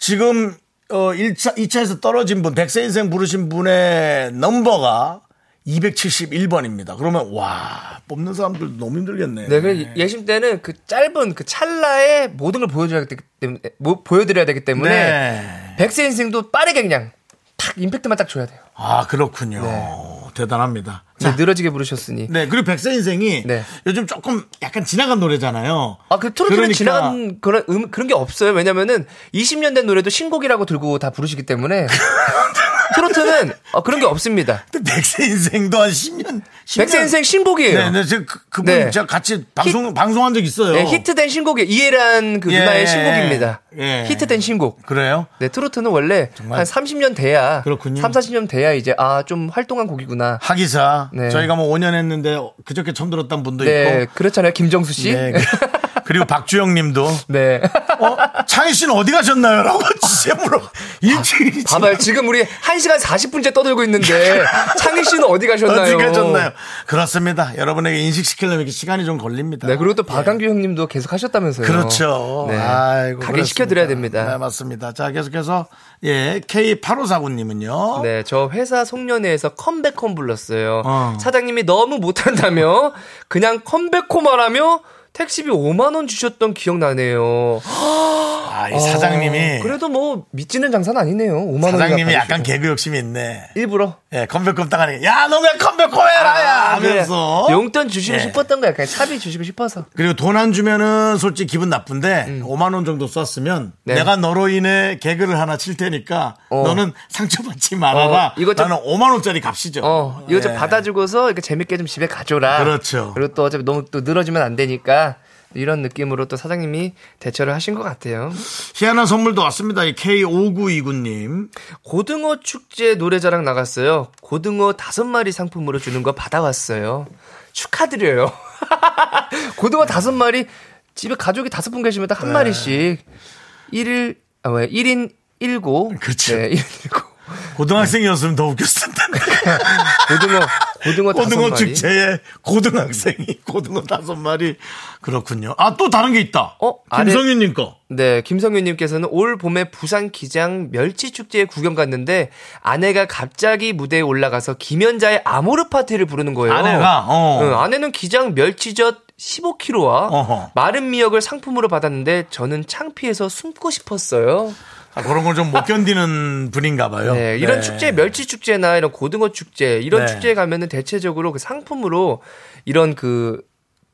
Speaker 2: 지금 어 1차, 2차에서 떨어진 분, 백세 인생 부르신 분의 넘버가 271번입니다. 그러면 와, 뽑는 사람들 너무 힘들겠네.
Speaker 3: 네, 그래서 예심 때는 그 짧은 그 찰나에 모든 걸 보여줘야 되기 때문에 뭐, 보여드려야 되기 때문에
Speaker 2: 네.
Speaker 3: 백세 인생도 빠르게 그냥 탁 임팩트만 딱 줘야 돼요.
Speaker 2: 아, 그렇군요. 대단합니다.
Speaker 3: 네, 늘어지게 부르셨으니.
Speaker 2: 네, 그리고 백세 인생이
Speaker 3: 네.
Speaker 2: 요즘 조금 약간 지나간 노래잖아요.
Speaker 3: 아, 그 트로트는
Speaker 2: 그러니까
Speaker 3: 지나간 그런 음, 그런 게 없어요. 왜냐면은 20년 된 노래도 신곡이라고 들고 다 부르시기 때문에 트로트는 어, 그런 게 없습니다.
Speaker 2: 근데 백세 인생도 한 10년, 10년.
Speaker 3: 백세 인생 신곡이에요.
Speaker 2: 네, 네, 제가 그, 그분
Speaker 3: 네.
Speaker 2: 제가 같이 방송 방송한 적 있어요.
Speaker 3: 네, 히트된 신곡이 이해란 그
Speaker 2: 예.
Speaker 3: 누나의 신곡입니다.
Speaker 2: 예.
Speaker 3: 히트된 신곡.
Speaker 2: 그래요?
Speaker 3: 네, 트로트는 원래
Speaker 2: 정말?
Speaker 3: 한 30년 돼야
Speaker 2: 그렇군요. 아,
Speaker 3: 3, 40년 돼야 이제 아, 좀 활동한 곡이구나.
Speaker 2: 하기사
Speaker 3: 네.
Speaker 2: 저희가 뭐 5년 했는데 그저께 처음 들었던 분도
Speaker 3: 네,
Speaker 2: 있고
Speaker 3: 그렇잖아요. 김정수 씨.
Speaker 2: 네, 그- 그리고 네, 박주영 님도
Speaker 3: 네.
Speaker 2: 어? 창희 씨는 어디 가셨나요? 라고 글쎄 물어. 일주일이 지나-
Speaker 3: 봐봐요. 지금 우리 1시간 40분째 떠들고 있는데 창희 씨는 어디 가셨나요?
Speaker 2: 어떻게 해줬나요? 그렇습니다. 여러분에게 인식시키려면 이렇게 시간이 좀 걸립니다.
Speaker 3: 네, 그리고 또 박한규 형님도 계속 하셨다면서요.
Speaker 2: 그렇죠.
Speaker 3: 네.
Speaker 2: 아이고,
Speaker 3: 가게
Speaker 2: 그렇습니다.
Speaker 3: 시켜드려야
Speaker 2: 네,
Speaker 3: 됩니다.
Speaker 2: 맞습니다. 자, 계속해서, 예, K8549님은요.
Speaker 3: 네, 저 회사 송년회에서 컴백홈 불렀어요.
Speaker 2: 어.
Speaker 3: 사장님이 너무 못한다며 그냥 컴백홈 하라며 택시비 5만 원 주셨던 기억 나네요.
Speaker 2: 아, 이 사장님이.
Speaker 3: 그래도 뭐 믿지는 장사는 아니네요. 5만 원.
Speaker 2: 사장님이 약간 개그 욕심이 있네.
Speaker 3: 일부러
Speaker 2: 예, 컴백홈 당하니까, 야, 너 왜 컴백홈 해라, 야!
Speaker 3: 아, 그래.
Speaker 2: 하면서.
Speaker 3: 용돈 주시고
Speaker 2: 예.
Speaker 3: 싶었던 거야. 그냥 차비 주시고 싶어서.
Speaker 2: 그리고 돈 안 주면은 솔직히 기분 나쁜데 5만 원 정도 썼으면
Speaker 3: 네.
Speaker 2: 내가 너로 인해 개그를 하나 칠 테니까
Speaker 3: 어.
Speaker 2: 너는 상처받지 말아라.
Speaker 3: 어, 이것 좀-
Speaker 2: 나는 5만 원짜리 값이죠.
Speaker 3: 어, 이거 좀
Speaker 2: 예.
Speaker 3: 받아주고서 이렇게 재밌게 좀 집에 가줘라.
Speaker 2: 그렇죠.
Speaker 3: 그리고 또 어차피 너무 또 늘어지면 안 되니까 이런 느낌으로 또 사장님이 대처를 하신 것 같아요.
Speaker 2: 희한한 선물도 왔습니다. 이 K5929님.
Speaker 3: 고등어 축제 노래자랑 나갔어요. 고등어 다섯 마리 상품으로 주는 거 받아왔어요. 축하드려요. 고등어 다섯 마리 집에 가족이 다섯 분 계시면 딱 한
Speaker 2: 네.
Speaker 3: 마리씩 1일 아, 왜 1인 1고
Speaker 2: 그렇죠.
Speaker 3: 네, 1인 1고
Speaker 2: 고등학생이었으면 더 웃겼을 텐데.
Speaker 3: 고등어 고등어 다섯
Speaker 2: 고등어
Speaker 3: 마리.
Speaker 2: 축제에 고등학생이 고등어 다섯 마리. 그렇군요. 아, 또 다른 게 있다.
Speaker 3: 어?
Speaker 2: 김성윤님 거.
Speaker 3: 네, 김성윤님께서는 올 봄에 부산 기장 멸치 축제에 구경 갔는데 아내가 갑자기 무대에 올라가서 김연자의 아모르 파티를 부르는 거예요.
Speaker 2: 아내가? 어.
Speaker 3: 응, 아내는 기장 멸치젓 15kg와
Speaker 2: 어허.
Speaker 3: 마른 미역을 상품으로 받았는데 저는 창피해서 숨고 싶었어요.
Speaker 2: 아, 그런 걸 좀 못 견디는 분인가 봐요.
Speaker 3: 네, 이런
Speaker 2: 네.
Speaker 3: 축제, 멸치 축제나 이런 고등어 축제 이런
Speaker 2: 네.
Speaker 3: 축제에 가면은 대체적으로 그 상품으로 이런 그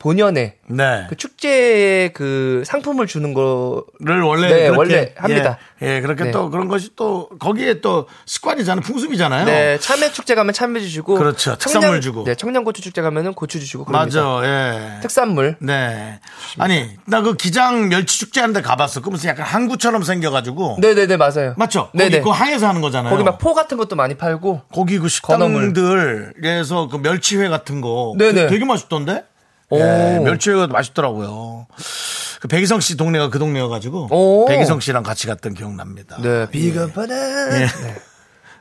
Speaker 3: 본연의
Speaker 2: 네.
Speaker 3: 그 축제의 그 상품을 주는 거
Speaker 2: 를 원래
Speaker 3: 네,
Speaker 2: 그렇게,
Speaker 3: 원래 합니다.
Speaker 2: 예, 예, 그렇게
Speaker 3: 네.
Speaker 2: 또 그런 것이 또 거기에 또 습관이잖아요, 풍습이잖아요.
Speaker 3: 네, 참외 축제 가면 참외 주시고
Speaker 2: 어. 그렇죠. 특산물 주고.
Speaker 3: 네, 청양고추 축제 가면은 고추 주시고 그럽니다.
Speaker 2: 맞아, 예.
Speaker 3: 특산물.
Speaker 2: 네. 아니, 나 그 기장 멸치 축제 하는데 가봤어. 그러면서 약간 항구처럼 생겨가지고.
Speaker 3: 네, 네, 네, 맞아요.
Speaker 2: 맞죠? 거기
Speaker 3: 네네.
Speaker 2: 그 항에서 하는 거잖아요.
Speaker 3: 거기 막 포 같은 것도 많이 팔고
Speaker 2: 고기 그
Speaker 3: 건어물.
Speaker 2: 식당들에서 그 멸치회 같은 거
Speaker 3: 네네.
Speaker 2: 되게 맛있던데?
Speaker 3: 오.
Speaker 2: 예, 멸치회가 맛있더라고요. 그 백이성 씨 동네가 그 동네여가지고
Speaker 3: 오.
Speaker 2: 백이성 씨랑 같이 갔던 기억납니다. 아,
Speaker 3: 네, 비겁하다.
Speaker 2: 예.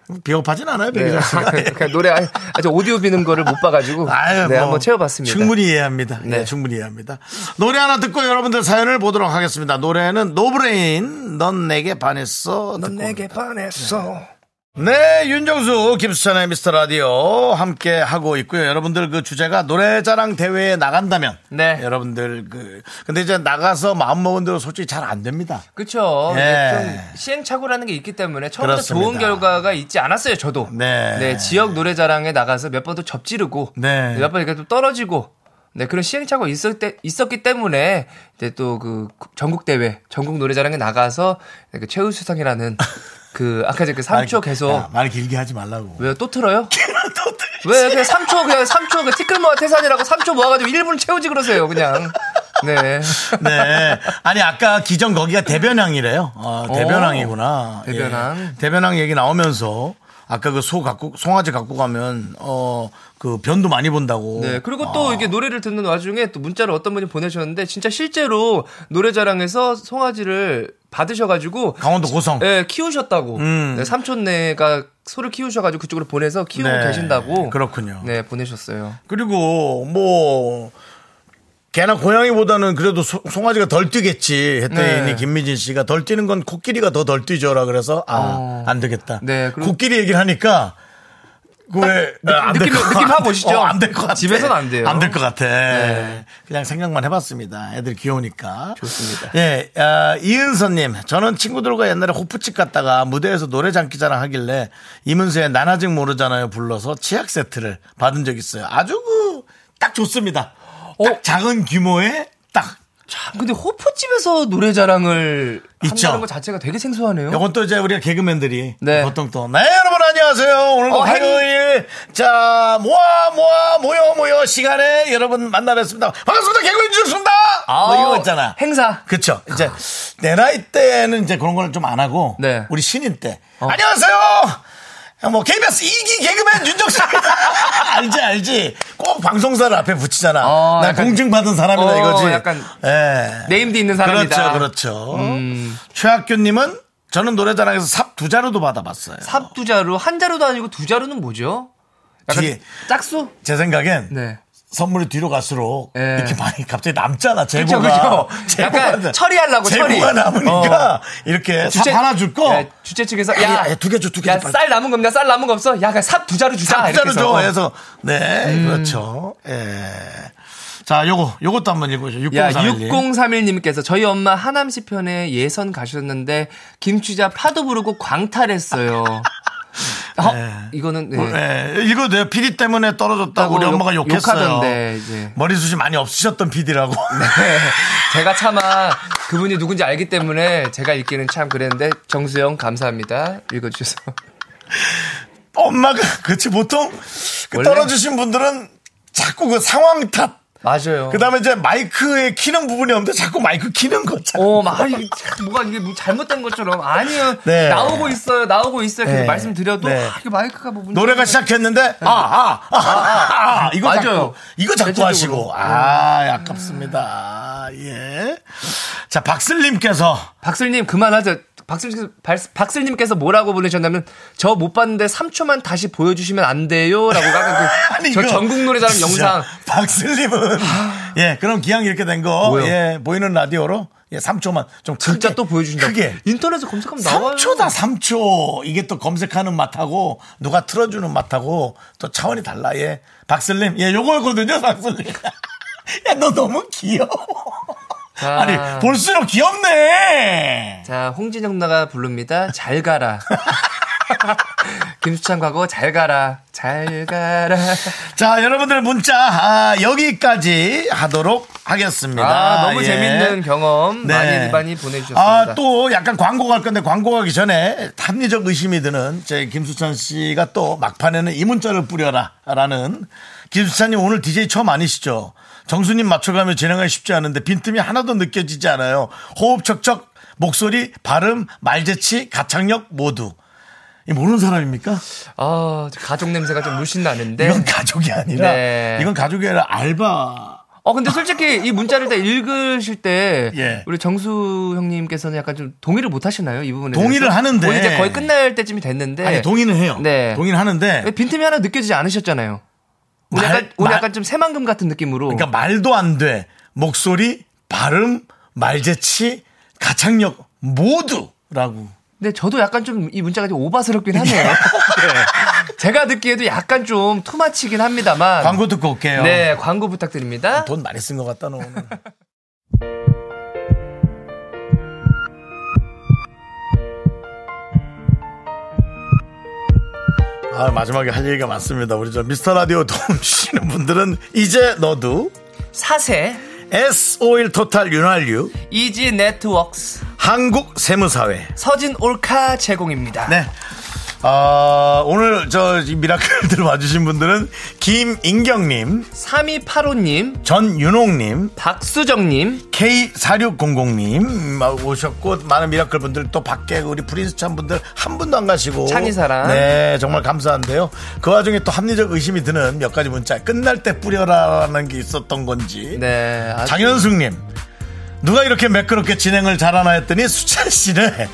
Speaker 2: 음, 비겁하진 않아요,
Speaker 3: 네.
Speaker 2: 백이성 씨가. 예.
Speaker 3: 그냥 노래 아니, 아직 오디오 비는 거를 못 봐가지고
Speaker 2: 아유,
Speaker 3: 네
Speaker 2: 뭐
Speaker 3: 한번 채워봤습니다.
Speaker 2: 충분히 이해합니다. 네.
Speaker 3: 네.
Speaker 2: 충분히 이해합니다. 노래 하나 듣고 여러분들 사연을 보도록 하겠습니다. 노래는 노브레인 넌 내게 반했어. 듣고 옵니다.
Speaker 3: 반했어.
Speaker 2: 네, 윤정수 김수찬의 미스터 라디오 함께 하고 있고요. 여러분들 그 주제가 노래자랑 대회에 나간다면
Speaker 3: 네.
Speaker 2: 여러분들 그 근데 이제 나가서 마음 먹은 대로 솔직히 잘 안 됩니다.
Speaker 3: 그렇죠.
Speaker 2: 예.
Speaker 3: 좀 시행착오라는 게 있기 때문에 처음부터
Speaker 2: 그렇습니다.
Speaker 3: 좋은 결과가 있지 않았어요. 저도.
Speaker 2: 네.
Speaker 3: 지역 노래자랑에 나가서 몇 번 또 접지르고
Speaker 2: 네.
Speaker 3: 몇 번 이렇게 또 떨어지고 네 그런 시행착오 가 있을 때 있었기 때문에 이제 또 그 전국 대회 전국 노래자랑에 나가서 그 최우수상이라는 그 아까 전그 3초
Speaker 2: 야,
Speaker 3: 계속
Speaker 2: 말 길게 하지 말라고.
Speaker 3: 왜 또 틀어요? 왜 그냥 3초 그냥 3초 그 티끌 모아 태산이라고 3초 모아가지고 1분 채우지 그러세요 그냥 네.
Speaker 2: 네. 아니 아까 기존 거기가 대변항이래요. 아, 대변항이구나.
Speaker 3: 오, 대변항.
Speaker 2: 예. 대변항 얘기 나오면서 아까 그 소 갖고 송아지 갖고 가면 어 그 변도 많이 본다고.
Speaker 3: 네, 그리고 또 이게 노래를 듣는 와중에 또 문자를 어떤 분이 보내셨는데 진짜 실제로 노래자랑에서 송아지를 받으셔가지고
Speaker 2: 강원도 음. 고성.
Speaker 3: 예, 키우셨다고. 네, 삼촌네가 소를 키우셔가지고 그쪽으로 보내서 키우고
Speaker 2: 네,
Speaker 3: 계신다고.
Speaker 2: 그렇군요.
Speaker 3: 네, 보내셨어요.
Speaker 2: 그리고 뭐 개나 고양이보다는 그래도 소- 송아지가 덜 뛰겠지 했더니
Speaker 3: 네.
Speaker 2: 김미진 씨가 덜 뛰는 건 코끼리가 더 덜 뛰죠라 그래서 아
Speaker 3: 어.
Speaker 2: 안 되겠다.
Speaker 3: 네, 그리고-
Speaker 2: 코끼리 얘기를 하니까 그왜 아,
Speaker 3: 느낌- 느낌 파보시죠?
Speaker 2: 어, 안될 것 같아.
Speaker 3: 집에서는 안 돼요. 네.
Speaker 2: 안될 것 같아. 그냥 생각만 해봤습니다. 애들 귀여우니까.
Speaker 3: 좋습니다.
Speaker 2: 예, 아, 이은서님, 저는 친구들과 옛날에 호프집 갔다가 무대에서 노래 장기자랑 하길래 이문세의 난 아직 모르잖아요 불러서 치약 세트를 받은 적 있어요. 아주 그, 딱 좋습니다.
Speaker 3: 어?
Speaker 2: 딱 작은 규모의 딱.
Speaker 3: 참, 아, 근데 호프집에서 노래자랑을
Speaker 2: 있죠.
Speaker 3: 한다는 것 자체가 되게 생소하네요.
Speaker 2: 요건 또 이제 우리가 개그맨들이
Speaker 3: 어? 네.
Speaker 2: 보통 또, 네, 여러분 안녕하세요. 오늘도
Speaker 3: 어, 행-
Speaker 2: 화요일, 자, 모아, 모아, 모여, 모여 시간에 여러분 만나뵙습니다. 반갑습니다. 개그맨 주셨습니다. 뭐 이거 있잖아.
Speaker 3: 행사.
Speaker 2: 그쵸. 이제 내 나이 때는 이제 그런 걸 좀 안 하고
Speaker 3: 네. 어.
Speaker 2: 우리 신인 때 안녕하세요. 뭐 KBS 이기 개그맨 윤정수입니다. 알지 알지. 꼭 방송사를 앞에 붙이잖아.
Speaker 3: 어,
Speaker 2: 난
Speaker 3: 약간-
Speaker 2: 공증 받은 사람이다
Speaker 3: 어,
Speaker 2: 이거지.
Speaker 3: 약간
Speaker 2: 예.
Speaker 3: 네임드 있는 사람이다. 음.
Speaker 2: 그렇죠, 그렇죠. 최학규님은 그렇죠, 저는 노래자랑에서 삽 두 자루도 받아봤어요.
Speaker 3: 삽 두 자루, 한 자루도 아니고 두 자루는 뭐죠? 약간
Speaker 2: 뒤에.
Speaker 3: 짝수?
Speaker 2: 제 생각엔
Speaker 3: 네.
Speaker 2: 선물이 뒤로 갈수록
Speaker 3: 예.
Speaker 2: 이렇게 많이 갑자기 남잖아
Speaker 3: 그쵸,
Speaker 2: 재고가
Speaker 3: 그쵸.
Speaker 2: 재고가
Speaker 3: 약간
Speaker 2: 나-
Speaker 3: 처리하려고,
Speaker 2: 재고가
Speaker 3: 처리.
Speaker 2: 남으니까 이렇게 삽 하나 줄거
Speaker 3: 야, 네, 주최 측에서
Speaker 2: 야,
Speaker 3: 야,
Speaker 2: 야, 두개 줘, 두개
Speaker 3: 야,
Speaker 2: 줘, 빨리.
Speaker 3: 쌀 남은 겁니다. 쌀 남은 거 없어. 야, 삽 두 자루 주자.
Speaker 2: 숫자를
Speaker 3: 이렇게 해서. 어. 음.
Speaker 2: 줘 해서 네 그렇죠 예자 요거 요것도 한번 읽어보죠 6
Speaker 3: 야,
Speaker 2: 0 3 1
Speaker 3: 6031님께서 저희 엄마 하남시 편에 예선 가셨는데 김추자 파도 부르고 광탈했어요. 어, 이거는 네.
Speaker 2: 예, 읽어도 돼요. PD 때문에 떨어졌다고
Speaker 3: 했다고
Speaker 2: 우리
Speaker 3: 욕-
Speaker 2: 엄마가 욕했어요.
Speaker 3: 욕하던데, 이제. 네.
Speaker 2: 머리숱이 많이 없으셨던 PD라고.
Speaker 3: 제가 차마 그분이 누군지 알기 때문에 제가 읽기는 참 그랬는데 정수영 감사합니다. 읽어주셔서
Speaker 2: 엄마가, 그치, 보통 그
Speaker 3: 원래-
Speaker 2: 떨어지신 분들은 자꾸 그 상황 탓.
Speaker 3: 맞아요.
Speaker 2: 그 다음에 이제 마이크에 키는 부분이 없는데 자꾸 마이크 키는 거. 자꾸.
Speaker 3: 어, 막, 아, 이게 참 뭐가 이게 뭐 잘못된 것처럼. 아니요.
Speaker 2: 네.
Speaker 3: 나오고 있어요. 나오고 있어요. 계속
Speaker 2: 네.
Speaker 3: 말씀드려도,
Speaker 2: 네.
Speaker 3: 아, 이게 마이크가 뭐 문제.
Speaker 2: 노래가 시작했는데, 아, 아, 아, 아, 아, 아, 이거
Speaker 3: 네. 맞아요.
Speaker 2: 자꾸, 이거 자꾸
Speaker 3: 대체적으로. 네.
Speaker 2: 하시고. 아, 아깝습니다. 예. 자, 박슬님께서
Speaker 3: 박슬님, 그만하자. 박슬님께서, 발- 박슬님께서 뭐라고 보내셨냐면, 저 못 봤는데 3초만 다시 보여주시면 안 돼요. 라고. 아까 그, 저
Speaker 2: 이거
Speaker 3: 전국 노래자랑
Speaker 2: 진짜
Speaker 3: 영상. 아.
Speaker 2: 박슬림은 예 그럼 기왕 이렇게 된 거
Speaker 3: 뭐요?
Speaker 2: 예 보이는 라디오로 예 3초만 좀
Speaker 3: 진짜
Speaker 2: 크게,
Speaker 3: 또 보여주신다고.
Speaker 2: 크게
Speaker 3: 인터넷에 검색하면 나와요.
Speaker 2: 3초다 3초 이게 또 검색하는 맛하고 누가 틀어주는 맛하고 또 차원이 달라 예 박슬림 예 요거거든요 박슬림 야 너 너무 귀여워
Speaker 3: 자.
Speaker 2: 아니 볼수록 귀엽네
Speaker 3: 자, 홍진영 누나가 부릅니다. 잘 가라. 김수찬 과거 잘 가라. 잘 가라.
Speaker 2: 자 여러분들 문자 아, 여기까지 하도록 하겠습니다
Speaker 3: 아, 너무
Speaker 2: 예. 네.
Speaker 3: 재밌는 경험 많이 많이 보내주셨습니다.
Speaker 2: 아, 또 약간 광고 갈 건데 광고 가기 전에 합리적 의심이 드는 제 김수찬 씨가 또 막판에는 이 문자를 뿌려라라는 김수찬님 오늘 DJ 처음 아니시죠? 정수님 맞춰가며 진행하기 쉽지 않은데 빈틈이 하나도 느껴지지 않아요. 호흡 척척 목소리 발음 말재치 가창력 모두 이 모르는 사람입니까?
Speaker 3: 아, 저 가족 냄새가 좀 물씬 나는데.
Speaker 2: 이건 가족이 아니라
Speaker 3: 네.
Speaker 2: 이건 가족이 아니라 알바
Speaker 3: 어, 근데 솔직히 이 문자를 다 읽으실 때
Speaker 2: 예.
Speaker 3: 우리 정수 형님께서는 약간 좀 동의를 못 하시나요? 이 부분에.
Speaker 2: 동의를
Speaker 3: 대해서?
Speaker 2: 하는데.
Speaker 3: 우리 이제 거의 끝날 때쯤이 됐는데.
Speaker 2: 아니 동의는 해요.
Speaker 3: 네.
Speaker 2: 동의는 하는데
Speaker 3: 왜 빈틈이 하나 느껴지지 않으셨잖아요. 오늘
Speaker 2: 말-
Speaker 3: 약간, 오늘
Speaker 2: 말-
Speaker 3: 약간 좀 새만금 같은 느낌으로.
Speaker 2: 그러니까 말도 안 돼. 목소리, 발음, 말재치, 가창력 모두라고.
Speaker 3: 근데 저도 약간 좀 이 문자가 좀 오바스럽긴 하네요. 네. 제가 듣기에도 약간 좀 투마치긴 합니다만.
Speaker 2: 광고 듣고 올게요.
Speaker 3: 네, 광고 부탁드립니다.
Speaker 2: 돈 많이 쓴 것 같다 너 오늘. 아 마지막에 할 얘기가 많습니다. 우리 저 미스터 라디오 도움 주시는 분들은 이제 너도
Speaker 3: 사세
Speaker 2: S5일 토탈 윤활유
Speaker 3: 이지 네트웍스
Speaker 2: 한국 세무사회
Speaker 3: 서진 올카 제공입니다.
Speaker 2: 네. 아, 오늘 저이 미라클들 와주신 분들은 김인경님,
Speaker 3: 3285님,
Speaker 2: 전윤홍님,
Speaker 3: 박수정님,
Speaker 2: K4600님 오셨고 많은 미라클 분들 또 밖에 우리 프린스찬 분들 한 분도 안 가시고
Speaker 3: 창의사랑.
Speaker 2: 네 정말 감사한데요 그 와중에 또 합리적 의심이 드는 몇 가지 문자 끝날 때 뿌려라라는 게 있었던 건지
Speaker 3: 네. 아,
Speaker 2: 장현숙님 누가 이렇게 매끄럽게 진행을 잘하나 했더니 수찬 씨네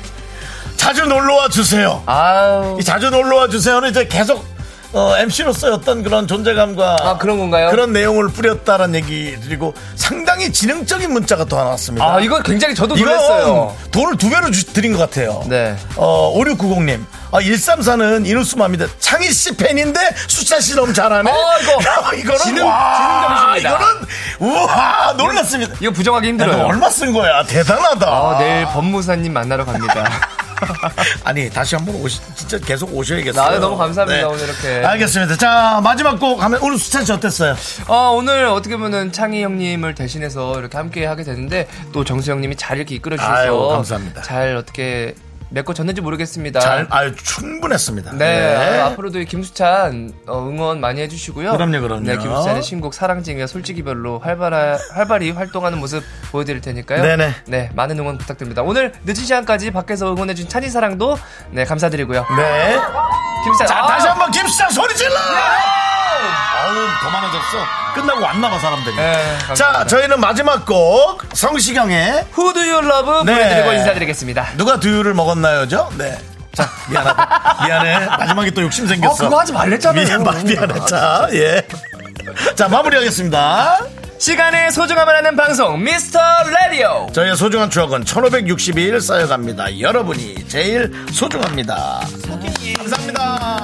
Speaker 2: 자주 놀러와 주세요
Speaker 3: 아우.
Speaker 2: 이 자주 놀러와 주세요는 이제 계속 MC로서의 어떤 그런 존재감과
Speaker 3: 아, 그런 건가요?
Speaker 2: 그런 내용을 뿌렸다는 얘기 드리고 상당히 지능적인 문자가 또 하나 왔습니다.
Speaker 3: 아, 이거 굉장히 저도
Speaker 2: 이건
Speaker 3: 놀랐어요.
Speaker 2: 돈을 두 배로 주- 드린 것 같아요.
Speaker 3: 네.
Speaker 2: 어, 5690님. 아, 134는 이누스마입니다. 창희 씨 팬인데 수찬 씨 너무 잘하네.
Speaker 3: 어, 이거.
Speaker 2: 이거는
Speaker 3: 지능-
Speaker 2: 와,
Speaker 3: 지능점이십니다.
Speaker 2: 이거는 우와, 놀랐습니다.
Speaker 3: 이거 부정하기
Speaker 2: 야, 너
Speaker 3: 힘들어요.
Speaker 2: 얼마 쓴 거야? 대단하다.
Speaker 3: 아, 내일 법무사님 만나러 갑니다.
Speaker 2: 아니 다시 한번 오시 진짜 계속 오셔야겠어요. 네.
Speaker 3: 아, 너무 감사합니다, 오늘 이렇게.
Speaker 2: 알겠습니다. 자 마지막 곡 하면 오늘 수찬 씨 어땠어요?
Speaker 3: 어, 오늘 어떻게 보면 창희 형님을 대신해서 이렇게 함께 하게 되는데 또 정수 형님이 잘 이렇게 이끌어
Speaker 2: 아유,
Speaker 3: 주셔서
Speaker 2: 감사합니다.
Speaker 3: 잘 어떻게 메꿔졌는지 모르겠습니다.
Speaker 2: 잘 아유 충분했습니다.
Speaker 3: 네, 아유, 앞으로도 이 김수찬 어, 응원 많이 해주시고요.
Speaker 2: 그럼요, 그럼요.
Speaker 3: 네, 김수찬의 신곡 사랑쟁이와 솔직히별로 활발하, 활발히 활동하는 모습 보여드릴 테니까요.
Speaker 2: 네네.
Speaker 3: 네, 많은 응원 부탁드립니다. 오늘 늦은 시간까지 밖에서 응원해준 찬이 사랑도 네 감사드리고요.
Speaker 2: 네.
Speaker 3: 김수찬,
Speaker 2: 자
Speaker 3: 아,
Speaker 2: 다시 한번 김수찬 소리 질러.
Speaker 3: 아,
Speaker 2: 어우, 더 많아졌어. 끝나고 왔나 봐, 사람들이.
Speaker 3: 네,
Speaker 2: 자, 저희는 마지막 곡, 성시경의
Speaker 3: Who do you love? 음
Speaker 2: 네.
Speaker 3: 보내드리고 인사드리겠습니다.
Speaker 2: 누가 두유를 먹었나요죠? 네. 자, 미안하다. 미안해. 마지막에 또 욕심 생겼어.
Speaker 3: 어, 그거 하지 말랬잖아요.
Speaker 2: 미안, 마- 미안해. 자, 예. 자, 마무리하겠습니다.
Speaker 3: 시간의 소중함을 아는 방송 미스터 라디오.
Speaker 2: 저희의 소중한 추억은 1562일 쌓여갑니다. 여러분이 제일 소중합니다. 감사합니다.